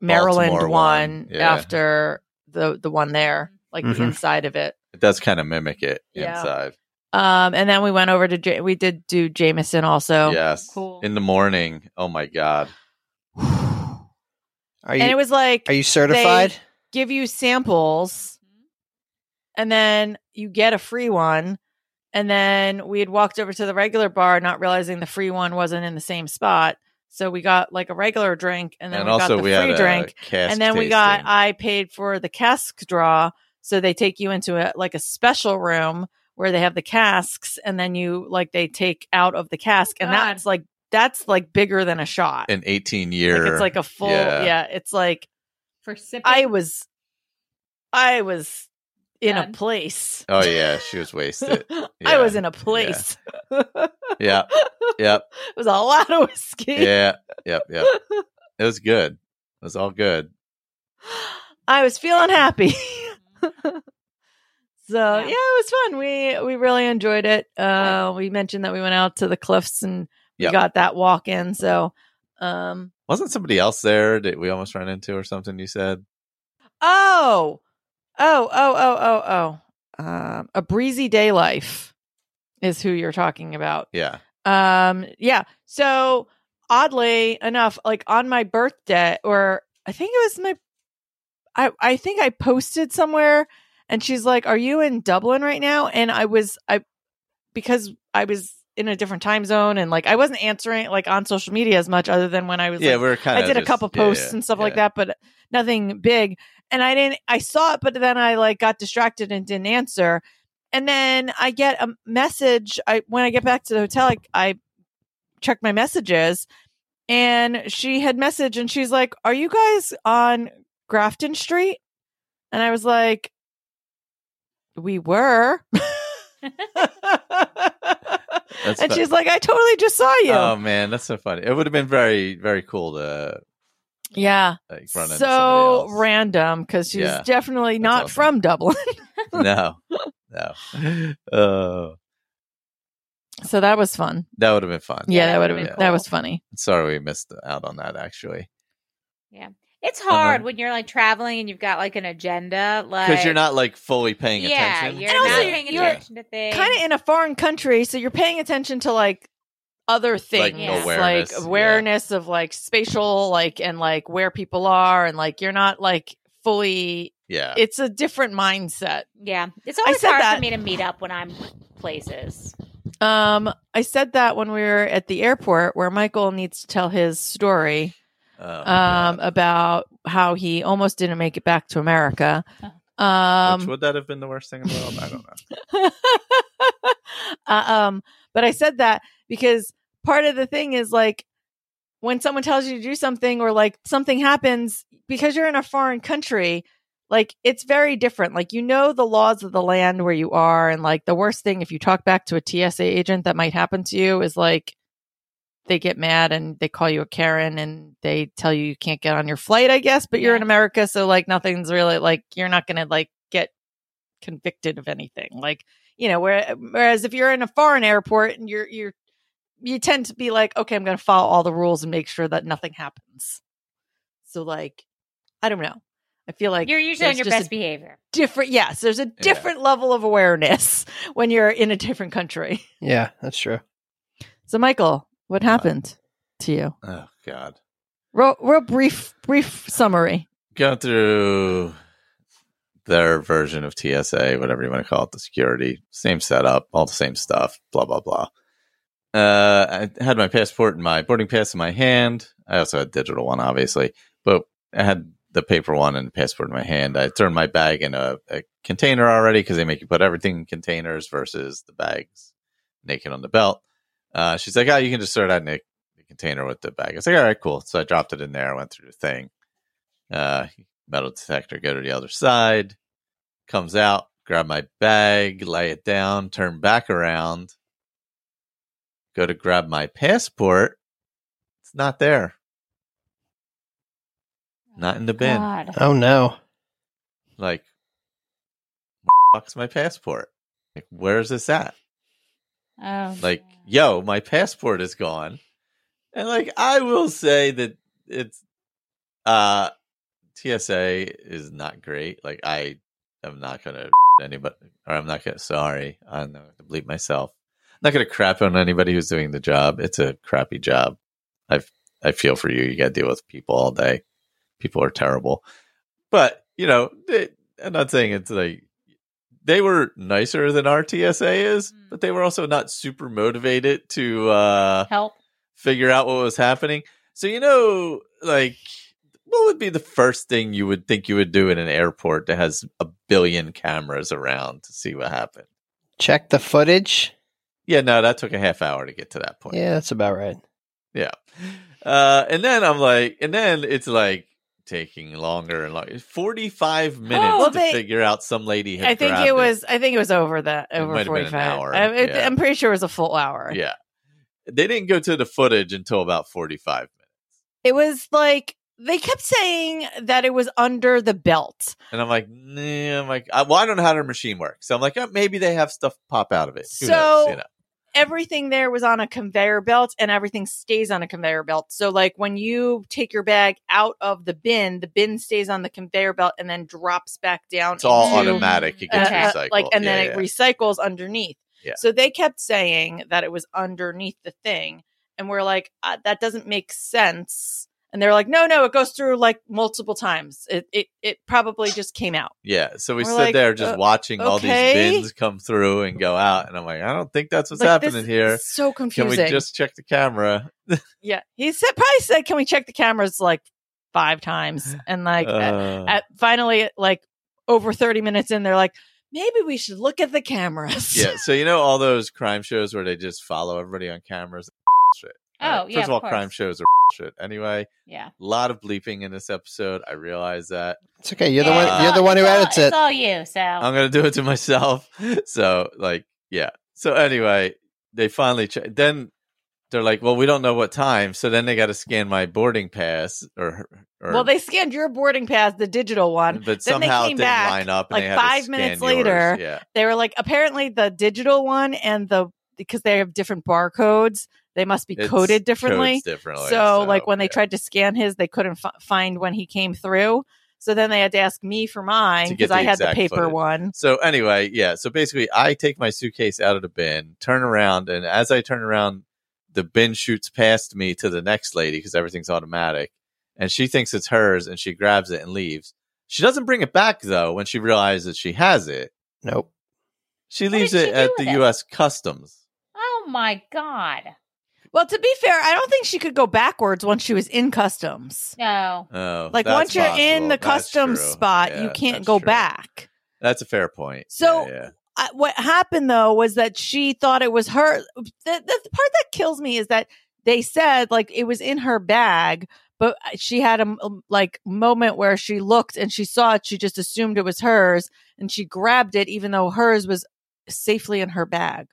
[SPEAKER 3] Maryland one,
[SPEAKER 4] Baltimore one, yeah.
[SPEAKER 3] after the the one there, like the
[SPEAKER 2] Mhm.
[SPEAKER 3] inside of it.
[SPEAKER 4] It does kind of mimic it
[SPEAKER 3] Yeah.
[SPEAKER 4] inside.
[SPEAKER 3] Um and then we went over to J- we did do Jameson also.
[SPEAKER 4] yes.
[SPEAKER 5] Cool.
[SPEAKER 4] In the morning. Oh my god.
[SPEAKER 2] Are you
[SPEAKER 3] And it was like
[SPEAKER 2] are you certified?
[SPEAKER 3] give you samples
[SPEAKER 4] Mm-hmm.
[SPEAKER 3] and then you get a free one and then we had walked over to the regular bar not realizing the free one wasn't in the same spot so we got like a regular drink and
[SPEAKER 4] And,
[SPEAKER 3] then we
[SPEAKER 4] also
[SPEAKER 3] got the
[SPEAKER 4] we had
[SPEAKER 3] free
[SPEAKER 4] a
[SPEAKER 3] drink
[SPEAKER 4] cask
[SPEAKER 3] and then we got
[SPEAKER 4] tasting.
[SPEAKER 3] i paid for the cask draw so they take you into a like a special room where they have the casks and then you like they take out of the cask and
[SPEAKER 5] God.
[SPEAKER 3] that's like that's like bigger than a shot
[SPEAKER 4] an 18
[SPEAKER 3] like
[SPEAKER 4] year.
[SPEAKER 3] it's like a full
[SPEAKER 4] yeah.
[SPEAKER 3] yeah it's like
[SPEAKER 5] For sipping.
[SPEAKER 3] I was, I was in a
[SPEAKER 5] Done.
[SPEAKER 3] place.
[SPEAKER 4] Oh yeah, she was wasted.
[SPEAKER 3] I
[SPEAKER 4] Yeah.
[SPEAKER 3] was in a place.
[SPEAKER 4] Yeah. Yep.
[SPEAKER 3] it was a lot of whiskey.
[SPEAKER 4] Yeah. Yep. Yep. It was good. It was all good.
[SPEAKER 3] I was feeling happy. so yeah.
[SPEAKER 5] Yeah.
[SPEAKER 3] it was fun. We we really enjoyed it. Uh, we mentioned that we went out to the cliffs and
[SPEAKER 4] Yep.
[SPEAKER 3] we got that walk in. So, um,
[SPEAKER 4] Wasn't somebody else there that we almost ran into or something? You said.
[SPEAKER 3] oh, oh, oh, oh, oh, oh, um, a breezy day life is who you're talking about.
[SPEAKER 4] Yeah.
[SPEAKER 3] Um, yeah. So oddly enough, like on my birthday, or I think it was my, I I think I posted somewhere, and she's like, "Are you in Dublin right now?" And I was I, because I was in a different time zone, and like I wasn't answering like on social media as much, other than when I was
[SPEAKER 4] Yeah.
[SPEAKER 3] like,
[SPEAKER 4] we were kind
[SPEAKER 3] I
[SPEAKER 4] of.
[SPEAKER 3] did a couple posts and stuff like that, but nothing big. And I didn't, I saw it, but then I like got distracted and didn't answer. And then I get a message. I when I get back to the hotel, I, I check my messages, and she had message, and she's like, "Are you guys on Grafton Street?" And I was like, "We were." and
[SPEAKER 4] fu-
[SPEAKER 3] she's like, "I totally just saw you."
[SPEAKER 4] Oh man, that's so funny. It would have been very, very cool to
[SPEAKER 3] yeah.
[SPEAKER 4] like run into somebody
[SPEAKER 3] so
[SPEAKER 4] else.
[SPEAKER 3] random because she's
[SPEAKER 4] Yeah.
[SPEAKER 3] definitely
[SPEAKER 4] That's
[SPEAKER 3] not
[SPEAKER 4] awesome.
[SPEAKER 3] from Dublin.
[SPEAKER 4] no, no. Oh,
[SPEAKER 3] so that was fun.
[SPEAKER 4] that would have been fun.
[SPEAKER 3] Yeah, that would have
[SPEAKER 5] would've
[SPEAKER 3] been
[SPEAKER 5] been
[SPEAKER 3] that was
[SPEAKER 5] cool.
[SPEAKER 3] funny.
[SPEAKER 4] Sorry, we missed out on that. Actually,
[SPEAKER 5] it's hard
[SPEAKER 4] Uh-huh.
[SPEAKER 5] when you're like traveling and you've got like an agenda. Like
[SPEAKER 4] because you're not like fully paying
[SPEAKER 5] yeah,
[SPEAKER 4] attention.
[SPEAKER 5] You're
[SPEAKER 3] And also
[SPEAKER 5] not
[SPEAKER 3] you're-
[SPEAKER 5] paying
[SPEAKER 3] you're
[SPEAKER 5] attention to things.
[SPEAKER 3] Kind of in a foreign country, so you're paying attention to like other
[SPEAKER 4] Like
[SPEAKER 3] things, like
[SPEAKER 4] awareness, yeah.
[SPEAKER 3] awareness of like spatial, like and like where people are, and like you're not like fully.
[SPEAKER 4] Yeah.
[SPEAKER 3] It's a different mindset.
[SPEAKER 5] Yeah, it's always
[SPEAKER 3] said
[SPEAKER 5] hard
[SPEAKER 3] that.
[SPEAKER 5] for me to meet up when I'm places.
[SPEAKER 3] Um, I said that when we were at the airport, where Michael needs to tell his story.
[SPEAKER 4] Oh,
[SPEAKER 3] um,
[SPEAKER 4] God.
[SPEAKER 3] about how he almost didn't make it back to America. Um,
[SPEAKER 4] Which would that have been the worst thing in the world? I don't know.
[SPEAKER 3] uh, um, but I said that because part of the thing is like when someone tells you to do something or like something happens because you're in a foreign country, like it's very different. Like you know the laws of the land where you are, and like the worst thing if you talk back to a TSA agent that might happen to you is like they get mad and they call you a Karen and they tell you you can't get on your flight, I guess, but you're
[SPEAKER 5] Yeah.
[SPEAKER 3] in America, so like nothing's really like you're not gonna like get convicted of anything. Like, you know, where, whereas if you're in a foreign airport and you're you're you tend to be like, okay, I'm gonna follow all the rules and make sure that nothing happens. So like I don't know. I feel like
[SPEAKER 5] you're usually on
[SPEAKER 3] there's
[SPEAKER 5] your
[SPEAKER 3] just a
[SPEAKER 5] best behavior.
[SPEAKER 3] different yes, there's a different level of awareness when you're in a different country.
[SPEAKER 2] yeah, that's true.
[SPEAKER 3] So Michael, what
[SPEAKER 4] Uh,
[SPEAKER 3] happened to you?
[SPEAKER 4] Oh God.
[SPEAKER 3] Real, real brief, brief summary.
[SPEAKER 4] Going through their version of TSA, whatever you want to call it, the security, same setup, all the same stuff, blah blah blah. Uh, I had my passport and my boarding pass in my hand. I also had digital one, obviously, but I had the paper one and passport in my hand. I turned my bag in a, a container already because they make you put everything in containers versus the bags naked on the belt. Uh, she's like, "Oh, you can just throw that in a container with the bag. I was like, all right, cool. So I dropped it in there. I went through the thing. Uh, metal detector, go to the other side, comes out, grab my bag, lay it down, turn back around, go to grab my passport. It's not there. Not in the bin.
[SPEAKER 5] God.
[SPEAKER 2] Oh no.
[SPEAKER 4] Like, fuck's my passport? Like, where's this at?
[SPEAKER 5] Oh,
[SPEAKER 4] like yo my passport is gone and like i will say that it's uh tsa is not great like i am not gonna anybody or i'm not gonna sorry i'm not gonna bleep myself i'm not gonna crap on anybody who's doing the job it's a crappy job i i feel for you you gotta deal with people all day people are terrible but you know they, i'm not saying it's like they were nicer than our TSA is, but they were also not super motivated to uh,
[SPEAKER 5] help.
[SPEAKER 4] figure out what was happening. So you know, like, what would be the first thing you would think you would do in an airport that has a billion cameras around to see what happened?
[SPEAKER 2] Check the footage.
[SPEAKER 4] Yeah, no, that took a half hour to get to that point.
[SPEAKER 2] Yeah, that's about right.
[SPEAKER 4] Yeah. Uh, and then I'm like, and then it's like taking longer and longer. 45 minutes
[SPEAKER 3] well,
[SPEAKER 4] to
[SPEAKER 3] Oh, they-
[SPEAKER 4] figure out some lady had
[SPEAKER 3] I think
[SPEAKER 4] grabbed
[SPEAKER 3] it was. I think it was over that
[SPEAKER 4] It might
[SPEAKER 3] over
[SPEAKER 4] have been
[SPEAKER 3] forty
[SPEAKER 4] an
[SPEAKER 3] five.
[SPEAKER 4] hour,
[SPEAKER 3] I, it,
[SPEAKER 4] yeah.
[SPEAKER 3] I'm pretty sure it was a full hour.
[SPEAKER 4] Yeah. They didn't go to the footage until about 45 minutes.
[SPEAKER 3] It was like they kept saying that it was under the belt.
[SPEAKER 4] And I'm like, nah, I'm like, I, well, I don't know how their machine works. So I'm like, oh, maybe they have stuff pop out of it. Who knows,
[SPEAKER 3] So-
[SPEAKER 4] you know?
[SPEAKER 3] everything there was on a conveyor belt and everything stays on a conveyor belt. So like when you take your bag out of the bin, the bin stays on the conveyor belt and then drops back down.
[SPEAKER 4] It's all
[SPEAKER 3] into,
[SPEAKER 4] automatic. It gets
[SPEAKER 3] uh,
[SPEAKER 4] recycled.
[SPEAKER 5] Okay.
[SPEAKER 3] like and
[SPEAKER 4] Yeah,
[SPEAKER 3] then
[SPEAKER 4] yeah.
[SPEAKER 3] it recycles underneath.
[SPEAKER 4] Yeah.
[SPEAKER 3] So they kept saying that it was underneath the thing and we're like uh, that doesn't make sense. And they're like, no, no, it goes through like multiple times. It it, it probably just came out.
[SPEAKER 4] yeah. So we
[SPEAKER 3] We're
[SPEAKER 4] stood
[SPEAKER 3] like,
[SPEAKER 4] there just
[SPEAKER 3] uh,
[SPEAKER 4] watching all these
[SPEAKER 3] okay.
[SPEAKER 4] bins come through and go out. And I'm like, I don't think that's what's
[SPEAKER 3] Like, this
[SPEAKER 4] happening here.
[SPEAKER 3] is So
[SPEAKER 4] Can
[SPEAKER 3] confusing.
[SPEAKER 4] we just check the camera?
[SPEAKER 3] Yeah, he said probably said, "Can we check the cameras?" Like five times, and like at,
[SPEAKER 4] Uh,
[SPEAKER 3] at finally, like over thirty minutes in, they're like, "Maybe we should look at the cameras."
[SPEAKER 4] yeah. So, you know, all those crime shows where they just follow everybody on cameras? Shit.
[SPEAKER 5] Oh,
[SPEAKER 4] First
[SPEAKER 5] yeah,
[SPEAKER 4] of
[SPEAKER 5] of
[SPEAKER 4] all,
[SPEAKER 5] course.
[SPEAKER 4] crime shows are shit. Anyway,
[SPEAKER 5] Yeah.
[SPEAKER 4] a lot of bleeping in this episode. I realize that.
[SPEAKER 2] It's okay. You're the
[SPEAKER 5] Yeah,
[SPEAKER 2] one.
[SPEAKER 5] it's
[SPEAKER 2] You're the
[SPEAKER 5] all-
[SPEAKER 2] one who
[SPEAKER 5] it's all-
[SPEAKER 2] edits it.
[SPEAKER 5] It's all you. So
[SPEAKER 3] Oh.
[SPEAKER 4] I'm gonna do it to myself. So like, yeah. So anyway, they finally ch- then they're like, well, we don't know what time. So then they got to scan my boarding pass or or.
[SPEAKER 3] Well, they scanned your boarding pass, the digital one.
[SPEAKER 4] but
[SPEAKER 3] then they
[SPEAKER 4] somehow it
[SPEAKER 3] came
[SPEAKER 4] didn't
[SPEAKER 3] back,
[SPEAKER 4] line up. And
[SPEAKER 3] like,
[SPEAKER 4] they had to
[SPEAKER 3] five
[SPEAKER 4] scan
[SPEAKER 3] minutes
[SPEAKER 4] yours.
[SPEAKER 3] later.
[SPEAKER 4] Yeah.
[SPEAKER 3] They were like, apparently, the digital one and the because they have different barcodes, they must be
[SPEAKER 4] It's
[SPEAKER 3] coded differently.
[SPEAKER 4] codes differently.
[SPEAKER 3] so, like when they
[SPEAKER 4] yeah.
[SPEAKER 3] tried to scan his, they couldn't f- find when he came through. So then they had to ask me for mine
[SPEAKER 4] To get
[SPEAKER 3] because
[SPEAKER 4] the
[SPEAKER 3] I had the
[SPEAKER 4] exact
[SPEAKER 3] paper
[SPEAKER 4] footage.
[SPEAKER 3] one.
[SPEAKER 4] So anyway, yeah. So basically, I take my suitcase out of the bin, turn around, and as I turn around, the bin shoots past me to the next lady because everything's automatic, and she thinks it's hers, and she grabs it and leaves. She doesn't bring it back though. When she realizes she has it,
[SPEAKER 2] Nope.
[SPEAKER 4] she
[SPEAKER 5] What
[SPEAKER 4] leaves
[SPEAKER 5] did she
[SPEAKER 4] it
[SPEAKER 5] do
[SPEAKER 4] at
[SPEAKER 5] with
[SPEAKER 4] the
[SPEAKER 5] it?
[SPEAKER 4] U.S. Customs.
[SPEAKER 5] oh my god.
[SPEAKER 3] Well, to be fair, I don't think she could go backwards once she was in customs.
[SPEAKER 5] No.
[SPEAKER 4] Oh,
[SPEAKER 3] Like
[SPEAKER 4] that's
[SPEAKER 3] once you're in
[SPEAKER 4] possible.
[SPEAKER 3] the
[SPEAKER 4] That's
[SPEAKER 3] customs
[SPEAKER 4] true.
[SPEAKER 3] spot, you
[SPEAKER 4] Yeah,
[SPEAKER 3] can't
[SPEAKER 4] that's
[SPEAKER 3] go
[SPEAKER 4] true.
[SPEAKER 3] back.
[SPEAKER 4] That's a fair point.
[SPEAKER 3] So-
[SPEAKER 4] Yeah, yeah.
[SPEAKER 3] I, what happened though was that she thought it was her. The, the the part that kills me is that they said like it was in her bag, but she had a m- um, like moment where she looked and she saw it. She just assumed it was hers, and she grabbed it, even though hers was safely in her bag.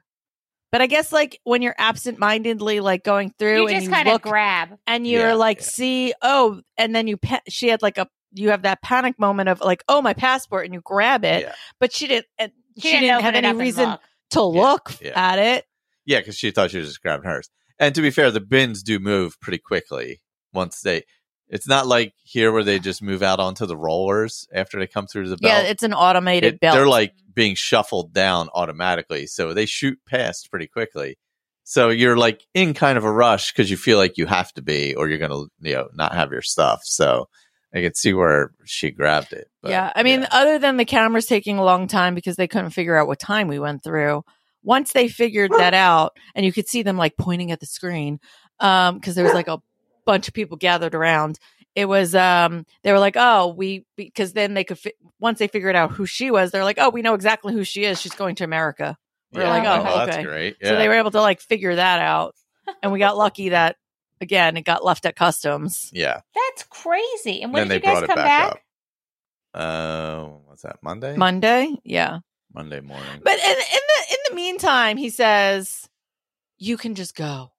[SPEAKER 3] But I guess like when you're absent-mindedly like going through
[SPEAKER 5] You
[SPEAKER 3] and
[SPEAKER 5] just
[SPEAKER 3] you
[SPEAKER 5] kind of
[SPEAKER 3] look
[SPEAKER 5] grab.
[SPEAKER 3] and you're
[SPEAKER 4] Yeah,
[SPEAKER 3] like
[SPEAKER 4] yeah.
[SPEAKER 3] see oh and then you pa- she had like a you have that panic moment of like oh my passport and you grab it
[SPEAKER 4] Yeah.
[SPEAKER 3] but she didn't and she, didn't,
[SPEAKER 5] open
[SPEAKER 3] have
[SPEAKER 5] it
[SPEAKER 3] any
[SPEAKER 5] up and
[SPEAKER 3] reason
[SPEAKER 5] look.
[SPEAKER 3] to look
[SPEAKER 4] yeah.
[SPEAKER 3] at it
[SPEAKER 4] Yeah, because she thought she was just grabbing hers. And to be fair, the bins do move pretty quickly once they. It's not like here where they just move out onto the rollers after they come through the
[SPEAKER 3] yeah
[SPEAKER 4] belt.
[SPEAKER 3] it's an automated
[SPEAKER 4] It-
[SPEAKER 3] belt
[SPEAKER 4] They're like being shuffled down automatically, so they shoot past pretty quickly. So you're like in kind of a rush because you feel like you have to be, or you're gonna you know not have your stuff. So I could see where she grabbed it. but
[SPEAKER 3] yeah i mean other than the cameras taking a long time because they couldn't figure out what time we went through once they figured that out and you could see them like pointing at the screen um because there was like a bunch of people gathered around it was um they were like oh we because then they could fi- once they figured out who she was they're like oh we know exactly who she is she's going to america we're
[SPEAKER 5] like, oh,
[SPEAKER 4] well,
[SPEAKER 3] okay.
[SPEAKER 4] that's great.
[SPEAKER 3] so
[SPEAKER 4] Yeah.
[SPEAKER 3] they were able to like figure that out and we got lucky that again, it got left at customs.
[SPEAKER 4] Yeah.
[SPEAKER 5] That's crazy. And
[SPEAKER 4] then
[SPEAKER 5] when
[SPEAKER 4] they
[SPEAKER 5] did you guys
[SPEAKER 4] brought
[SPEAKER 5] come
[SPEAKER 4] it
[SPEAKER 5] back?
[SPEAKER 4] back, up. Uh, what's that? Monday.
[SPEAKER 3] Monday, yeah.
[SPEAKER 4] Monday morning.
[SPEAKER 3] But in, in the in the meantime, he says, "You can just go."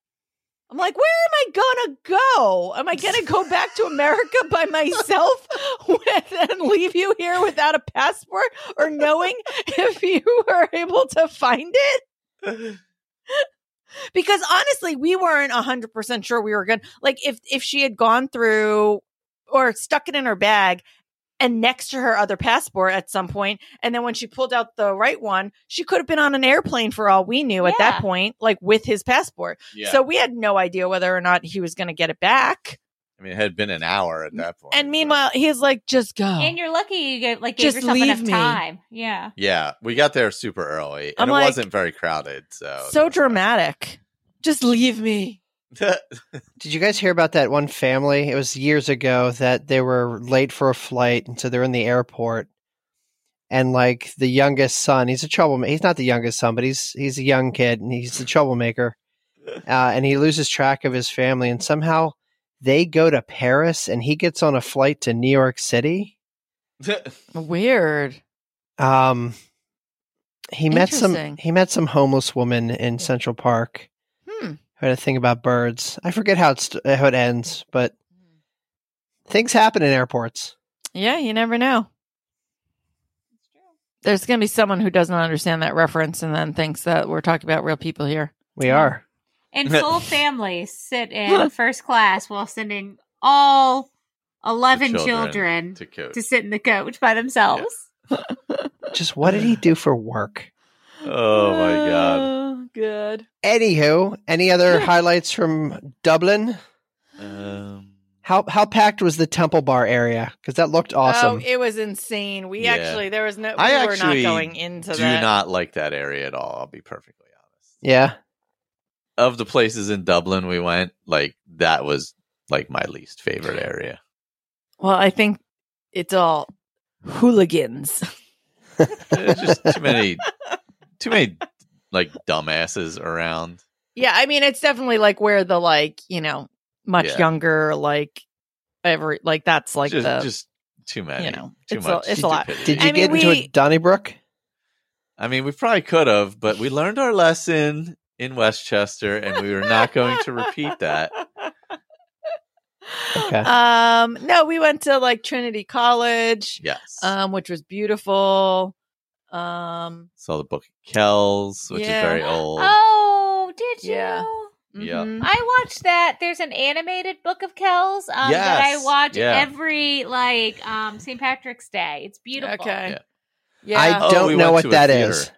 [SPEAKER 3] I'm like, where am I gonna go? Am I gonna go back to America by myself with, and leave you here without a passport or knowing if you were able to find it? Because honestly, we weren't hundred percent sure we were gonna like if if she had gone through or stuck it in her bag and next to her other passport at some point, and then when she pulled out the right one, she could have been on an airplane for all we knew at
[SPEAKER 5] Yeah.
[SPEAKER 3] that point, like with his passport.
[SPEAKER 4] yeah.
[SPEAKER 3] So we had no idea whether or not he was going to get it back.
[SPEAKER 4] I mean, it had been an hour at that point.
[SPEAKER 3] And meanwhile, he's like, just go.
[SPEAKER 5] And you're lucky you get, like gave
[SPEAKER 3] Just
[SPEAKER 5] yourself enough
[SPEAKER 3] leave me.
[SPEAKER 5] time. Yeah.
[SPEAKER 4] yeah, we got there super early, and
[SPEAKER 3] I'm
[SPEAKER 4] it
[SPEAKER 3] like-
[SPEAKER 4] wasn't very crowded. So
[SPEAKER 3] so dramatic. Just leave me.
[SPEAKER 2] Did you guys hear about that one family? It was years ago that they were late for a flight, and so they're in the airport. And like the youngest son, he's a troublemaker. He's not the youngest son, but he's he's a young kid, and he's a troublemaker. Uh, and he loses track of his family, and somehow they go to Paris, and he gets on a flight to New York City.
[SPEAKER 3] Weird.
[SPEAKER 2] Um, he met some
[SPEAKER 3] Interesting.
[SPEAKER 2] he met some homeless woman in Central Park
[SPEAKER 3] Hmm.
[SPEAKER 2] who had a thing about birds. I forget how it's, how it ends, but things happen in airports.
[SPEAKER 3] Yeah, you never know. There's going to be someone who doesn't understand that reference and then thinks that we're talking about real people here.
[SPEAKER 2] We are.
[SPEAKER 5] And full families sit in first class while sending all 11
[SPEAKER 4] The
[SPEAKER 5] children,
[SPEAKER 4] children to coach.
[SPEAKER 5] to sit in the coach by themselves.
[SPEAKER 2] Just what did he do for work?
[SPEAKER 4] oh my god.
[SPEAKER 3] Oh, good.
[SPEAKER 2] Anywho, any other highlights from Dublin?
[SPEAKER 4] Um,
[SPEAKER 2] How how packed was the Temple Bar area? Because that looked awesome.
[SPEAKER 3] Oh, it was insane. We
[SPEAKER 4] Yeah.
[SPEAKER 3] actually, there was no, we
[SPEAKER 4] I
[SPEAKER 3] were not
[SPEAKER 4] actually
[SPEAKER 3] going into
[SPEAKER 4] do
[SPEAKER 3] that.
[SPEAKER 4] not like that area at all. I'll be perfectly honest.
[SPEAKER 2] yeah,
[SPEAKER 4] Of the places in Dublin we went, like that was like my least favorite area.
[SPEAKER 3] well, I think it's all hooligans.
[SPEAKER 4] There's just too many, too many like dumbasses around.
[SPEAKER 3] Yeah, I mean it's definitely like where the like, you know, much
[SPEAKER 4] Yeah.
[SPEAKER 3] younger like every like that's like
[SPEAKER 4] just,
[SPEAKER 3] the
[SPEAKER 4] just too many.
[SPEAKER 3] you know,
[SPEAKER 4] too
[SPEAKER 3] it's a-
[SPEAKER 4] much.
[SPEAKER 3] it's a lot.
[SPEAKER 4] stupidity.
[SPEAKER 2] did you
[SPEAKER 3] I mean,
[SPEAKER 2] get into
[SPEAKER 3] we-
[SPEAKER 2] a Donnybrook?
[SPEAKER 4] I mean, we probably could have, but we learned our lesson in Westchester, and we were not going to repeat that.
[SPEAKER 2] Okay.
[SPEAKER 3] Um no, we went to like Trinity College,
[SPEAKER 4] Yes,
[SPEAKER 3] um which was beautiful. Um
[SPEAKER 4] saw the book of Kells, which
[SPEAKER 3] yeah.
[SPEAKER 4] is very old.
[SPEAKER 5] Oh, did you?
[SPEAKER 3] Yeah.
[SPEAKER 4] Yeah.
[SPEAKER 3] mhm.
[SPEAKER 5] I watched that. There's an animated Book of Kells um, that I
[SPEAKER 4] Yes.
[SPEAKER 5] watch
[SPEAKER 4] Yeah.
[SPEAKER 5] every like um, St. Patrick's Day. It's beautiful.
[SPEAKER 3] Okay.
[SPEAKER 4] Yeah.
[SPEAKER 3] Yeah.
[SPEAKER 2] I
[SPEAKER 4] Oh,
[SPEAKER 2] don't
[SPEAKER 4] we
[SPEAKER 2] know
[SPEAKER 4] went
[SPEAKER 2] what
[SPEAKER 4] to a
[SPEAKER 2] that
[SPEAKER 4] theater.
[SPEAKER 2] is.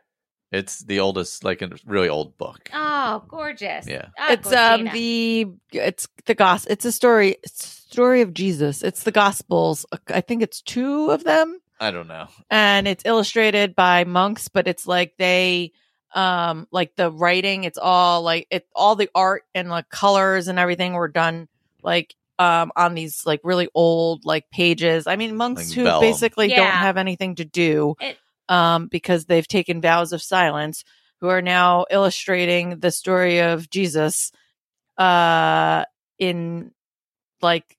[SPEAKER 4] It's the oldest, like a really old book.
[SPEAKER 5] Oh, gorgeous.
[SPEAKER 4] Yeah.
[SPEAKER 5] Ah,
[SPEAKER 3] it's um
[SPEAKER 5] Georgina.
[SPEAKER 3] the it's the gospel it's a story it's a story of Jesus. It's the gospels. I think it's two of them.
[SPEAKER 4] I don't know.
[SPEAKER 3] and it's illustrated by monks but it's like they um like the writing it's all like it all the art and like colors and everything were done like um on these like really old like pages i mean monks
[SPEAKER 4] Like
[SPEAKER 3] who
[SPEAKER 4] vellum.
[SPEAKER 3] basically don't
[SPEAKER 5] Yeah.
[SPEAKER 3] have anything to do
[SPEAKER 5] It-
[SPEAKER 3] um because they've taken vows of silence who are now illustrating the story of jesus uh in like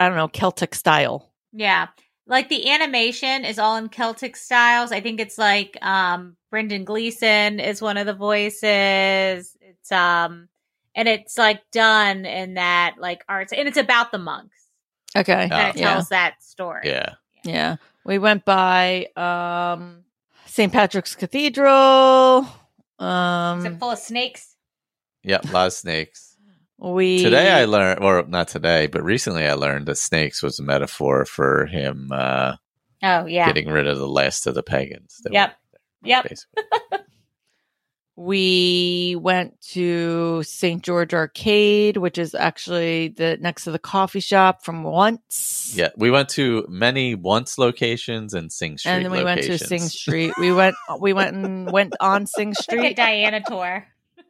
[SPEAKER 3] i don't know celtic style
[SPEAKER 5] Yeah. Like the animation is all in Celtic styles. I think it's like um Brendan Gleeson is one of the voices. It's um and it's like done in that like arts and it's about the monks.
[SPEAKER 3] okay
[SPEAKER 4] Ah,
[SPEAKER 5] Kind of
[SPEAKER 3] yeah.
[SPEAKER 5] tells that story.
[SPEAKER 4] Yeah,
[SPEAKER 3] Yeah. We went by um St. Patrick's Cathedral.
[SPEAKER 5] Is it
[SPEAKER 3] Um
[SPEAKER 5] full of snakes?
[SPEAKER 4] yeah, a lot of snakes.
[SPEAKER 3] we
[SPEAKER 4] Today I learned, or not today, but recently I learned that snakes was a metaphor for him uh,
[SPEAKER 5] Oh yeah.
[SPEAKER 4] getting rid of the last of the pagans. that
[SPEAKER 5] Yep.
[SPEAKER 4] were-
[SPEAKER 5] Yep.
[SPEAKER 4] basically.
[SPEAKER 3] we went to St. George Arcade, which is actually the next to the coffee shop from once.
[SPEAKER 4] Yeah, we went to many once locations and Sing Street.
[SPEAKER 3] And then we went to
[SPEAKER 4] locations.
[SPEAKER 3] Sing Street. We went we went and went on Sing
[SPEAKER 5] Look at
[SPEAKER 3] Street.
[SPEAKER 5] Diana Tor.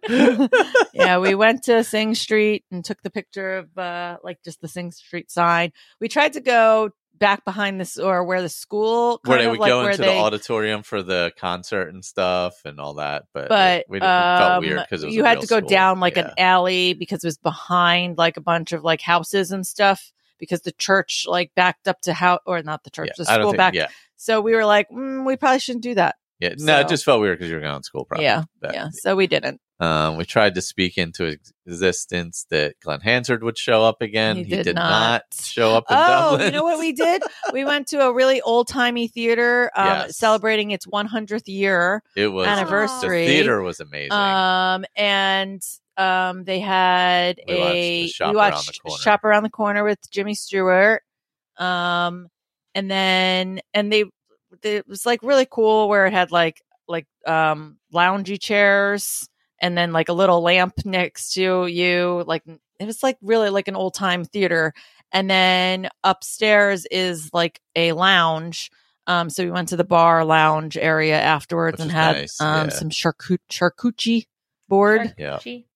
[SPEAKER 3] yeah, we went to Sing Street and took the picture of uh, like just the Sing Street sign. We tried to go back behind this or where the school
[SPEAKER 4] where
[SPEAKER 3] kind
[SPEAKER 4] they
[SPEAKER 3] of
[SPEAKER 4] would
[SPEAKER 3] like
[SPEAKER 4] go
[SPEAKER 3] where
[SPEAKER 4] into the
[SPEAKER 3] they-
[SPEAKER 4] auditorium for the concert and stuff and all that. But,
[SPEAKER 3] but
[SPEAKER 4] we, we felt
[SPEAKER 3] um,
[SPEAKER 4] weird because it was
[SPEAKER 3] you
[SPEAKER 4] a
[SPEAKER 3] had
[SPEAKER 4] real
[SPEAKER 3] to go
[SPEAKER 4] school.
[SPEAKER 3] down like
[SPEAKER 4] Yeah.
[SPEAKER 3] an alley because it was behind like a bunch of like houses and stuff because the church like backed up to how or not the church
[SPEAKER 4] Yeah,
[SPEAKER 3] the
[SPEAKER 4] I don't
[SPEAKER 3] school
[SPEAKER 4] think-
[SPEAKER 3] back
[SPEAKER 4] Yeah,
[SPEAKER 3] so we were like mm, we probably shouldn't do that
[SPEAKER 4] yeah. No,
[SPEAKER 3] So-
[SPEAKER 4] it just felt weird because you were going to school. Probably. But,
[SPEAKER 3] yeah so we didn't
[SPEAKER 4] Um, we tried to speak into ex- existence that Glenn Hansard would show up again.
[SPEAKER 3] He
[SPEAKER 4] He,
[SPEAKER 3] did
[SPEAKER 4] did,
[SPEAKER 3] not.
[SPEAKER 4] not. show up. In
[SPEAKER 3] oh
[SPEAKER 4] Dublin.
[SPEAKER 3] you know what we did we went to a really old-timey theater um,
[SPEAKER 4] Yes.
[SPEAKER 3] celebrating its 100th year
[SPEAKER 4] It was
[SPEAKER 3] anniversary.
[SPEAKER 4] The theater was amazing.
[SPEAKER 3] Um, and um, they had
[SPEAKER 4] We watched
[SPEAKER 3] a
[SPEAKER 4] The Shop
[SPEAKER 3] we
[SPEAKER 4] Around the
[SPEAKER 3] watched
[SPEAKER 4] Corner.
[SPEAKER 3] shop around the corner with Jimmy Stewart. Um, and then and they, they it was like really cool where it had like like um loungy chairs and then like a little lamp next to you like it was like really like an old time theater and then upstairs is like a lounge um so we went to the bar lounge area afterwards and
[SPEAKER 4] Which is
[SPEAKER 3] had
[SPEAKER 4] nice,
[SPEAKER 3] um
[SPEAKER 4] yeah.
[SPEAKER 3] some charcut- charcuterie board
[SPEAKER 4] Yeah.
[SPEAKER 5] She-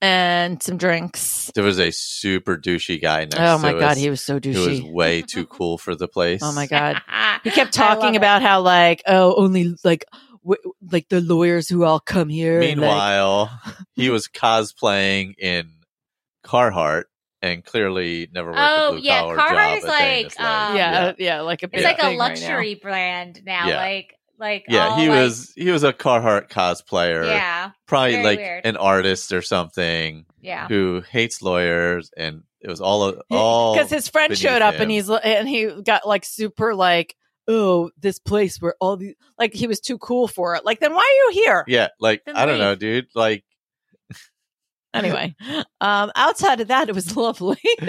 [SPEAKER 3] and some drinks
[SPEAKER 4] there was a super douchey guy next.
[SPEAKER 3] oh my
[SPEAKER 4] to
[SPEAKER 3] god
[SPEAKER 4] us
[SPEAKER 3] he was so
[SPEAKER 4] who was
[SPEAKER 3] douchey
[SPEAKER 4] way too cool for the place.
[SPEAKER 3] oh my god he kept
[SPEAKER 5] I love
[SPEAKER 3] talking
[SPEAKER 5] it.
[SPEAKER 3] about how like oh only like w- like the lawyers who all come here and, like-
[SPEAKER 4] Meanwhile, he was cosplaying in Carhartt and clearly never worked
[SPEAKER 5] Oh,
[SPEAKER 4] a blue
[SPEAKER 5] yeah,
[SPEAKER 4] collar
[SPEAKER 5] Carhartt
[SPEAKER 4] job.
[SPEAKER 5] is
[SPEAKER 4] a day in
[SPEAKER 5] like,
[SPEAKER 4] his life.
[SPEAKER 5] um,
[SPEAKER 3] yeah, yeah like a
[SPEAKER 5] It's
[SPEAKER 3] big
[SPEAKER 5] like a
[SPEAKER 3] thing right now.
[SPEAKER 5] luxury brand now.
[SPEAKER 4] Yeah.
[SPEAKER 5] Like, like
[SPEAKER 4] yeah.
[SPEAKER 5] all,
[SPEAKER 4] He
[SPEAKER 5] oh, like-
[SPEAKER 4] was he was a Carhartt cosplayer,
[SPEAKER 5] Yeah,
[SPEAKER 4] probably
[SPEAKER 5] very
[SPEAKER 4] like
[SPEAKER 5] weird.
[SPEAKER 4] an artist or something
[SPEAKER 5] yeah.
[SPEAKER 4] who hates lawyers, and it was all all
[SPEAKER 3] because his friend
[SPEAKER 4] Oh, beneath
[SPEAKER 3] showed up
[SPEAKER 4] him.
[SPEAKER 3] and he's and he got like super like oh this place where all the like he was too cool for it like then why are you here
[SPEAKER 4] yeah. Like
[SPEAKER 5] Then
[SPEAKER 4] I don't
[SPEAKER 5] leave.
[SPEAKER 4] know, dude. Like
[SPEAKER 3] anyway um outside of that it was lovely
[SPEAKER 4] it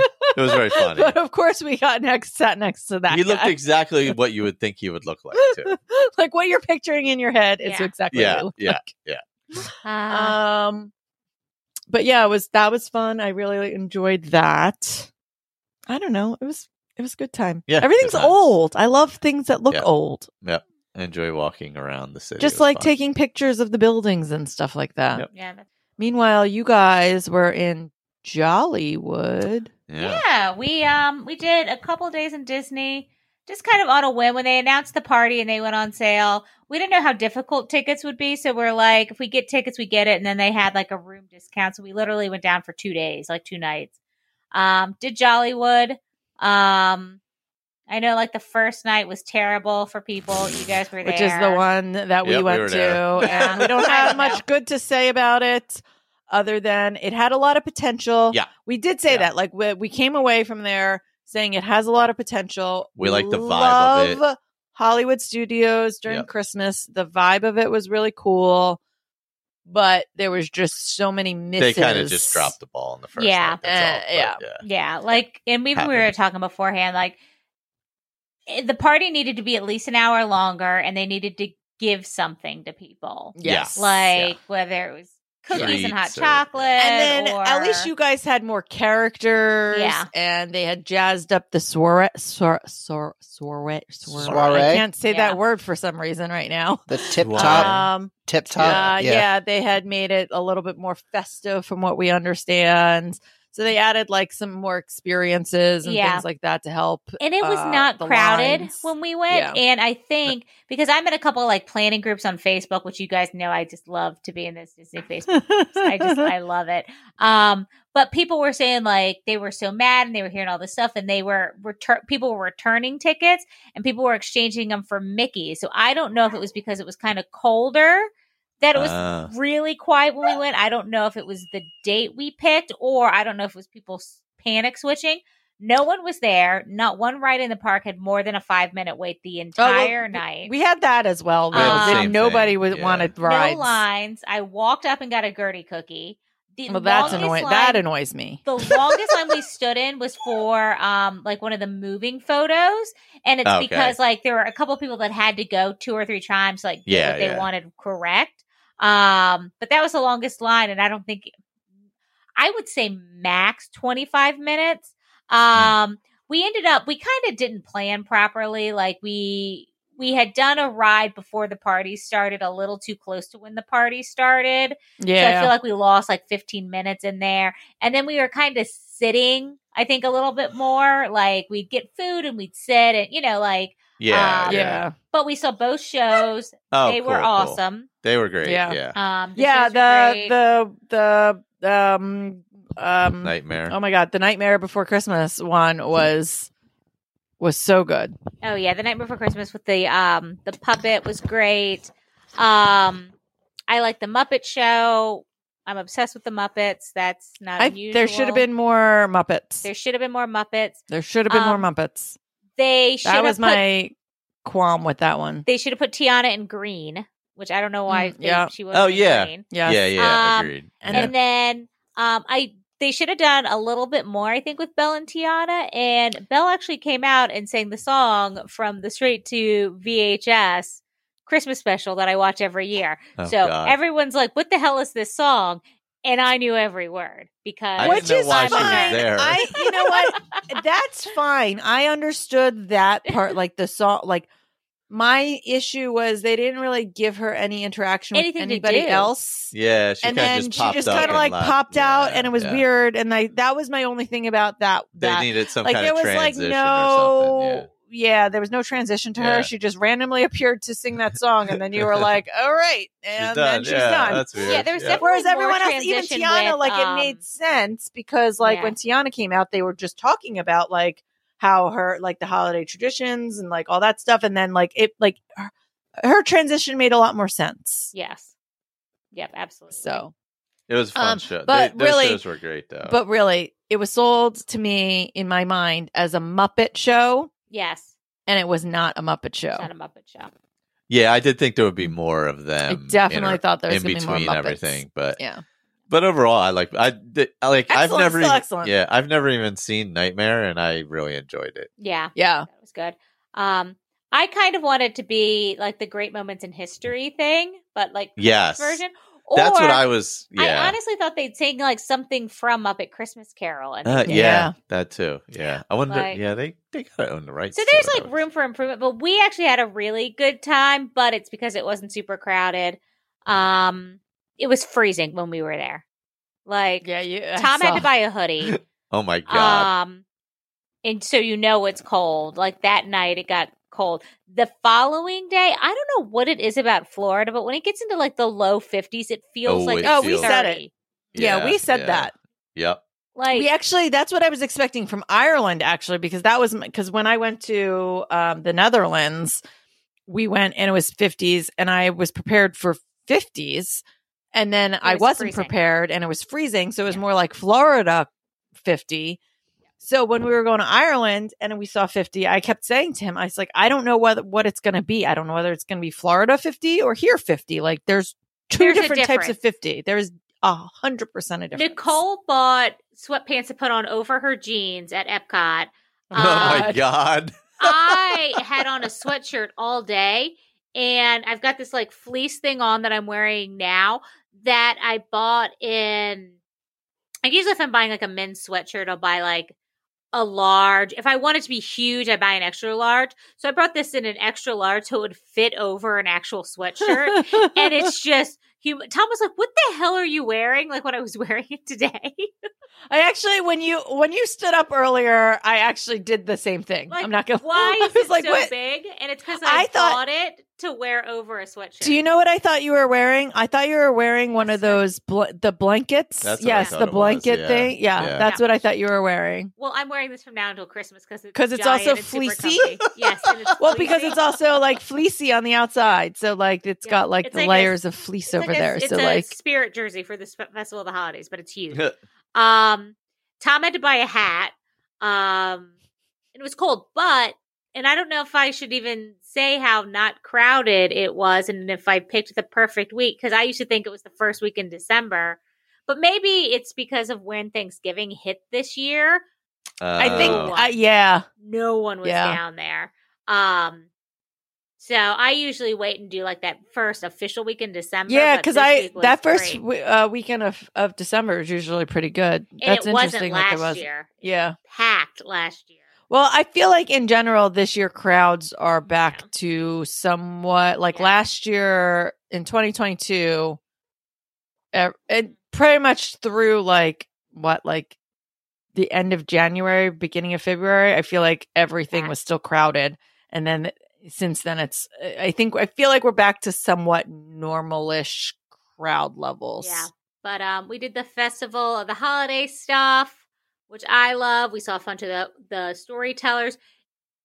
[SPEAKER 4] was very funny.
[SPEAKER 3] but of course we got next sat next to that
[SPEAKER 4] he looked
[SPEAKER 3] guy.
[SPEAKER 4] exactly what you would think he would look like too.
[SPEAKER 3] like what you're picturing in your head is
[SPEAKER 5] Yeah.
[SPEAKER 3] exactly
[SPEAKER 4] Yeah,
[SPEAKER 3] what it looked
[SPEAKER 4] yeah.
[SPEAKER 3] like.
[SPEAKER 5] Uh,
[SPEAKER 3] Um, but yeah, it was that was fun. I really enjoyed that. I don't know. It was it was a good time.
[SPEAKER 4] Yeah,
[SPEAKER 3] everything's
[SPEAKER 4] good times.
[SPEAKER 3] old. I love things that look
[SPEAKER 4] Yeah.
[SPEAKER 3] old.
[SPEAKER 4] Enjoy walking around the city. It
[SPEAKER 3] Just
[SPEAKER 4] was
[SPEAKER 3] like
[SPEAKER 4] fun.
[SPEAKER 3] taking pictures of the buildings and stuff like that.
[SPEAKER 4] Yep.
[SPEAKER 5] yeah, that's-
[SPEAKER 3] Meanwhile, you guys were in Jollywood.
[SPEAKER 4] Yeah.
[SPEAKER 5] yeah. We um we did a couple days in Disney, just kind of on a whim when they announced the party and they went on sale. We didn't know how difficult tickets would be, so we're like, if we get tickets, we get it. And then they had like a room discount, so we literally went down for two days, like two nights. Um, did Jollywood. Um, I know like the first night was terrible for people. You guys were there,
[SPEAKER 3] which is the one that we
[SPEAKER 4] Yep, we
[SPEAKER 3] went
[SPEAKER 4] were
[SPEAKER 3] to,
[SPEAKER 4] there.
[SPEAKER 3] and we don't have much good to say about it, other than it had a lot of potential.
[SPEAKER 4] Yeah.
[SPEAKER 3] we did say
[SPEAKER 4] Yeah.
[SPEAKER 3] that. Like we, we came away from there saying it has a lot of potential.
[SPEAKER 4] We like the vibe of
[SPEAKER 3] Love Hollywood Studios during
[SPEAKER 4] Yep.
[SPEAKER 3] Christmas. The vibe of it was really cool, but there was just so many
[SPEAKER 4] They
[SPEAKER 3] misses.
[SPEAKER 4] kind of just dropped the ball in the first.
[SPEAKER 5] Yeah.
[SPEAKER 4] night, that's all.
[SPEAKER 3] Uh,
[SPEAKER 4] But, yeah.
[SPEAKER 5] Yeah, like, and we we were
[SPEAKER 4] happened.
[SPEAKER 5] talking beforehand, like eh, the party needed to be at least an hour longer, and they needed to give something to people,
[SPEAKER 3] Yes,
[SPEAKER 5] like whether it was cookies and hot
[SPEAKER 4] Treats or-
[SPEAKER 5] chocolate,
[SPEAKER 3] And then
[SPEAKER 5] or,
[SPEAKER 3] at least you guys had more characters.
[SPEAKER 5] Yeah.
[SPEAKER 3] And they had jazzed up the soiree. Soiree. Soiree. soiree, I
[SPEAKER 2] Soiree?
[SPEAKER 3] can't say
[SPEAKER 5] Yeah.
[SPEAKER 3] that word for some reason right now.
[SPEAKER 2] The tip
[SPEAKER 4] Wow.
[SPEAKER 2] top,
[SPEAKER 3] Um,
[SPEAKER 2] tip
[SPEAKER 3] uh, yeah.
[SPEAKER 2] top. yeah.
[SPEAKER 3] they had made it a little bit more festive from what we understand. So they added like some more experiences and
[SPEAKER 5] Yeah.
[SPEAKER 3] things like that to help.
[SPEAKER 5] and it was
[SPEAKER 3] uh,
[SPEAKER 5] not
[SPEAKER 3] the
[SPEAKER 5] crowded
[SPEAKER 3] lines.
[SPEAKER 5] when we went.
[SPEAKER 3] Yeah.
[SPEAKER 5] And I think because I'm in a couple like planning groups on Facebook, which you guys know, I just love to be in this Disney Facebook I just I love it. Um, but people were saying like they were so mad and they were hearing all this stuff and they were return people were returning tickets and people were exchanging them for Mickey. So I don't know if it was because it was kind of colder that it was
[SPEAKER 3] Uh.
[SPEAKER 4] Ah.
[SPEAKER 5] really quiet when we went. I don't know if it was the date we picked or I don't know if it was people s- panic switching. No one was there. Not one ride in the park had more than a five minute wait the
[SPEAKER 3] Oh, well,
[SPEAKER 5] entire night.
[SPEAKER 3] we had that as well.
[SPEAKER 5] We had the
[SPEAKER 3] though. They-
[SPEAKER 5] same
[SPEAKER 3] nobody
[SPEAKER 4] thing,
[SPEAKER 3] would
[SPEAKER 4] yeah.
[SPEAKER 3] wanted rides.
[SPEAKER 5] No lines. I walked up and got a Gertie cookie. The
[SPEAKER 3] Well, that's
[SPEAKER 5] longest
[SPEAKER 3] annoying.
[SPEAKER 5] line-
[SPEAKER 3] That annoys me.
[SPEAKER 5] the longest line we stood in was for um like one of the moving photos and it's
[SPEAKER 4] Okay.
[SPEAKER 5] because like there were a couple people that had to go two or three times to, like get
[SPEAKER 4] Yeah,
[SPEAKER 5] what they
[SPEAKER 4] yeah.
[SPEAKER 5] wanted correct um but that was the longest line and i don't think i would say max 25 minutes
[SPEAKER 4] Hmm.
[SPEAKER 5] um we ended up we kind of didn't plan properly like we we had done a ride before the party started a little too close to when the party started
[SPEAKER 3] Yeah.
[SPEAKER 5] so I feel like we lost like 15 minutes in there. And then we were kind of sitting I think a little bit more. Like we'd get food and we'd sit and you know, like
[SPEAKER 4] Yeah,
[SPEAKER 5] Uh,
[SPEAKER 4] yeah.
[SPEAKER 3] yeah.
[SPEAKER 5] but we saw both shows.
[SPEAKER 4] Oh,
[SPEAKER 5] they
[SPEAKER 4] cool,
[SPEAKER 5] were
[SPEAKER 4] cool.
[SPEAKER 5] awesome.
[SPEAKER 4] They were great.
[SPEAKER 3] Yeah.
[SPEAKER 4] Yeah,
[SPEAKER 5] Um the
[SPEAKER 3] Yeah,
[SPEAKER 5] shows were great.
[SPEAKER 3] the the the um um
[SPEAKER 4] nightmare. Hmm.
[SPEAKER 3] Oh my god, the Nightmare Before Christmas one was was so good.
[SPEAKER 5] Oh yeah, the night before Christmas with the um the puppet was great. Um I like the Muppet Show. I'm obsessed with the Muppets. That's not
[SPEAKER 3] I,
[SPEAKER 5] unusual.
[SPEAKER 3] there should have been more Muppets.
[SPEAKER 5] there should have been more Muppets.
[SPEAKER 3] There should have been more
[SPEAKER 5] Um,
[SPEAKER 3] Muppets.
[SPEAKER 5] They should
[SPEAKER 3] That
[SPEAKER 5] have
[SPEAKER 3] was
[SPEAKER 5] put,
[SPEAKER 3] my qualm with that one.
[SPEAKER 5] they should have put Tiana in green, which I don't know why
[SPEAKER 3] Mm,
[SPEAKER 5] they-
[SPEAKER 3] yeah.
[SPEAKER 5] she wasn't
[SPEAKER 4] Oh,
[SPEAKER 5] in
[SPEAKER 4] yeah.
[SPEAKER 5] green.
[SPEAKER 3] Yes.
[SPEAKER 4] Yeah, yeah,
[SPEAKER 5] Um,
[SPEAKER 4] agreed.
[SPEAKER 3] and
[SPEAKER 4] yeah.
[SPEAKER 5] And then um I they should have done a little bit more, I think, with Belle and Tiana. And Belle actually came out and sang the song from the straight to VHS Christmas special that I watch every year.
[SPEAKER 4] Oh,
[SPEAKER 5] so
[SPEAKER 4] God.
[SPEAKER 5] everyone's like, What the hell is this song? And I knew every word because
[SPEAKER 4] I didn't Which know is why she was fine. there.
[SPEAKER 3] I you know what? That's fine. I understood that part like the song like my issue was they didn't really give her any interaction with
[SPEAKER 5] Anything to
[SPEAKER 3] anybody
[SPEAKER 5] do.
[SPEAKER 3] else.
[SPEAKER 4] yeah, she
[SPEAKER 3] and
[SPEAKER 4] kinda
[SPEAKER 3] then
[SPEAKER 4] just
[SPEAKER 3] she
[SPEAKER 4] popped
[SPEAKER 3] just
[SPEAKER 4] up
[SPEAKER 3] kind of
[SPEAKER 4] and
[SPEAKER 3] like
[SPEAKER 4] left.
[SPEAKER 3] popped out
[SPEAKER 4] Yeah,
[SPEAKER 3] and it was
[SPEAKER 4] yeah.
[SPEAKER 3] weird and I that was my only thing about that
[SPEAKER 4] They
[SPEAKER 3] that
[SPEAKER 4] needed some
[SPEAKER 3] like
[SPEAKER 4] kind
[SPEAKER 3] there
[SPEAKER 4] of
[SPEAKER 3] was like
[SPEAKER 4] transition or something. Yeah.
[SPEAKER 3] no yeah. there was no transition to her.
[SPEAKER 4] Yeah.
[SPEAKER 3] She just randomly appeared to sing that song and then you were like, "All right." And then
[SPEAKER 4] she's done.
[SPEAKER 3] she's
[SPEAKER 4] yeah,
[SPEAKER 3] done.
[SPEAKER 4] That's weird.
[SPEAKER 5] Yeah, there was definitely
[SPEAKER 3] Whereas
[SPEAKER 5] more
[SPEAKER 3] everyone else, even
[SPEAKER 5] transition
[SPEAKER 3] Tiana,
[SPEAKER 5] with,
[SPEAKER 3] like
[SPEAKER 5] um,
[SPEAKER 3] it made sense because like
[SPEAKER 5] yeah.
[SPEAKER 3] when Tiana came out, they were just talking about like how her like the holiday traditions and like all that stuff, and then like it like her, her transition made a lot more sense.
[SPEAKER 5] Yes. Yep, absolutely.
[SPEAKER 3] So,
[SPEAKER 4] It was a fun
[SPEAKER 3] Um,
[SPEAKER 4] show.
[SPEAKER 3] but
[SPEAKER 4] They- those
[SPEAKER 3] really-
[SPEAKER 4] shows were great though.
[SPEAKER 3] but really, it was sold to me in my mind as a Muppet show,
[SPEAKER 5] yes.
[SPEAKER 3] and it was not a Muppet show.
[SPEAKER 5] It's not a Muppet show.
[SPEAKER 4] yeah, I did think there would be more of
[SPEAKER 3] I
[SPEAKER 4] them.
[SPEAKER 3] definitely
[SPEAKER 4] Um, inter-
[SPEAKER 3] thought there was
[SPEAKER 4] in
[SPEAKER 3] going to be more
[SPEAKER 4] between
[SPEAKER 3] Muppets.
[SPEAKER 4] everything, but
[SPEAKER 3] Yeah.
[SPEAKER 4] But overall, I like I did- I like I've
[SPEAKER 3] Excellent,
[SPEAKER 4] never
[SPEAKER 3] still
[SPEAKER 4] even-
[SPEAKER 3] excellent.
[SPEAKER 4] yeah I've never even seen Nightmare, and I really enjoyed it.
[SPEAKER 5] Yeah.
[SPEAKER 3] Yeah,
[SPEAKER 5] That was good. Um, I kind of wanted to be like the great moments in history thing, but like Christmas
[SPEAKER 4] Yes.
[SPEAKER 5] version.
[SPEAKER 4] That's
[SPEAKER 5] Or
[SPEAKER 4] what I was. Yeah,
[SPEAKER 5] I honestly thought they'd sing like something from Muppet Christmas Carol, and
[SPEAKER 4] Uh,
[SPEAKER 3] Yeah.
[SPEAKER 4] yeah, that too. Yeah, I wonder.
[SPEAKER 5] Like-
[SPEAKER 4] yeah, they they gotta own the rights.
[SPEAKER 5] so
[SPEAKER 4] to
[SPEAKER 5] there's
[SPEAKER 4] it, I
[SPEAKER 5] like
[SPEAKER 4] would-
[SPEAKER 5] room for improvement. But we actually had a really good time, but it's because it wasn't super crowded. Um, it was freezing when we were there. Like
[SPEAKER 3] yeah. You, I
[SPEAKER 5] Tom had
[SPEAKER 3] saw.
[SPEAKER 5] to buy a hoodie.
[SPEAKER 4] Oh my god!
[SPEAKER 5] Um, and so you know it's cold. Like that night, it got cold. The following day, I don't know what it is about Florida, but when it gets into like the low fifties, it feels
[SPEAKER 4] Oh,
[SPEAKER 5] like
[SPEAKER 4] it Oh,
[SPEAKER 3] we said it.
[SPEAKER 5] 30.
[SPEAKER 3] Yeah, we said
[SPEAKER 4] yeah.
[SPEAKER 3] that.
[SPEAKER 4] Yep.
[SPEAKER 5] Like
[SPEAKER 3] we actually that's what i was expecting from ireland actually because that was because when i went to um, the netherlands we went and it was 50s and i was prepared for 50s and then i
[SPEAKER 5] was
[SPEAKER 3] wasn't
[SPEAKER 5] freezing.
[SPEAKER 3] prepared and it was freezing so it was more like florida 50 so when we were going to ireland and we saw 50 i kept saying to him i was like i don't know what what it's going to be i don't know whether it's going to be florida 50 or here 50 like there's two
[SPEAKER 5] There's a
[SPEAKER 3] different types of
[SPEAKER 5] difference.
[SPEAKER 3] 50 there's a hundred percent a difference
[SPEAKER 5] Nicole bought sweatpants to put on over her jeans at Epcot.
[SPEAKER 4] oh
[SPEAKER 3] Uh,
[SPEAKER 4] my
[SPEAKER 5] God.
[SPEAKER 4] god!
[SPEAKER 5] I had on a sweatshirt all day, and I've got this like fleece thing on that I'm wearing now that I bought in. Like usually, if I'm buying like a men's sweatshirt, I'll buy like a large. If I want it to be huge, I buy an extra large. So I brought this in an extra large so it would fit over an actual sweatshirt, and it's just. Hum- Tom was like, "What the hell are you wearing?" Like when I was wearing it today,
[SPEAKER 3] I actually, when you when you stood up earlier, I actually did the same thing.
[SPEAKER 5] like
[SPEAKER 3] I'm not gonna.
[SPEAKER 5] Why
[SPEAKER 3] I
[SPEAKER 5] is it so big? And it's because I,
[SPEAKER 3] I thought-
[SPEAKER 5] bought it to wear over a sweatshirt.
[SPEAKER 3] Do you know what I thought you were wearing? I thought you were wearing one of those bl- the blankets.
[SPEAKER 4] That's what I
[SPEAKER 3] yes,
[SPEAKER 4] thought
[SPEAKER 3] the
[SPEAKER 4] it was,
[SPEAKER 3] blanket
[SPEAKER 4] yeah.
[SPEAKER 3] thing. Yeah,
[SPEAKER 4] Yeah.
[SPEAKER 3] that's what I thought you were wearing.
[SPEAKER 5] Well, I'm wearing this from now until Christmas because it's
[SPEAKER 3] 'Cause it's
[SPEAKER 5] giant
[SPEAKER 3] also
[SPEAKER 5] and super
[SPEAKER 3] fleecy?
[SPEAKER 5] comfy. yes. and it's
[SPEAKER 3] Well, because
[SPEAKER 5] fleecy.
[SPEAKER 3] it's also like fleecy on the outside, so like it's
[SPEAKER 5] Yeah.
[SPEAKER 3] got like
[SPEAKER 5] It's
[SPEAKER 3] the
[SPEAKER 5] like a-
[SPEAKER 3] layers of fleece
[SPEAKER 5] It's
[SPEAKER 3] over
[SPEAKER 5] like a-
[SPEAKER 3] there.
[SPEAKER 5] it's
[SPEAKER 3] so
[SPEAKER 5] a
[SPEAKER 3] like,
[SPEAKER 5] spirit jersey for the sp- festival of the holidays, but it's huge. um, Tom had to buy a hat. Um, and it was cold, but and I don't know if I should even say how not crowded it was, and if I picked the perfect week because I used to think it was the first week in December, but maybe it's because of when Thanksgiving hit this year.
[SPEAKER 3] I think,
[SPEAKER 4] Oh.
[SPEAKER 3] I, yeah,
[SPEAKER 5] no one was
[SPEAKER 3] Yeah.
[SPEAKER 5] down there. Um, so I usually wait and do like that first official week in December.
[SPEAKER 3] yeah,
[SPEAKER 5] but
[SPEAKER 3] because
[SPEAKER 5] this
[SPEAKER 3] I
[SPEAKER 5] week was
[SPEAKER 3] that first
[SPEAKER 5] great.
[SPEAKER 3] w- uh, weekend of of December is usually pretty good.
[SPEAKER 5] and
[SPEAKER 3] that's
[SPEAKER 5] it
[SPEAKER 3] interesting that
[SPEAKER 5] wasn't last
[SPEAKER 3] there was.
[SPEAKER 5] year.
[SPEAKER 3] Yeah.
[SPEAKER 5] Packed last year.
[SPEAKER 3] Well, I feel like in general this year crowds are back
[SPEAKER 5] Yeah.
[SPEAKER 3] to somewhat like
[SPEAKER 5] Yeah.
[SPEAKER 3] last year in e, 2022 ev- and pretty much through like what like the end of January, beginning of February, I feel like everything was still crowded. And then since then, it's, I think, I feel like we're back to somewhat normalish crowd levels.
[SPEAKER 5] Yeah. But um, we did the festival of the holiday stuff, which I love. We saw a bunch of the, the storytellers.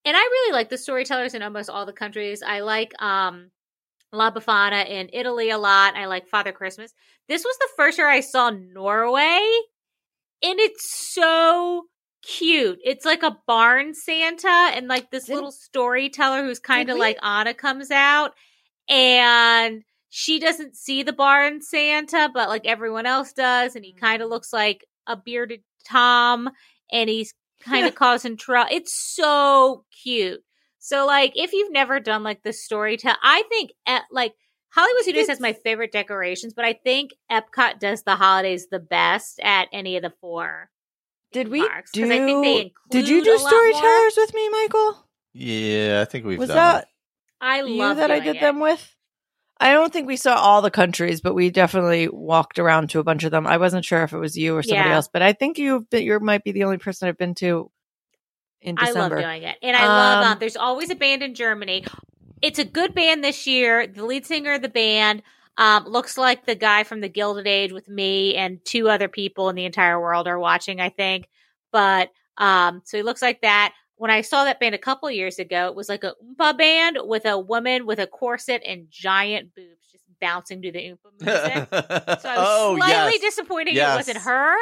[SPEAKER 5] And I really like the storytellers in almost all the countries. I like um, La Befana in Italy a lot. I like Father Christmas. This was the first year I saw Norway. And it's so cute. It's like a barn Santa and like this
[SPEAKER 3] Didn't-
[SPEAKER 5] little storyteller who's kind
[SPEAKER 3] Did
[SPEAKER 5] of
[SPEAKER 3] we-
[SPEAKER 5] like Anna comes out and she doesn't see the barn Santa, but like everyone else does, and he kind
[SPEAKER 3] Mm.
[SPEAKER 5] of looks like a bearded Tom, and he's kind of causing trouble. It's so cute. So like, if you've never done like the storytell, I think eh, like Hollywood Studios has my favorite decorations, but I think Epcot does the holidays the best at any of the four.
[SPEAKER 3] Did we
[SPEAKER 5] parks, 'cause
[SPEAKER 3] do,
[SPEAKER 5] I think they
[SPEAKER 3] did you
[SPEAKER 5] include
[SPEAKER 3] do
[SPEAKER 5] a lot more.
[SPEAKER 3] storytellers with me, Michael?
[SPEAKER 4] Yeah, I think we've
[SPEAKER 3] was
[SPEAKER 4] done
[SPEAKER 3] that
[SPEAKER 5] I
[SPEAKER 3] you
[SPEAKER 5] love
[SPEAKER 3] that I
[SPEAKER 5] doing
[SPEAKER 3] did
[SPEAKER 5] it.
[SPEAKER 3] them with? I don't think we saw all the countries, but we definitely walked around to a bunch of them. I wasn't sure if it was you or somebody
[SPEAKER 5] Yeah.
[SPEAKER 3] else, but I think you you might be the only person I've been to in
[SPEAKER 5] I love
[SPEAKER 3] December.
[SPEAKER 5] doing it. And I love
[SPEAKER 3] Um,
[SPEAKER 5] um, there's always a band in Germany. It's a good band this year. The lead singer of the band um, looks like the guy from the Gilded Age with me and two other people in the entire world are watching, I think. But um, so he looks like that. When I saw that band a couple years ago, it was like a Oompa band with a woman with a corset and giant boobs just bouncing to the Oompa music.
[SPEAKER 4] that.
[SPEAKER 5] So I was slightly
[SPEAKER 4] Oh, yes.
[SPEAKER 5] disappointed
[SPEAKER 4] Yes.
[SPEAKER 5] it wasn't her.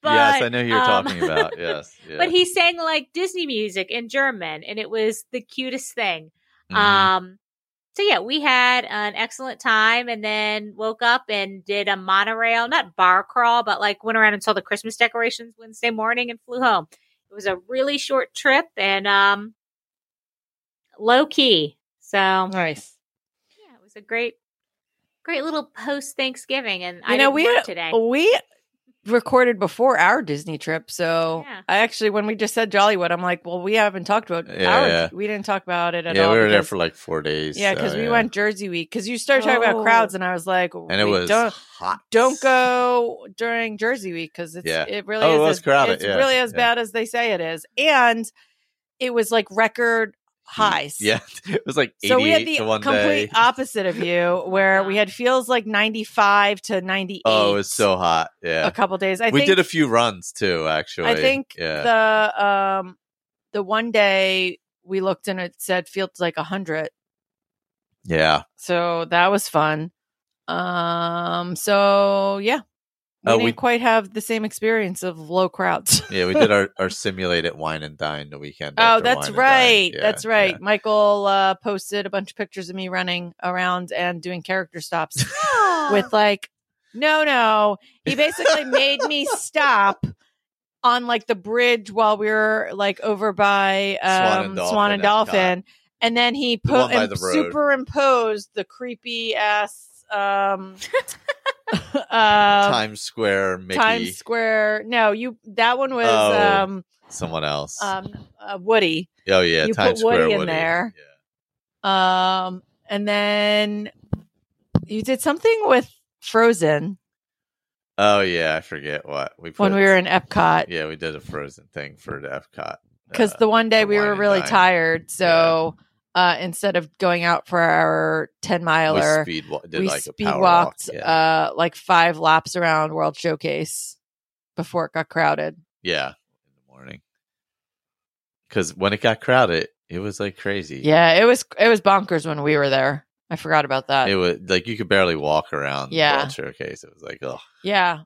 [SPEAKER 5] But
[SPEAKER 4] yes, I know who you're
[SPEAKER 5] um,
[SPEAKER 4] talking about. Yes. yeah.
[SPEAKER 5] but he sang like Disney music in German, and it was the cutest thing.
[SPEAKER 4] Mhm.
[SPEAKER 5] Um, so yeah, we had an excellent time, and then woke up and did a monorail, not bar crawl, but like went around and saw the Christmas decorations Wednesday morning and flew home. It was a really short trip and um, low key. So yeah,
[SPEAKER 3] Nice.
[SPEAKER 5] it was a great, great little post Thanksgiving, and I
[SPEAKER 3] You know,
[SPEAKER 5] didn't
[SPEAKER 3] we-
[SPEAKER 5] work today.
[SPEAKER 3] We recorded before our Disney trip, so
[SPEAKER 5] Yeah.
[SPEAKER 3] I actually when we just said Jollywood, I'm like, well, we haven't talked about
[SPEAKER 4] Yeah,
[SPEAKER 3] our
[SPEAKER 4] yeah.
[SPEAKER 3] we didn't talk about it at
[SPEAKER 4] yeah,
[SPEAKER 3] all.
[SPEAKER 4] we were there
[SPEAKER 3] because-
[SPEAKER 4] for like four days.
[SPEAKER 3] yeah,
[SPEAKER 4] so,
[SPEAKER 3] because we went Jersey week. Because you started talking
[SPEAKER 5] Oh.
[SPEAKER 3] about crowds, and I was like,
[SPEAKER 4] and it
[SPEAKER 3] we
[SPEAKER 4] was
[SPEAKER 3] don't,
[SPEAKER 4] hot.
[SPEAKER 3] don't go during Jersey week because it's
[SPEAKER 4] Yeah.
[SPEAKER 3] it really
[SPEAKER 4] Oh, it
[SPEAKER 3] is
[SPEAKER 4] was
[SPEAKER 3] as,
[SPEAKER 4] crowded,
[SPEAKER 3] It's
[SPEAKER 4] yeah,
[SPEAKER 3] really as
[SPEAKER 4] yeah.
[SPEAKER 3] bad as they say it is, and it was like record highs.
[SPEAKER 4] E Yeah, it was like
[SPEAKER 3] So we had
[SPEAKER 4] 88
[SPEAKER 3] the
[SPEAKER 4] to one
[SPEAKER 3] complete
[SPEAKER 4] day.
[SPEAKER 3] opposite of you, where we had feels like ninety five to ninety eight.
[SPEAKER 4] Oh, it was so hot.
[SPEAKER 3] a
[SPEAKER 4] Yeah,
[SPEAKER 3] couple days. I
[SPEAKER 4] we
[SPEAKER 3] think
[SPEAKER 4] did a few runs too. Actually,
[SPEAKER 3] I think
[SPEAKER 4] Yeah,
[SPEAKER 3] the um the one day we looked and it said feels like a hundred.
[SPEAKER 4] yeah.
[SPEAKER 3] So that was fun. Um so yeah. We
[SPEAKER 4] Oh,
[SPEAKER 3] didn't
[SPEAKER 4] we-
[SPEAKER 3] quite have the same experience of low crowds.
[SPEAKER 4] Yeah, we did our, our simulated wine and dine the weekend.
[SPEAKER 3] Oh,
[SPEAKER 4] after
[SPEAKER 3] that's
[SPEAKER 4] Wine and Dine.
[SPEAKER 3] right.
[SPEAKER 4] Yeah,
[SPEAKER 3] that's right.
[SPEAKER 4] yeah.
[SPEAKER 3] Michael uh, posted a bunch of pictures of me running around and doing character stops with like, no, no. He basically made me stop on like the bridge while we were like over by
[SPEAKER 4] Swan
[SPEAKER 3] um,
[SPEAKER 4] and
[SPEAKER 3] Swan and
[SPEAKER 4] Dolphin,
[SPEAKER 3] Dolphin, and then he
[SPEAKER 4] The
[SPEAKER 3] put
[SPEAKER 4] one by the road.
[SPEAKER 3] superimposed the creepy ass um, uh,
[SPEAKER 4] Times Square, Mickey,
[SPEAKER 3] Times Square. No, you that one was
[SPEAKER 4] Oh.
[SPEAKER 3] um,
[SPEAKER 4] someone else.
[SPEAKER 3] um, uh, Woody.
[SPEAKER 4] oh yeah,
[SPEAKER 3] you
[SPEAKER 4] Times
[SPEAKER 3] put Woody
[SPEAKER 4] Square
[SPEAKER 3] in there. Um, and then you did something with Frozen
[SPEAKER 4] Yeah. Oh yeah, I forget what we put,
[SPEAKER 3] when we were in Epcot
[SPEAKER 4] Yeah, we did a frozen thing for the Epcot
[SPEAKER 3] because
[SPEAKER 4] Uh,
[SPEAKER 3] the one day
[SPEAKER 4] the
[SPEAKER 3] we
[SPEAKER 4] wine
[SPEAKER 3] were
[SPEAKER 4] and
[SPEAKER 3] really
[SPEAKER 4] dine.
[SPEAKER 3] tired. So uh, instead of going out for our 10 miler,
[SPEAKER 4] we speed wa- did
[SPEAKER 3] we
[SPEAKER 4] like
[SPEAKER 3] speed
[SPEAKER 4] a power
[SPEAKER 3] walked
[SPEAKER 4] walk. Yeah.
[SPEAKER 3] uh, like five laps around World Showcase before it got crowded.
[SPEAKER 4] yeah, in the morning. Because when it got crowded, it was like crazy.
[SPEAKER 3] Yeah, it was it was bonkers when we were there. I forgot about that.
[SPEAKER 4] it was like you could barely walk around.
[SPEAKER 3] Yeah.
[SPEAKER 4] World showcase. It was like oh
[SPEAKER 3] yeah,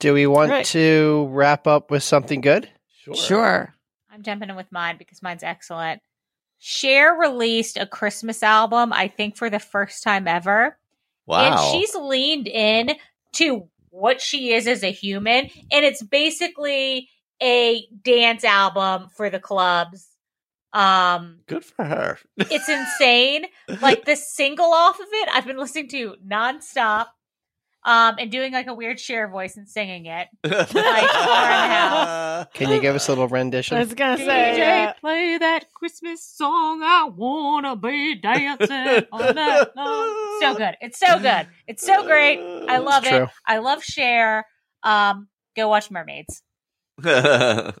[SPEAKER 2] Do we want
[SPEAKER 3] Right.
[SPEAKER 2] to wrap up with something good?
[SPEAKER 4] sure.
[SPEAKER 3] sure.
[SPEAKER 5] I'm jumping in with mine because mine's excellent. Cher released a Christmas album, I think, for the first time ever.
[SPEAKER 4] Wow.
[SPEAKER 5] And she's leaned in to what she is as a human. And it's basically a dance album for the clubs. Um,
[SPEAKER 4] good for her.
[SPEAKER 5] it's insane. like the single off of it, I've been listening to nonstop. Um, and doing like a weird Cher voice and singing it.
[SPEAKER 4] like
[SPEAKER 5] half.
[SPEAKER 2] Can you give us a little rendition?
[SPEAKER 3] I was gonna
[SPEAKER 5] DJ,
[SPEAKER 3] say yeah.
[SPEAKER 5] play that Christmas song. I wanna be dancing on that lawn. So good. It's so good. It's so great. I love
[SPEAKER 2] It's true.
[SPEAKER 5] it. I love Cher. Um, go watch Mermaids.
[SPEAKER 4] uh,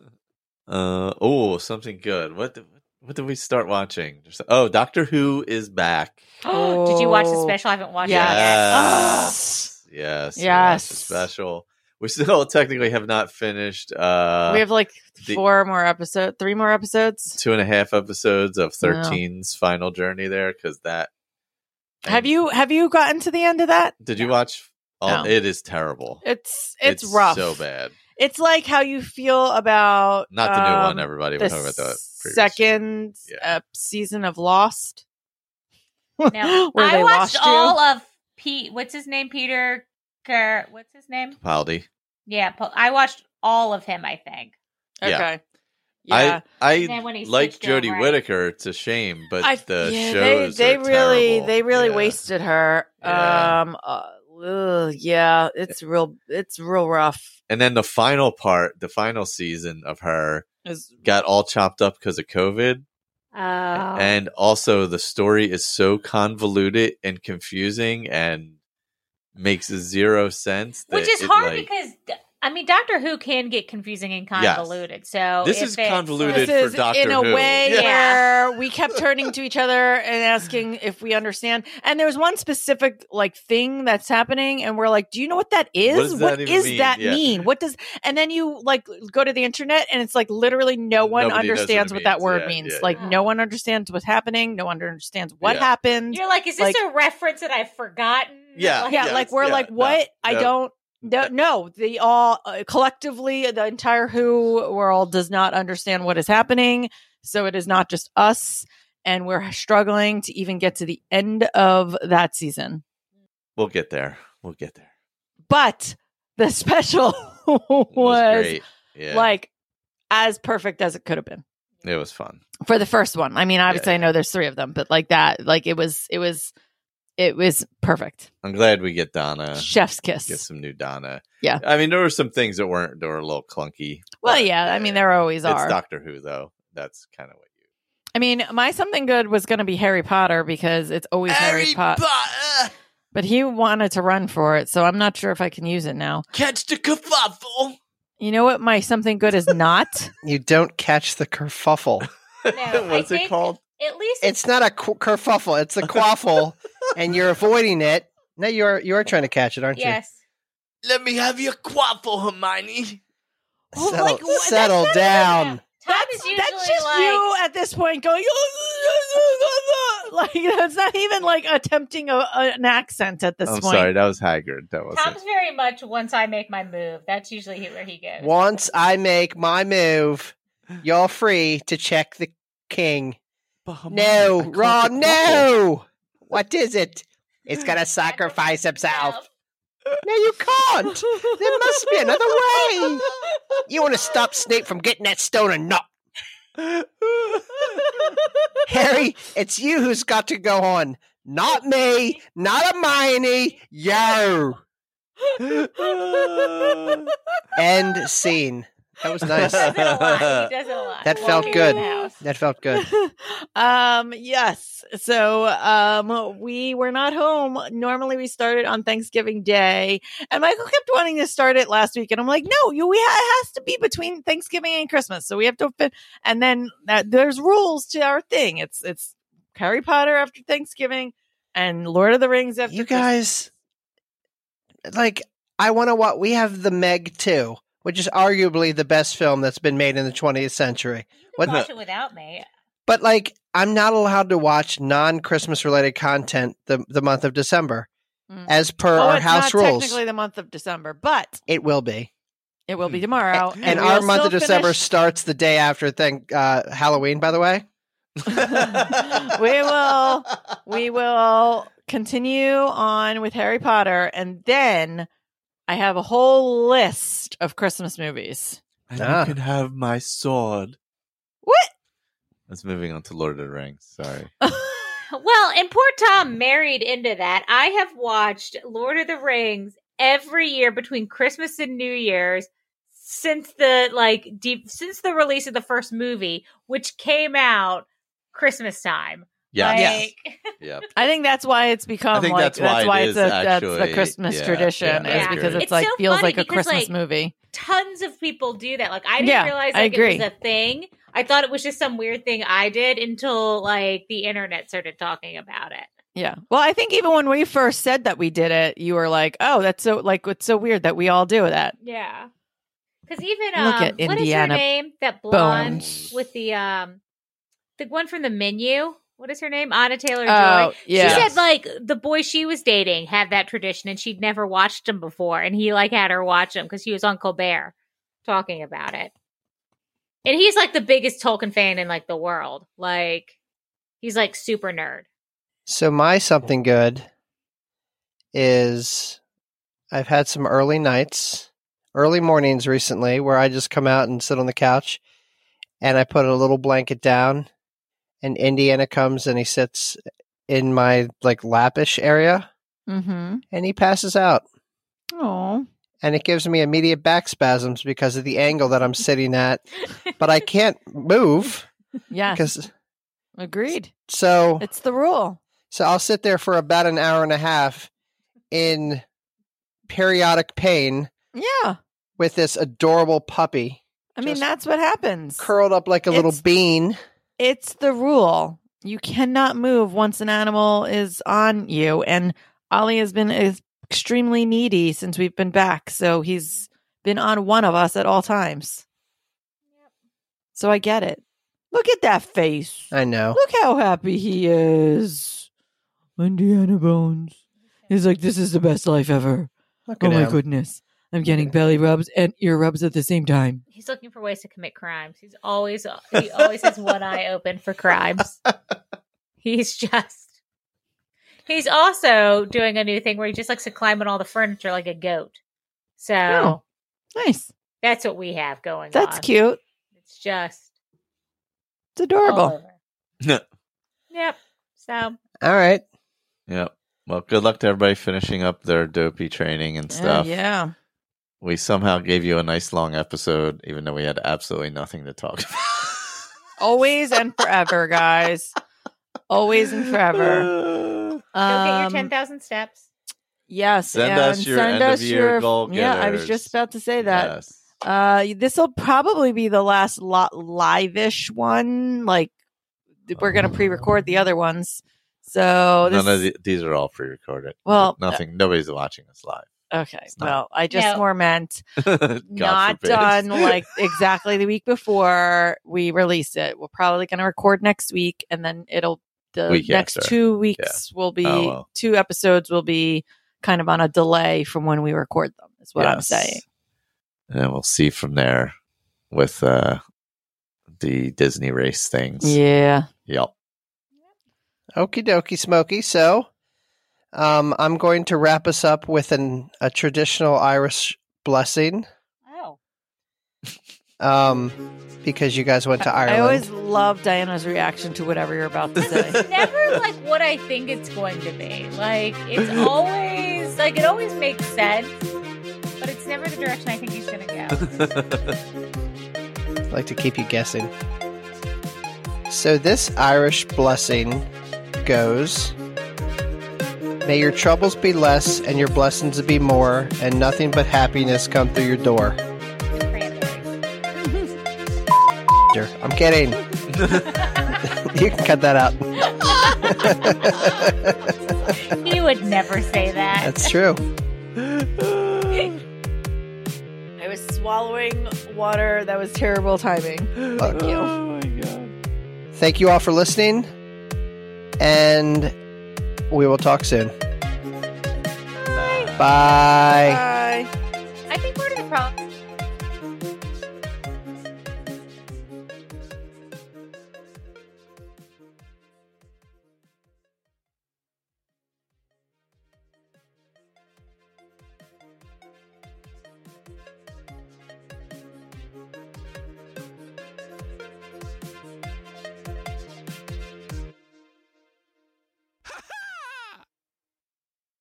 [SPEAKER 4] oh, something good. What did, what did we start watching? There's- Oh, Doctor Who is back.
[SPEAKER 5] Did you watch the
[SPEAKER 3] Oh.
[SPEAKER 5] special? I haven't watched
[SPEAKER 4] Yes. Yes. we watched the
[SPEAKER 3] Yes.
[SPEAKER 4] Special. We still technically have not finished uh,
[SPEAKER 3] we have like
[SPEAKER 4] the-
[SPEAKER 3] four more episodes, three more episodes.
[SPEAKER 4] two and a half episodes of
[SPEAKER 3] Wow.
[SPEAKER 4] 13's final journey there because that.
[SPEAKER 3] Have you have you gotten to the end of that?
[SPEAKER 4] Did you watch? Oh,
[SPEAKER 3] No.
[SPEAKER 4] It is terrible.
[SPEAKER 3] It's it's, rough.
[SPEAKER 4] So bad.
[SPEAKER 3] It's like how you feel about
[SPEAKER 4] Not the new
[SPEAKER 3] um,
[SPEAKER 4] one. Everybody was
[SPEAKER 3] the
[SPEAKER 4] talking about the previous.
[SPEAKER 3] second
[SPEAKER 4] Yeah.
[SPEAKER 3] uh, season of Lost.
[SPEAKER 5] yet. No.
[SPEAKER 3] Where
[SPEAKER 5] I
[SPEAKER 3] they
[SPEAKER 5] watched
[SPEAKER 3] lost you.
[SPEAKER 5] all of Pete. What's his name? Peter. Kerr. What's his name?
[SPEAKER 4] Capaldi.
[SPEAKER 5] Yeah, Po- I watched all of him. I think.
[SPEAKER 4] Yeah.
[SPEAKER 3] Okay.
[SPEAKER 4] I
[SPEAKER 5] And then
[SPEAKER 4] I
[SPEAKER 5] when he
[SPEAKER 4] like
[SPEAKER 5] switched over,
[SPEAKER 4] Jodie
[SPEAKER 5] I-
[SPEAKER 4] Whittaker to shame, but
[SPEAKER 3] I-
[SPEAKER 4] uh, the
[SPEAKER 3] yeah,
[SPEAKER 4] shows
[SPEAKER 3] they, they
[SPEAKER 4] are
[SPEAKER 3] really
[SPEAKER 4] terrible.
[SPEAKER 3] they really
[SPEAKER 4] Yeah.
[SPEAKER 3] wasted her.
[SPEAKER 4] Yeah.
[SPEAKER 3] Um uh, ugh, yeah, it's real it's real rough.
[SPEAKER 4] And then the final part, the final season of her
[SPEAKER 3] Is
[SPEAKER 4] got all chopped up because of COVID,
[SPEAKER 7] Oh.
[SPEAKER 4] and also the story is so convoluted and confusing and makes zero sense. that
[SPEAKER 5] Which is
[SPEAKER 4] it,
[SPEAKER 5] hard
[SPEAKER 4] like-
[SPEAKER 5] because
[SPEAKER 7] I mean, Doctor Who can get confusing and
[SPEAKER 4] Yes.
[SPEAKER 7] convoluted. So
[SPEAKER 4] This
[SPEAKER 7] if
[SPEAKER 4] is
[SPEAKER 7] it's-
[SPEAKER 4] convoluted.
[SPEAKER 3] this
[SPEAKER 4] for
[SPEAKER 3] is in
[SPEAKER 4] Doctor
[SPEAKER 3] a
[SPEAKER 4] Who.
[SPEAKER 3] way
[SPEAKER 7] Yeah.
[SPEAKER 3] where we kept turning to each other and asking if we understand. And there's one specific like thing that's happening, and we're like, "Do you know what that is?
[SPEAKER 4] does that
[SPEAKER 3] what
[SPEAKER 4] even
[SPEAKER 3] is
[SPEAKER 4] mean?"
[SPEAKER 3] that
[SPEAKER 4] Yeah.
[SPEAKER 3] mean? What does?" And then you like go to the internet, and it's like literally no one
[SPEAKER 4] Nobody knows what it
[SPEAKER 3] understands what, that
[SPEAKER 4] means.
[SPEAKER 3] word
[SPEAKER 4] Yeah,
[SPEAKER 3] means.
[SPEAKER 4] yeah,
[SPEAKER 3] like
[SPEAKER 7] yeah.
[SPEAKER 3] no one understands what's happening. No one understands what
[SPEAKER 4] Yeah.
[SPEAKER 3] happened.
[SPEAKER 7] You're like, is this
[SPEAKER 3] Like-
[SPEAKER 7] a reference that I've forgotten?
[SPEAKER 4] Yeah.
[SPEAKER 7] Like,
[SPEAKER 3] yeah,
[SPEAKER 4] Yes,
[SPEAKER 3] like we're
[SPEAKER 4] yeah,
[SPEAKER 3] like
[SPEAKER 4] no,
[SPEAKER 3] what i
[SPEAKER 4] no.
[SPEAKER 3] don't no, no the all uh, collectively the entire who world does not understand what is happening so it is not just us and we're struggling to even get to the end of that season
[SPEAKER 4] We'll get there. We'll get there.
[SPEAKER 3] but the special was,
[SPEAKER 4] It was great. Yeah,
[SPEAKER 3] like as perfect as it could have been
[SPEAKER 4] it was fun.
[SPEAKER 3] for the first one i mean obviously
[SPEAKER 4] yeah.
[SPEAKER 3] i know there's three of them but like that like it was it was it was perfect
[SPEAKER 4] I'm glad we get Donna.
[SPEAKER 3] chef's kiss
[SPEAKER 4] Get Uh, some new Donna.
[SPEAKER 3] Yeah.
[SPEAKER 4] I mean, there were some things that weren't, that were a little clunky.
[SPEAKER 3] well
[SPEAKER 4] but,
[SPEAKER 3] yeah i mean there always
[SPEAKER 4] It's
[SPEAKER 3] are
[SPEAKER 4] Doctor Who, though. That's kind of what you.
[SPEAKER 3] I mean, my something good was going to be Harry Potter because it's always Harry, Potter.
[SPEAKER 4] Potter,
[SPEAKER 3] But he wanted to run for it, so I'm not sure if I can use it now.
[SPEAKER 4] catch the kerfuffle.
[SPEAKER 3] You know what? My something good is not.
[SPEAKER 2] You don't catch the kerfuffle.
[SPEAKER 5] No,
[SPEAKER 4] What's
[SPEAKER 5] I
[SPEAKER 4] it
[SPEAKER 5] think-
[SPEAKER 4] called?
[SPEAKER 5] at least
[SPEAKER 2] It's not a qu- kerfuffle. It's a quaffle, and you're avoiding it. No, you are you are trying to catch it, aren't
[SPEAKER 5] yes.
[SPEAKER 4] Let me have your quaffle, Hermione.
[SPEAKER 2] you?
[SPEAKER 3] Oh,
[SPEAKER 2] settle
[SPEAKER 3] like, what- that's
[SPEAKER 2] settle
[SPEAKER 3] not
[SPEAKER 2] down.
[SPEAKER 5] Tom is usually
[SPEAKER 3] that's just
[SPEAKER 5] like,
[SPEAKER 3] you at this point going. Like you know, it's not even like attempting a, a- an accent at this
[SPEAKER 4] I'm
[SPEAKER 3] point.
[SPEAKER 4] sorry, that was Haggard. That
[SPEAKER 5] Tom's
[SPEAKER 4] wasn't.
[SPEAKER 5] very much once I make my move. That's usually he- where he goes.
[SPEAKER 2] Once I make my move, you're free to check the king. No, Ron, no. What is it? It's gonna sacrifice himself. No, you can't. There must be another way. You want to stop Snape from getting that stone or not? Harry, it's you who's got to go on. Not me, not Hermione, yo. End scene. That was nice.
[SPEAKER 5] He does it a lot. He does it a lot.
[SPEAKER 2] That felt
[SPEAKER 5] Walking
[SPEAKER 2] good.
[SPEAKER 5] around the house.
[SPEAKER 2] That felt good.
[SPEAKER 3] um yes so um we were not home normally we started on thanksgiving day and michael kept wanting to start it last week and i'm like no you we ha- it has to be between thanksgiving and christmas so we have to fit and then uh, there's rules to our thing it's it's harry potter after thanksgiving and lord of the rings after
[SPEAKER 2] You
[SPEAKER 3] Christmas.
[SPEAKER 2] guys, like, I want to watch. We have the Meg 2, which is arguably the best film that's been made in the 20th century. What
[SPEAKER 5] Watch it without me.
[SPEAKER 2] But like, I'm not allowed to watch non-Christmas related content the the month of December,
[SPEAKER 3] Mm.
[SPEAKER 2] as per
[SPEAKER 3] Oh,
[SPEAKER 2] our
[SPEAKER 3] it's not
[SPEAKER 2] house rules.
[SPEAKER 3] technically the month of december but
[SPEAKER 2] It will be,
[SPEAKER 3] it will be
[SPEAKER 4] Hmm.
[SPEAKER 3] tomorrow
[SPEAKER 2] Mm. and, our
[SPEAKER 3] we'll
[SPEAKER 2] month
[SPEAKER 3] Mm-hmm.
[SPEAKER 2] of
[SPEAKER 3] still
[SPEAKER 2] December
[SPEAKER 3] finish-
[SPEAKER 2] starts the day after thank uh, Halloween. By the way,
[SPEAKER 3] we will we will continue on with Harry Potter and then I have a whole list of Christmas movies.
[SPEAKER 4] And
[SPEAKER 2] Ah.
[SPEAKER 4] you can have my sword.
[SPEAKER 3] What?
[SPEAKER 4] That's moving on to Lord of the Rings. Sorry.
[SPEAKER 7] Well, and poor Tom married into that. I have watched Lord of the Rings every year between Christmas and New Year's since the like deep since the release of the first movie, which came out Christmas time.
[SPEAKER 4] Yeah.
[SPEAKER 2] Yes.
[SPEAKER 5] Like,
[SPEAKER 4] Yeah.
[SPEAKER 3] I think that's why it's become
[SPEAKER 4] I think
[SPEAKER 3] like
[SPEAKER 4] that's why it
[SPEAKER 3] why
[SPEAKER 4] is
[SPEAKER 3] it's a, that's
[SPEAKER 4] actually-
[SPEAKER 3] the Christmas
[SPEAKER 4] yeah,
[SPEAKER 3] tradition
[SPEAKER 4] yeah,
[SPEAKER 3] is
[SPEAKER 7] I
[SPEAKER 3] because
[SPEAKER 7] agree.
[SPEAKER 3] it's,
[SPEAKER 7] It's
[SPEAKER 3] like
[SPEAKER 7] so
[SPEAKER 3] feels
[SPEAKER 7] funny
[SPEAKER 3] like a
[SPEAKER 7] because,
[SPEAKER 3] Christmas
[SPEAKER 7] like,
[SPEAKER 3] movie.
[SPEAKER 5] tons of people do that. Like I didn't
[SPEAKER 3] Yeah,
[SPEAKER 5] realize
[SPEAKER 3] I
[SPEAKER 5] like
[SPEAKER 3] agree.
[SPEAKER 5] it was a thing. I thought it was just some weird thing I did until like the internet started talking about it.
[SPEAKER 3] Yeah. Well, I think even when we first said that we did it, you were like, "Oh, that's so like it's so weird that we all do that."
[SPEAKER 5] Yeah. Cause even um
[SPEAKER 3] Look at
[SPEAKER 5] what is her
[SPEAKER 3] Indiana
[SPEAKER 5] name? That blonde
[SPEAKER 3] Bones.
[SPEAKER 5] with the um the one from the menu. What is her name? Anna Taylor Joy.
[SPEAKER 3] Oh, yeah.
[SPEAKER 5] She said like the boy she was dating had that tradition and she'd never watched him before and he like had her watch him because he was on Colbert talking about it. And he's like the biggest Tolkien fan in like the world. Like he's like super nerd.
[SPEAKER 2] So my something good is I've had some early nights, early mornings recently where I just come out and sit on the couch and I put a little blanket down and Indiana comes and he sits in my like lapish area
[SPEAKER 3] Mm-hmm.
[SPEAKER 2] and he passes out
[SPEAKER 3] Oh,
[SPEAKER 2] and it gives me immediate back spasms because of the angle that I'm sitting at but I can't move
[SPEAKER 3] yeah.
[SPEAKER 2] because
[SPEAKER 3] Agreed.
[SPEAKER 2] so
[SPEAKER 3] It's the rule.
[SPEAKER 2] So I'll sit there for about an hour and a half in periodic pain
[SPEAKER 3] Yeah.
[SPEAKER 2] with this adorable puppy
[SPEAKER 3] I mean,
[SPEAKER 2] Just
[SPEAKER 3] that's what happens.
[SPEAKER 2] curled up like a little
[SPEAKER 3] It's-
[SPEAKER 2] bean.
[SPEAKER 3] it's the rule. You cannot move once an animal is on you. And Ollie has been ex- extremely needy since we've been back. So he's been on one of us at all times. So I get it. Look at that face.
[SPEAKER 2] I know.
[SPEAKER 3] Look how happy he is. Indiana Bones. He's like, this is the best life ever.
[SPEAKER 2] Look
[SPEAKER 3] Oh
[SPEAKER 2] at
[SPEAKER 3] my
[SPEAKER 2] him.
[SPEAKER 3] goodness. I'm getting belly rubs and ear rubs at the same time.
[SPEAKER 5] He's looking for ways to commit crimes. He's always he always has one eye open for crimes. He's just He's also doing a new thing where he just likes to climb on all the furniture like a goat. So
[SPEAKER 3] Oh, nice.
[SPEAKER 5] that's what we have going on.
[SPEAKER 3] That's cute.
[SPEAKER 5] It's just
[SPEAKER 3] It's
[SPEAKER 5] all
[SPEAKER 3] adorable.
[SPEAKER 4] No.
[SPEAKER 5] over. yep. So
[SPEAKER 2] All right.
[SPEAKER 4] Yep. Well, good luck to everybody finishing up their dopey training and stuff.
[SPEAKER 3] Uh, yeah.
[SPEAKER 4] We somehow gave you a nice long episode, even though we had absolutely nothing to talk about.
[SPEAKER 3] Always and forever, guys. Always and forever.
[SPEAKER 4] Uh,
[SPEAKER 5] go get your
[SPEAKER 3] Um,
[SPEAKER 5] ten thousand steps.
[SPEAKER 3] Yes,
[SPEAKER 4] Send
[SPEAKER 3] and
[SPEAKER 4] us your
[SPEAKER 3] send
[SPEAKER 4] end of
[SPEAKER 3] us
[SPEAKER 4] year
[SPEAKER 3] your-
[SPEAKER 4] goal
[SPEAKER 3] Yeah, I was
[SPEAKER 4] getters.
[SPEAKER 3] just about to say that.
[SPEAKER 4] yes.
[SPEAKER 3] Uh, this will probably be the last lot live-ish one. Like th- we're gonna pre-record the other ones. So Oh, this,
[SPEAKER 4] None of the, these are all pre-recorded.
[SPEAKER 3] Well, uh,
[SPEAKER 4] nothing. nobody's watching us live.
[SPEAKER 3] okay.
[SPEAKER 4] it's not-
[SPEAKER 3] Well, I just
[SPEAKER 5] No.
[SPEAKER 3] more meant
[SPEAKER 4] God
[SPEAKER 3] not
[SPEAKER 4] forbid.
[SPEAKER 3] done like exactly the week before we release it. We're probably going to record next week, and then it'll the
[SPEAKER 4] Week
[SPEAKER 3] next
[SPEAKER 4] after.
[SPEAKER 3] two weeks will be
[SPEAKER 4] Oh, well.
[SPEAKER 3] two episodes will be kind of on a delay from when we record them. Is what I'm
[SPEAKER 4] Yes.
[SPEAKER 3] saying.
[SPEAKER 4] And then we'll see from there with uh, the Disney race things.
[SPEAKER 3] Yeah.
[SPEAKER 4] Yep.
[SPEAKER 2] Okie dokie, Smokey. So um, I'm going to wrap us up with an, a traditional Irish blessing
[SPEAKER 8] Oh.
[SPEAKER 2] um, because you guys went to Ireland.
[SPEAKER 3] I always love Diana's reaction to whatever you're about to say.
[SPEAKER 5] It's never like what I think it's going to be. Like it's always like it always makes sense, but it's never the direction I think he's gonna go.
[SPEAKER 2] like to keep you guessing. So this Irish blessing goes May your troubles be less and your blessings be more, and nothing but happiness come through your door. I'm kidding. you can cut that out.
[SPEAKER 5] He would never say that.
[SPEAKER 2] That's true.
[SPEAKER 3] I was swallowing water. That was terrible timing.
[SPEAKER 2] Thank you. Thank you all for listening, and we will talk soon. Bye.